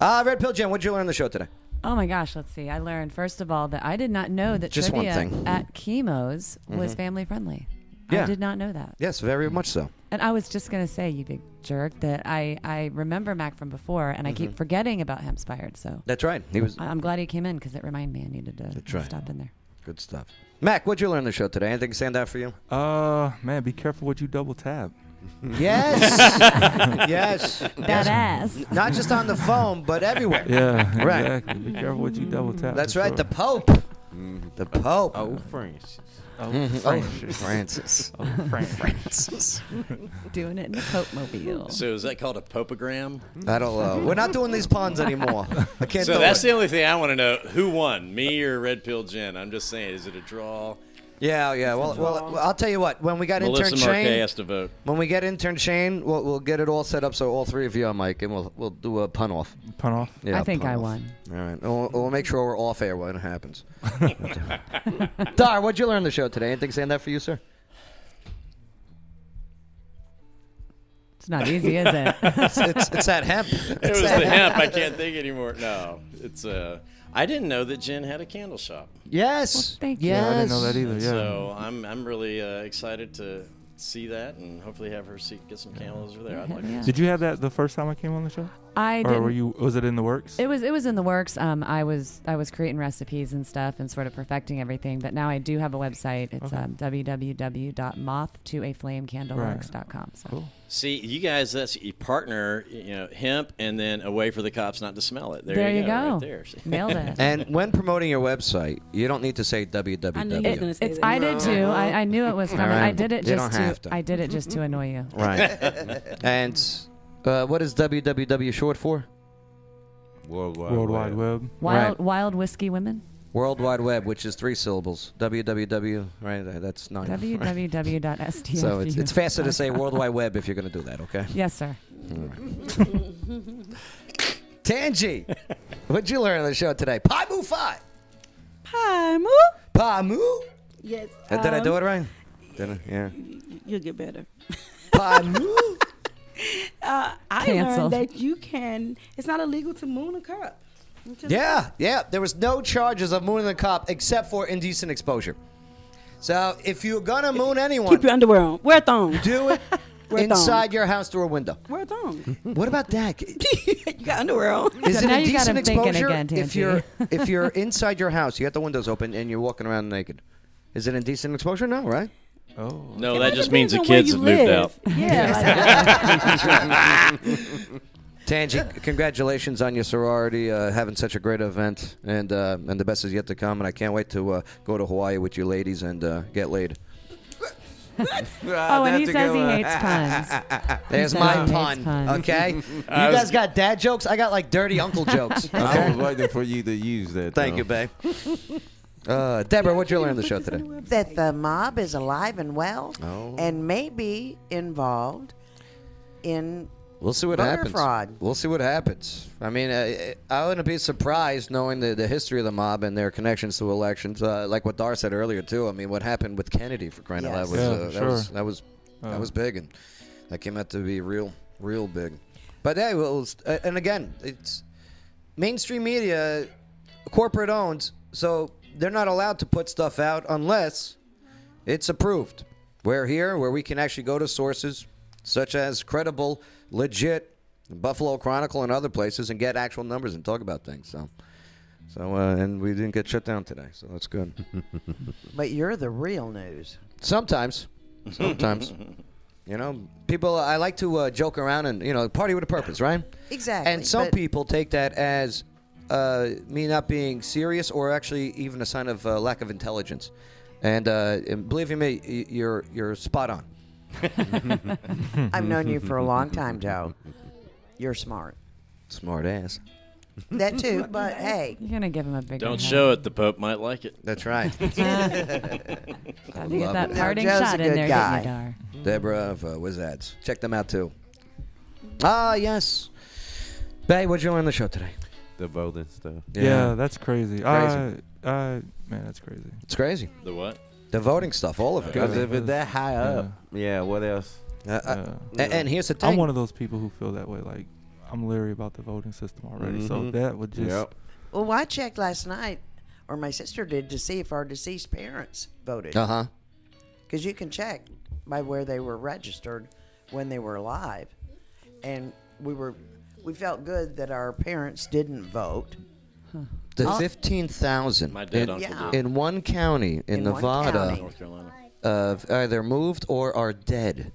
[SPEAKER 1] Uh, Red Pill Jen, what'd you learn on the show today?
[SPEAKER 4] Oh my gosh, let's see. I learned first of all that I did not know that
[SPEAKER 1] Just one
[SPEAKER 4] trivia
[SPEAKER 1] thing.
[SPEAKER 4] at chemo's was
[SPEAKER 1] Mhm.
[SPEAKER 4] family friendly.
[SPEAKER 1] Yeah.
[SPEAKER 4] I did not know that.
[SPEAKER 1] Yes, very much so.
[SPEAKER 4] And I was just gonna say, you big jerk, that I, I remember Mac from before, and I
[SPEAKER 1] Mhm.
[SPEAKER 4] keep forgetting about hemp spired. So
[SPEAKER 1] That's right. He was
[SPEAKER 4] I, I'm glad he came in because it reminded me I needed to
[SPEAKER 1] That's right.
[SPEAKER 4] stop Uh, in there.
[SPEAKER 1] good stuff. Mac, what'd you learn on the show today? Anything stand out for you?
[SPEAKER 2] Uh, man, be careful what you double tap.
[SPEAKER 4] *laughs*
[SPEAKER 1] Yes.
[SPEAKER 2] *laughs*
[SPEAKER 1] yes. yes. N- Not just on the phone, but *laughs* everywhere.
[SPEAKER 2] Yeah,
[SPEAKER 1] Right.
[SPEAKER 2] exactly. Be careful what you double tap.
[SPEAKER 1] That's
[SPEAKER 2] for
[SPEAKER 1] right.
[SPEAKER 2] sure.
[SPEAKER 1] The Pope. The Pope. Oh,
[SPEAKER 6] Francis.
[SPEAKER 2] Oh, Francis.
[SPEAKER 1] *laughs* Oh, Francis.
[SPEAKER 2] Oh, Fran-
[SPEAKER 1] Francis.
[SPEAKER 4] Doing it in the Pope Mobile.
[SPEAKER 7] So is that called a popogram?
[SPEAKER 1] I don't know. uh, We're not doing these puns anymore. I can't
[SPEAKER 7] so
[SPEAKER 1] do
[SPEAKER 7] that's
[SPEAKER 1] it.
[SPEAKER 7] the only thing I want to know: who won, me or Red Pill Jen? I'm just saying, is it a draw?
[SPEAKER 1] Yeah, yeah. Well, well, I'll tell you what. When we got
[SPEAKER 7] Melissa
[SPEAKER 1] intern Shane,
[SPEAKER 7] Marquez has to
[SPEAKER 2] *laughs*
[SPEAKER 7] vote.
[SPEAKER 1] when we get intern Shane, we'll, we'll get it all set up so all three of you are Mike, and we'll we'll do a pun off.
[SPEAKER 2] Pun off.
[SPEAKER 1] Yeah,
[SPEAKER 4] I think
[SPEAKER 1] pun
[SPEAKER 4] I
[SPEAKER 1] off.
[SPEAKER 4] won.
[SPEAKER 1] All right. And We'll, we'll make sure we're off air when it happens. Dar, what'd you learn on the show today? Anything stand out for you, sir?
[SPEAKER 4] It's not easy, is it?
[SPEAKER 1] *laughs* it's, it's, it's that hemp.
[SPEAKER 7] It was the hemp. I can't think anymore. No, it's uh, I didn't know that Jen had a candle shop.
[SPEAKER 1] Yes.
[SPEAKER 4] thank
[SPEAKER 1] yes.
[SPEAKER 2] Yeah, I didn't know that either. Yeah.
[SPEAKER 7] So I'm I'm really uh, excited to see that and hopefully have her see, get some candles over there. I'd like to
[SPEAKER 2] Did you have that the first time I came on the show?
[SPEAKER 4] I
[SPEAKER 2] or were
[SPEAKER 4] didn't-
[SPEAKER 2] you? Was it in the works?
[SPEAKER 4] It was it was in the works. Um, I was I was creating recipes and stuff and sort of perfecting everything. But now I do have a website. It's
[SPEAKER 2] Okay.
[SPEAKER 4] um, www.moth2aflamecandleworks.com. So
[SPEAKER 7] see you guys. That's your partner, you know, hemp, and then a way for the cops not to smell it. There,
[SPEAKER 4] There
[SPEAKER 7] you
[SPEAKER 4] you
[SPEAKER 7] go.
[SPEAKER 4] go.
[SPEAKER 7] Right there. *laughs* See?
[SPEAKER 4] Nailed it.
[SPEAKER 1] And when promoting your website, you don't need to say www.
[SPEAKER 4] I it's I did too. I, I knew it was
[SPEAKER 1] All
[SPEAKER 4] coming. I
[SPEAKER 1] right.
[SPEAKER 4] did it
[SPEAKER 1] You don't
[SPEAKER 4] just to,
[SPEAKER 1] have to.
[SPEAKER 4] I did it just
[SPEAKER 1] *laughs*
[SPEAKER 4] to annoy you. *laughs*
[SPEAKER 1] Right. and uh, what is www short for?
[SPEAKER 6] World Wide,
[SPEAKER 2] World Wide Web.
[SPEAKER 4] Wild wild whiskey
[SPEAKER 1] *laughs*
[SPEAKER 4] women.
[SPEAKER 1] World Wide Web, which is three syllables. www. Right. that- That's nine. Right.
[SPEAKER 4] www.stfu.
[SPEAKER 1] *laughs* So it's,
[SPEAKER 4] *laughs*
[SPEAKER 1] it's faster to say World Wide Web if you're going to do that. Okay.
[SPEAKER 4] Yes, sir.
[SPEAKER 1] All right. *laughs* Tangi, what'd you learn on the show today? Pai Mu Phi.
[SPEAKER 8] Pai Mu.
[SPEAKER 1] Pai Mu.
[SPEAKER 8] Yes.
[SPEAKER 1] Did I do
[SPEAKER 8] um, *laughs*
[SPEAKER 1] it right? Did I? Yeah.
[SPEAKER 8] You'll get better.
[SPEAKER 1] Pai Mu.
[SPEAKER 8] Uh, I
[SPEAKER 1] Canceled.
[SPEAKER 8] learned that you can. It's not illegal to moon a cup. You can-
[SPEAKER 1] Yeah, yeah. There was no charges of mooning the cop except for indecent exposure. So if you're gonna moon anyone, keep
[SPEAKER 8] your underwear on. Wear a thong.
[SPEAKER 1] Do it
[SPEAKER 8] *laughs* Wear a thong.
[SPEAKER 1] inside your house through a window.
[SPEAKER 8] Wear a thong.
[SPEAKER 1] What about that?
[SPEAKER 8] *laughs* you got underwear on.
[SPEAKER 1] Is it
[SPEAKER 4] Now you got
[SPEAKER 1] indecent
[SPEAKER 4] him thinking
[SPEAKER 1] exposure
[SPEAKER 4] *laughs* again,
[SPEAKER 1] if
[SPEAKER 4] Tanji.
[SPEAKER 1] you're if you're inside your house, you got the windows open and you're walking around naked? Is it indecent exposure? No, right?
[SPEAKER 2] Oh.
[SPEAKER 7] No, that just means the kids have moved out.
[SPEAKER 4] *laughs*
[SPEAKER 7] *laughs*
[SPEAKER 1] Tangi, congratulations on your sorority uh, having such a great event, and uh, and the best is yet to come. And I can't wait to uh, go to Hawaii with you ladies and uh, get
[SPEAKER 4] *laughs*
[SPEAKER 1] laid.
[SPEAKER 4] Oh, and he says he hates puns.
[SPEAKER 1] *laughs* There's
[SPEAKER 4] He says
[SPEAKER 1] my
[SPEAKER 4] he hates
[SPEAKER 1] pun.
[SPEAKER 4] puns. *laughs*
[SPEAKER 1] Okay, you
[SPEAKER 6] I
[SPEAKER 4] Uh,
[SPEAKER 6] was-
[SPEAKER 1] guys got dad jokes. I got like dirty uncle jokes.
[SPEAKER 6] I
[SPEAKER 1] okay?
[SPEAKER 6] was waiting for you to use that.
[SPEAKER 1] Thank you, babe. Uh, Deborah, what'd you learn on the show today?
[SPEAKER 5] That the mob is alive and well
[SPEAKER 1] Oh.
[SPEAKER 5] and may be involved in
[SPEAKER 1] We'll see what
[SPEAKER 5] voter
[SPEAKER 1] happens.
[SPEAKER 5] fraud.
[SPEAKER 1] We'll see what happens. I mean, uh, I wouldn't be surprised knowing the, the history of the mob and their connections to elections. Uh, like what Dar said earlier too. I mean, what happened with Kennedy for crying out loud
[SPEAKER 6] Yes.
[SPEAKER 1] was,
[SPEAKER 6] Yeah,
[SPEAKER 1] uh, that was
[SPEAKER 6] sure.
[SPEAKER 1] that was
[SPEAKER 6] Uh.
[SPEAKER 1] that was big, and that came out to be real, real big. But hey, well, it's- uh, and again, it's mainstream media, corporate owns, so they're not allowed to put stuff out unless it's approved. We're here where we can actually go to sources such as credible, legit Buffalo Chronicle and other places and get actual numbers and talk about things. So, so uh, and we didn't get shut down today, so that's good.
[SPEAKER 5] But you're the real news.
[SPEAKER 1] *laughs* Sometimes,
[SPEAKER 5] *laughs*
[SPEAKER 1] sometimes, you know, people. I like to uh, joke around and you know party with a purpose, right?
[SPEAKER 5] Exactly,
[SPEAKER 1] And some
[SPEAKER 5] but-
[SPEAKER 1] people take that as uh, me not being serious, or actually even a sign of uh, lack of intelligence. And, uh, and believe you me, y- you're you're spot on.
[SPEAKER 5] Hmm.
[SPEAKER 1] Hmm.
[SPEAKER 5] I've known you for a
[SPEAKER 1] *laughs*
[SPEAKER 5] long time, Joe. You're smart.
[SPEAKER 1] Smart ass.
[SPEAKER 5] That too,
[SPEAKER 4] *laughs*
[SPEAKER 5] but hey.
[SPEAKER 4] You're gonna give him a big.
[SPEAKER 7] Don't show it. The Pope might like it.
[SPEAKER 1] That's
[SPEAKER 7] *laughs*
[SPEAKER 1] right.
[SPEAKER 4] Gotta get
[SPEAKER 1] Love
[SPEAKER 4] that
[SPEAKER 1] it.
[SPEAKER 4] parting
[SPEAKER 5] Joe's a
[SPEAKER 4] shot in
[SPEAKER 5] good
[SPEAKER 4] there,
[SPEAKER 5] guy.
[SPEAKER 4] didn't you, Dar?
[SPEAKER 1] Deborah of uh, Wizards. Check them out too. Ah, yes. Bay, what'd you learn on the show today?
[SPEAKER 6] The voting stuff.
[SPEAKER 2] Yeah, that's crazy.
[SPEAKER 1] Crazy.
[SPEAKER 2] I, I- man, that's crazy.
[SPEAKER 1] It's crazy.
[SPEAKER 7] The what?
[SPEAKER 1] The voting stuff, all of it.
[SPEAKER 6] Because if it's that high up, yeah. What else?
[SPEAKER 1] Uh, uh,
[SPEAKER 6] Yeah.
[SPEAKER 1] and, and here's the
[SPEAKER 2] I'm
[SPEAKER 1] thing.
[SPEAKER 2] one of those people who feel that way. Like, I'm leery about the voting system already. So
[SPEAKER 1] Mm-hmm.
[SPEAKER 6] Mhm.
[SPEAKER 2] that would just.
[SPEAKER 6] Yep.
[SPEAKER 5] Well, I checked last night, or my sister did, to see if our deceased parents voted.
[SPEAKER 1] Uh huh.
[SPEAKER 5] Because you can check by where they were registered when they were alive, and we were we felt good that our parents didn't vote.
[SPEAKER 1] The
[SPEAKER 5] Huh.
[SPEAKER 1] fifteen thousand
[SPEAKER 7] My dead
[SPEAKER 1] in,
[SPEAKER 7] uncle
[SPEAKER 5] Yeah.
[SPEAKER 7] did.
[SPEAKER 1] in one county in,
[SPEAKER 5] In one
[SPEAKER 1] Nevada,
[SPEAKER 5] county. North
[SPEAKER 7] Carolina.
[SPEAKER 1] of either moved or are dead.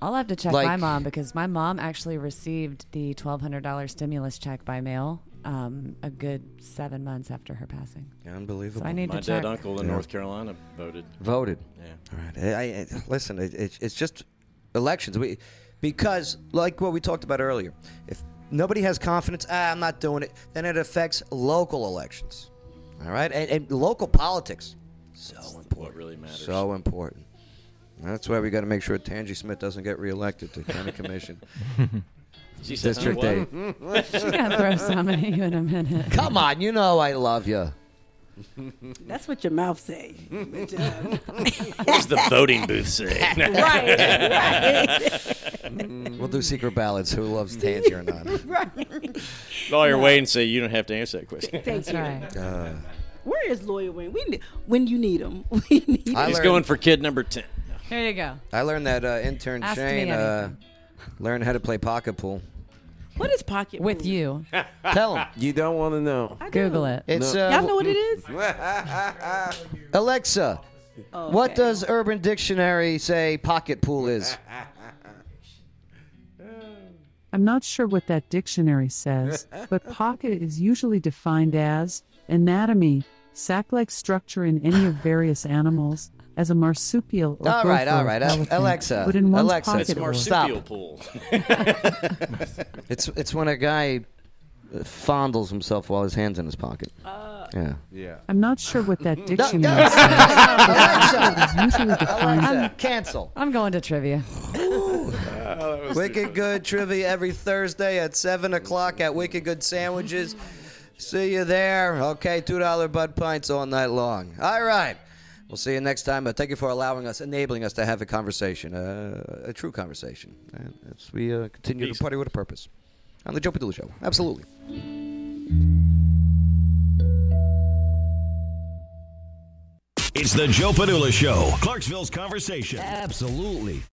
[SPEAKER 4] I'll have to check
[SPEAKER 1] Like-
[SPEAKER 4] my mom because my mom actually received the twelve hundred dollar stimulus check by mail um, a good seven months after her passing. *laughs*
[SPEAKER 1] Unbelievable.
[SPEAKER 4] So I need
[SPEAKER 7] My
[SPEAKER 4] to
[SPEAKER 7] dead
[SPEAKER 4] check.
[SPEAKER 7] uncle in
[SPEAKER 1] Yeah.
[SPEAKER 7] North Carolina voted.
[SPEAKER 1] Voted.
[SPEAKER 7] Yeah.
[SPEAKER 1] All right. I, I- listen, it, it, it's just elections. We because like what we talked about earlier, if nobody has confidence, ah, I'm not doing it, then it affects local elections. All right, and, and local politics. So important.
[SPEAKER 7] What really matters.
[SPEAKER 1] So important. That's why we got to make sure Tangi Smith doesn't get reelected to county commission.
[SPEAKER 7] *laughs* She said,
[SPEAKER 1] District
[SPEAKER 7] "Huh,
[SPEAKER 4] *laughs*
[SPEAKER 1] Eight.
[SPEAKER 7] what?"
[SPEAKER 4] She's gonna throw *laughs* some at you in a minute.
[SPEAKER 1] Come on, you know I love you.
[SPEAKER 17] That's what your mouth
[SPEAKER 7] *laughs*
[SPEAKER 17] say. But, um,
[SPEAKER 7] What's the voting booth
[SPEAKER 4] *laughs*
[SPEAKER 7] say?
[SPEAKER 1] we'll do secret ballots. Who loves Tangi or
[SPEAKER 7] *laughs*
[SPEAKER 17] *laughs*
[SPEAKER 1] not?
[SPEAKER 17] right.
[SPEAKER 7] Lawyer Wayne say you don't have to answer that question.
[SPEAKER 17] Thank you.
[SPEAKER 1] Uh,
[SPEAKER 17] Where is lawyer Wayne? We need, when you need him. *laughs* We need him.
[SPEAKER 1] I
[SPEAKER 7] He's
[SPEAKER 1] learned-
[SPEAKER 7] going for kid number ten.
[SPEAKER 4] There you go.
[SPEAKER 1] I learned that uh, intern
[SPEAKER 4] Ask me
[SPEAKER 1] Shane uh, learned how to play pocket
[SPEAKER 4] *laughs*
[SPEAKER 1] pool.
[SPEAKER 17] What is pocket
[SPEAKER 4] with
[SPEAKER 17] *laughs*
[SPEAKER 4] you?
[SPEAKER 1] Tell him.
[SPEAKER 6] You don't want to know.
[SPEAKER 4] Google it.
[SPEAKER 1] It's
[SPEAKER 6] No.
[SPEAKER 1] uh,
[SPEAKER 17] Y'all know what it
[SPEAKER 7] *laughs*
[SPEAKER 17] is?
[SPEAKER 1] Alexa. What does Urban Dictionary say pocket pool is?
[SPEAKER 13] I'm not sure what that dictionary says, but pocket is usually defined as anatomy, sac like structure in any of various animals, as a marsupial or
[SPEAKER 1] All right, all
[SPEAKER 13] gopher,
[SPEAKER 1] right,
[SPEAKER 13] elephant,
[SPEAKER 1] Alexa,
[SPEAKER 13] would in one's
[SPEAKER 1] Alexa,
[SPEAKER 13] pocket
[SPEAKER 1] It's
[SPEAKER 13] or-
[SPEAKER 1] marsupial
[SPEAKER 7] pool.
[SPEAKER 1] it's it's when a guy fondles himself while his hands in his pocket. yeah.
[SPEAKER 6] Yeah.
[SPEAKER 13] I'm not sure what that dictionary
[SPEAKER 1] no.
[SPEAKER 13] says. but
[SPEAKER 1] Alexa.
[SPEAKER 13] pocket is usually defined
[SPEAKER 1] Alexa, cancel.
[SPEAKER 4] I'm going to trivia.
[SPEAKER 1] Wicked Good Trivia every Thursday at 7 o'clock at Wicked Good Sandwiches. See you there. Okay, $2 Bud Pints all night long. All right. We'll see you next time. Uh, thank you for allowing us, enabling us to have a conversation, uh, a true conversation. And as we uh, continue to party with a purpose on The Joe Padula Show. Absolutely.
[SPEAKER 14] It's the Joe Padula Show. Clarksville's conversation. Absolutely.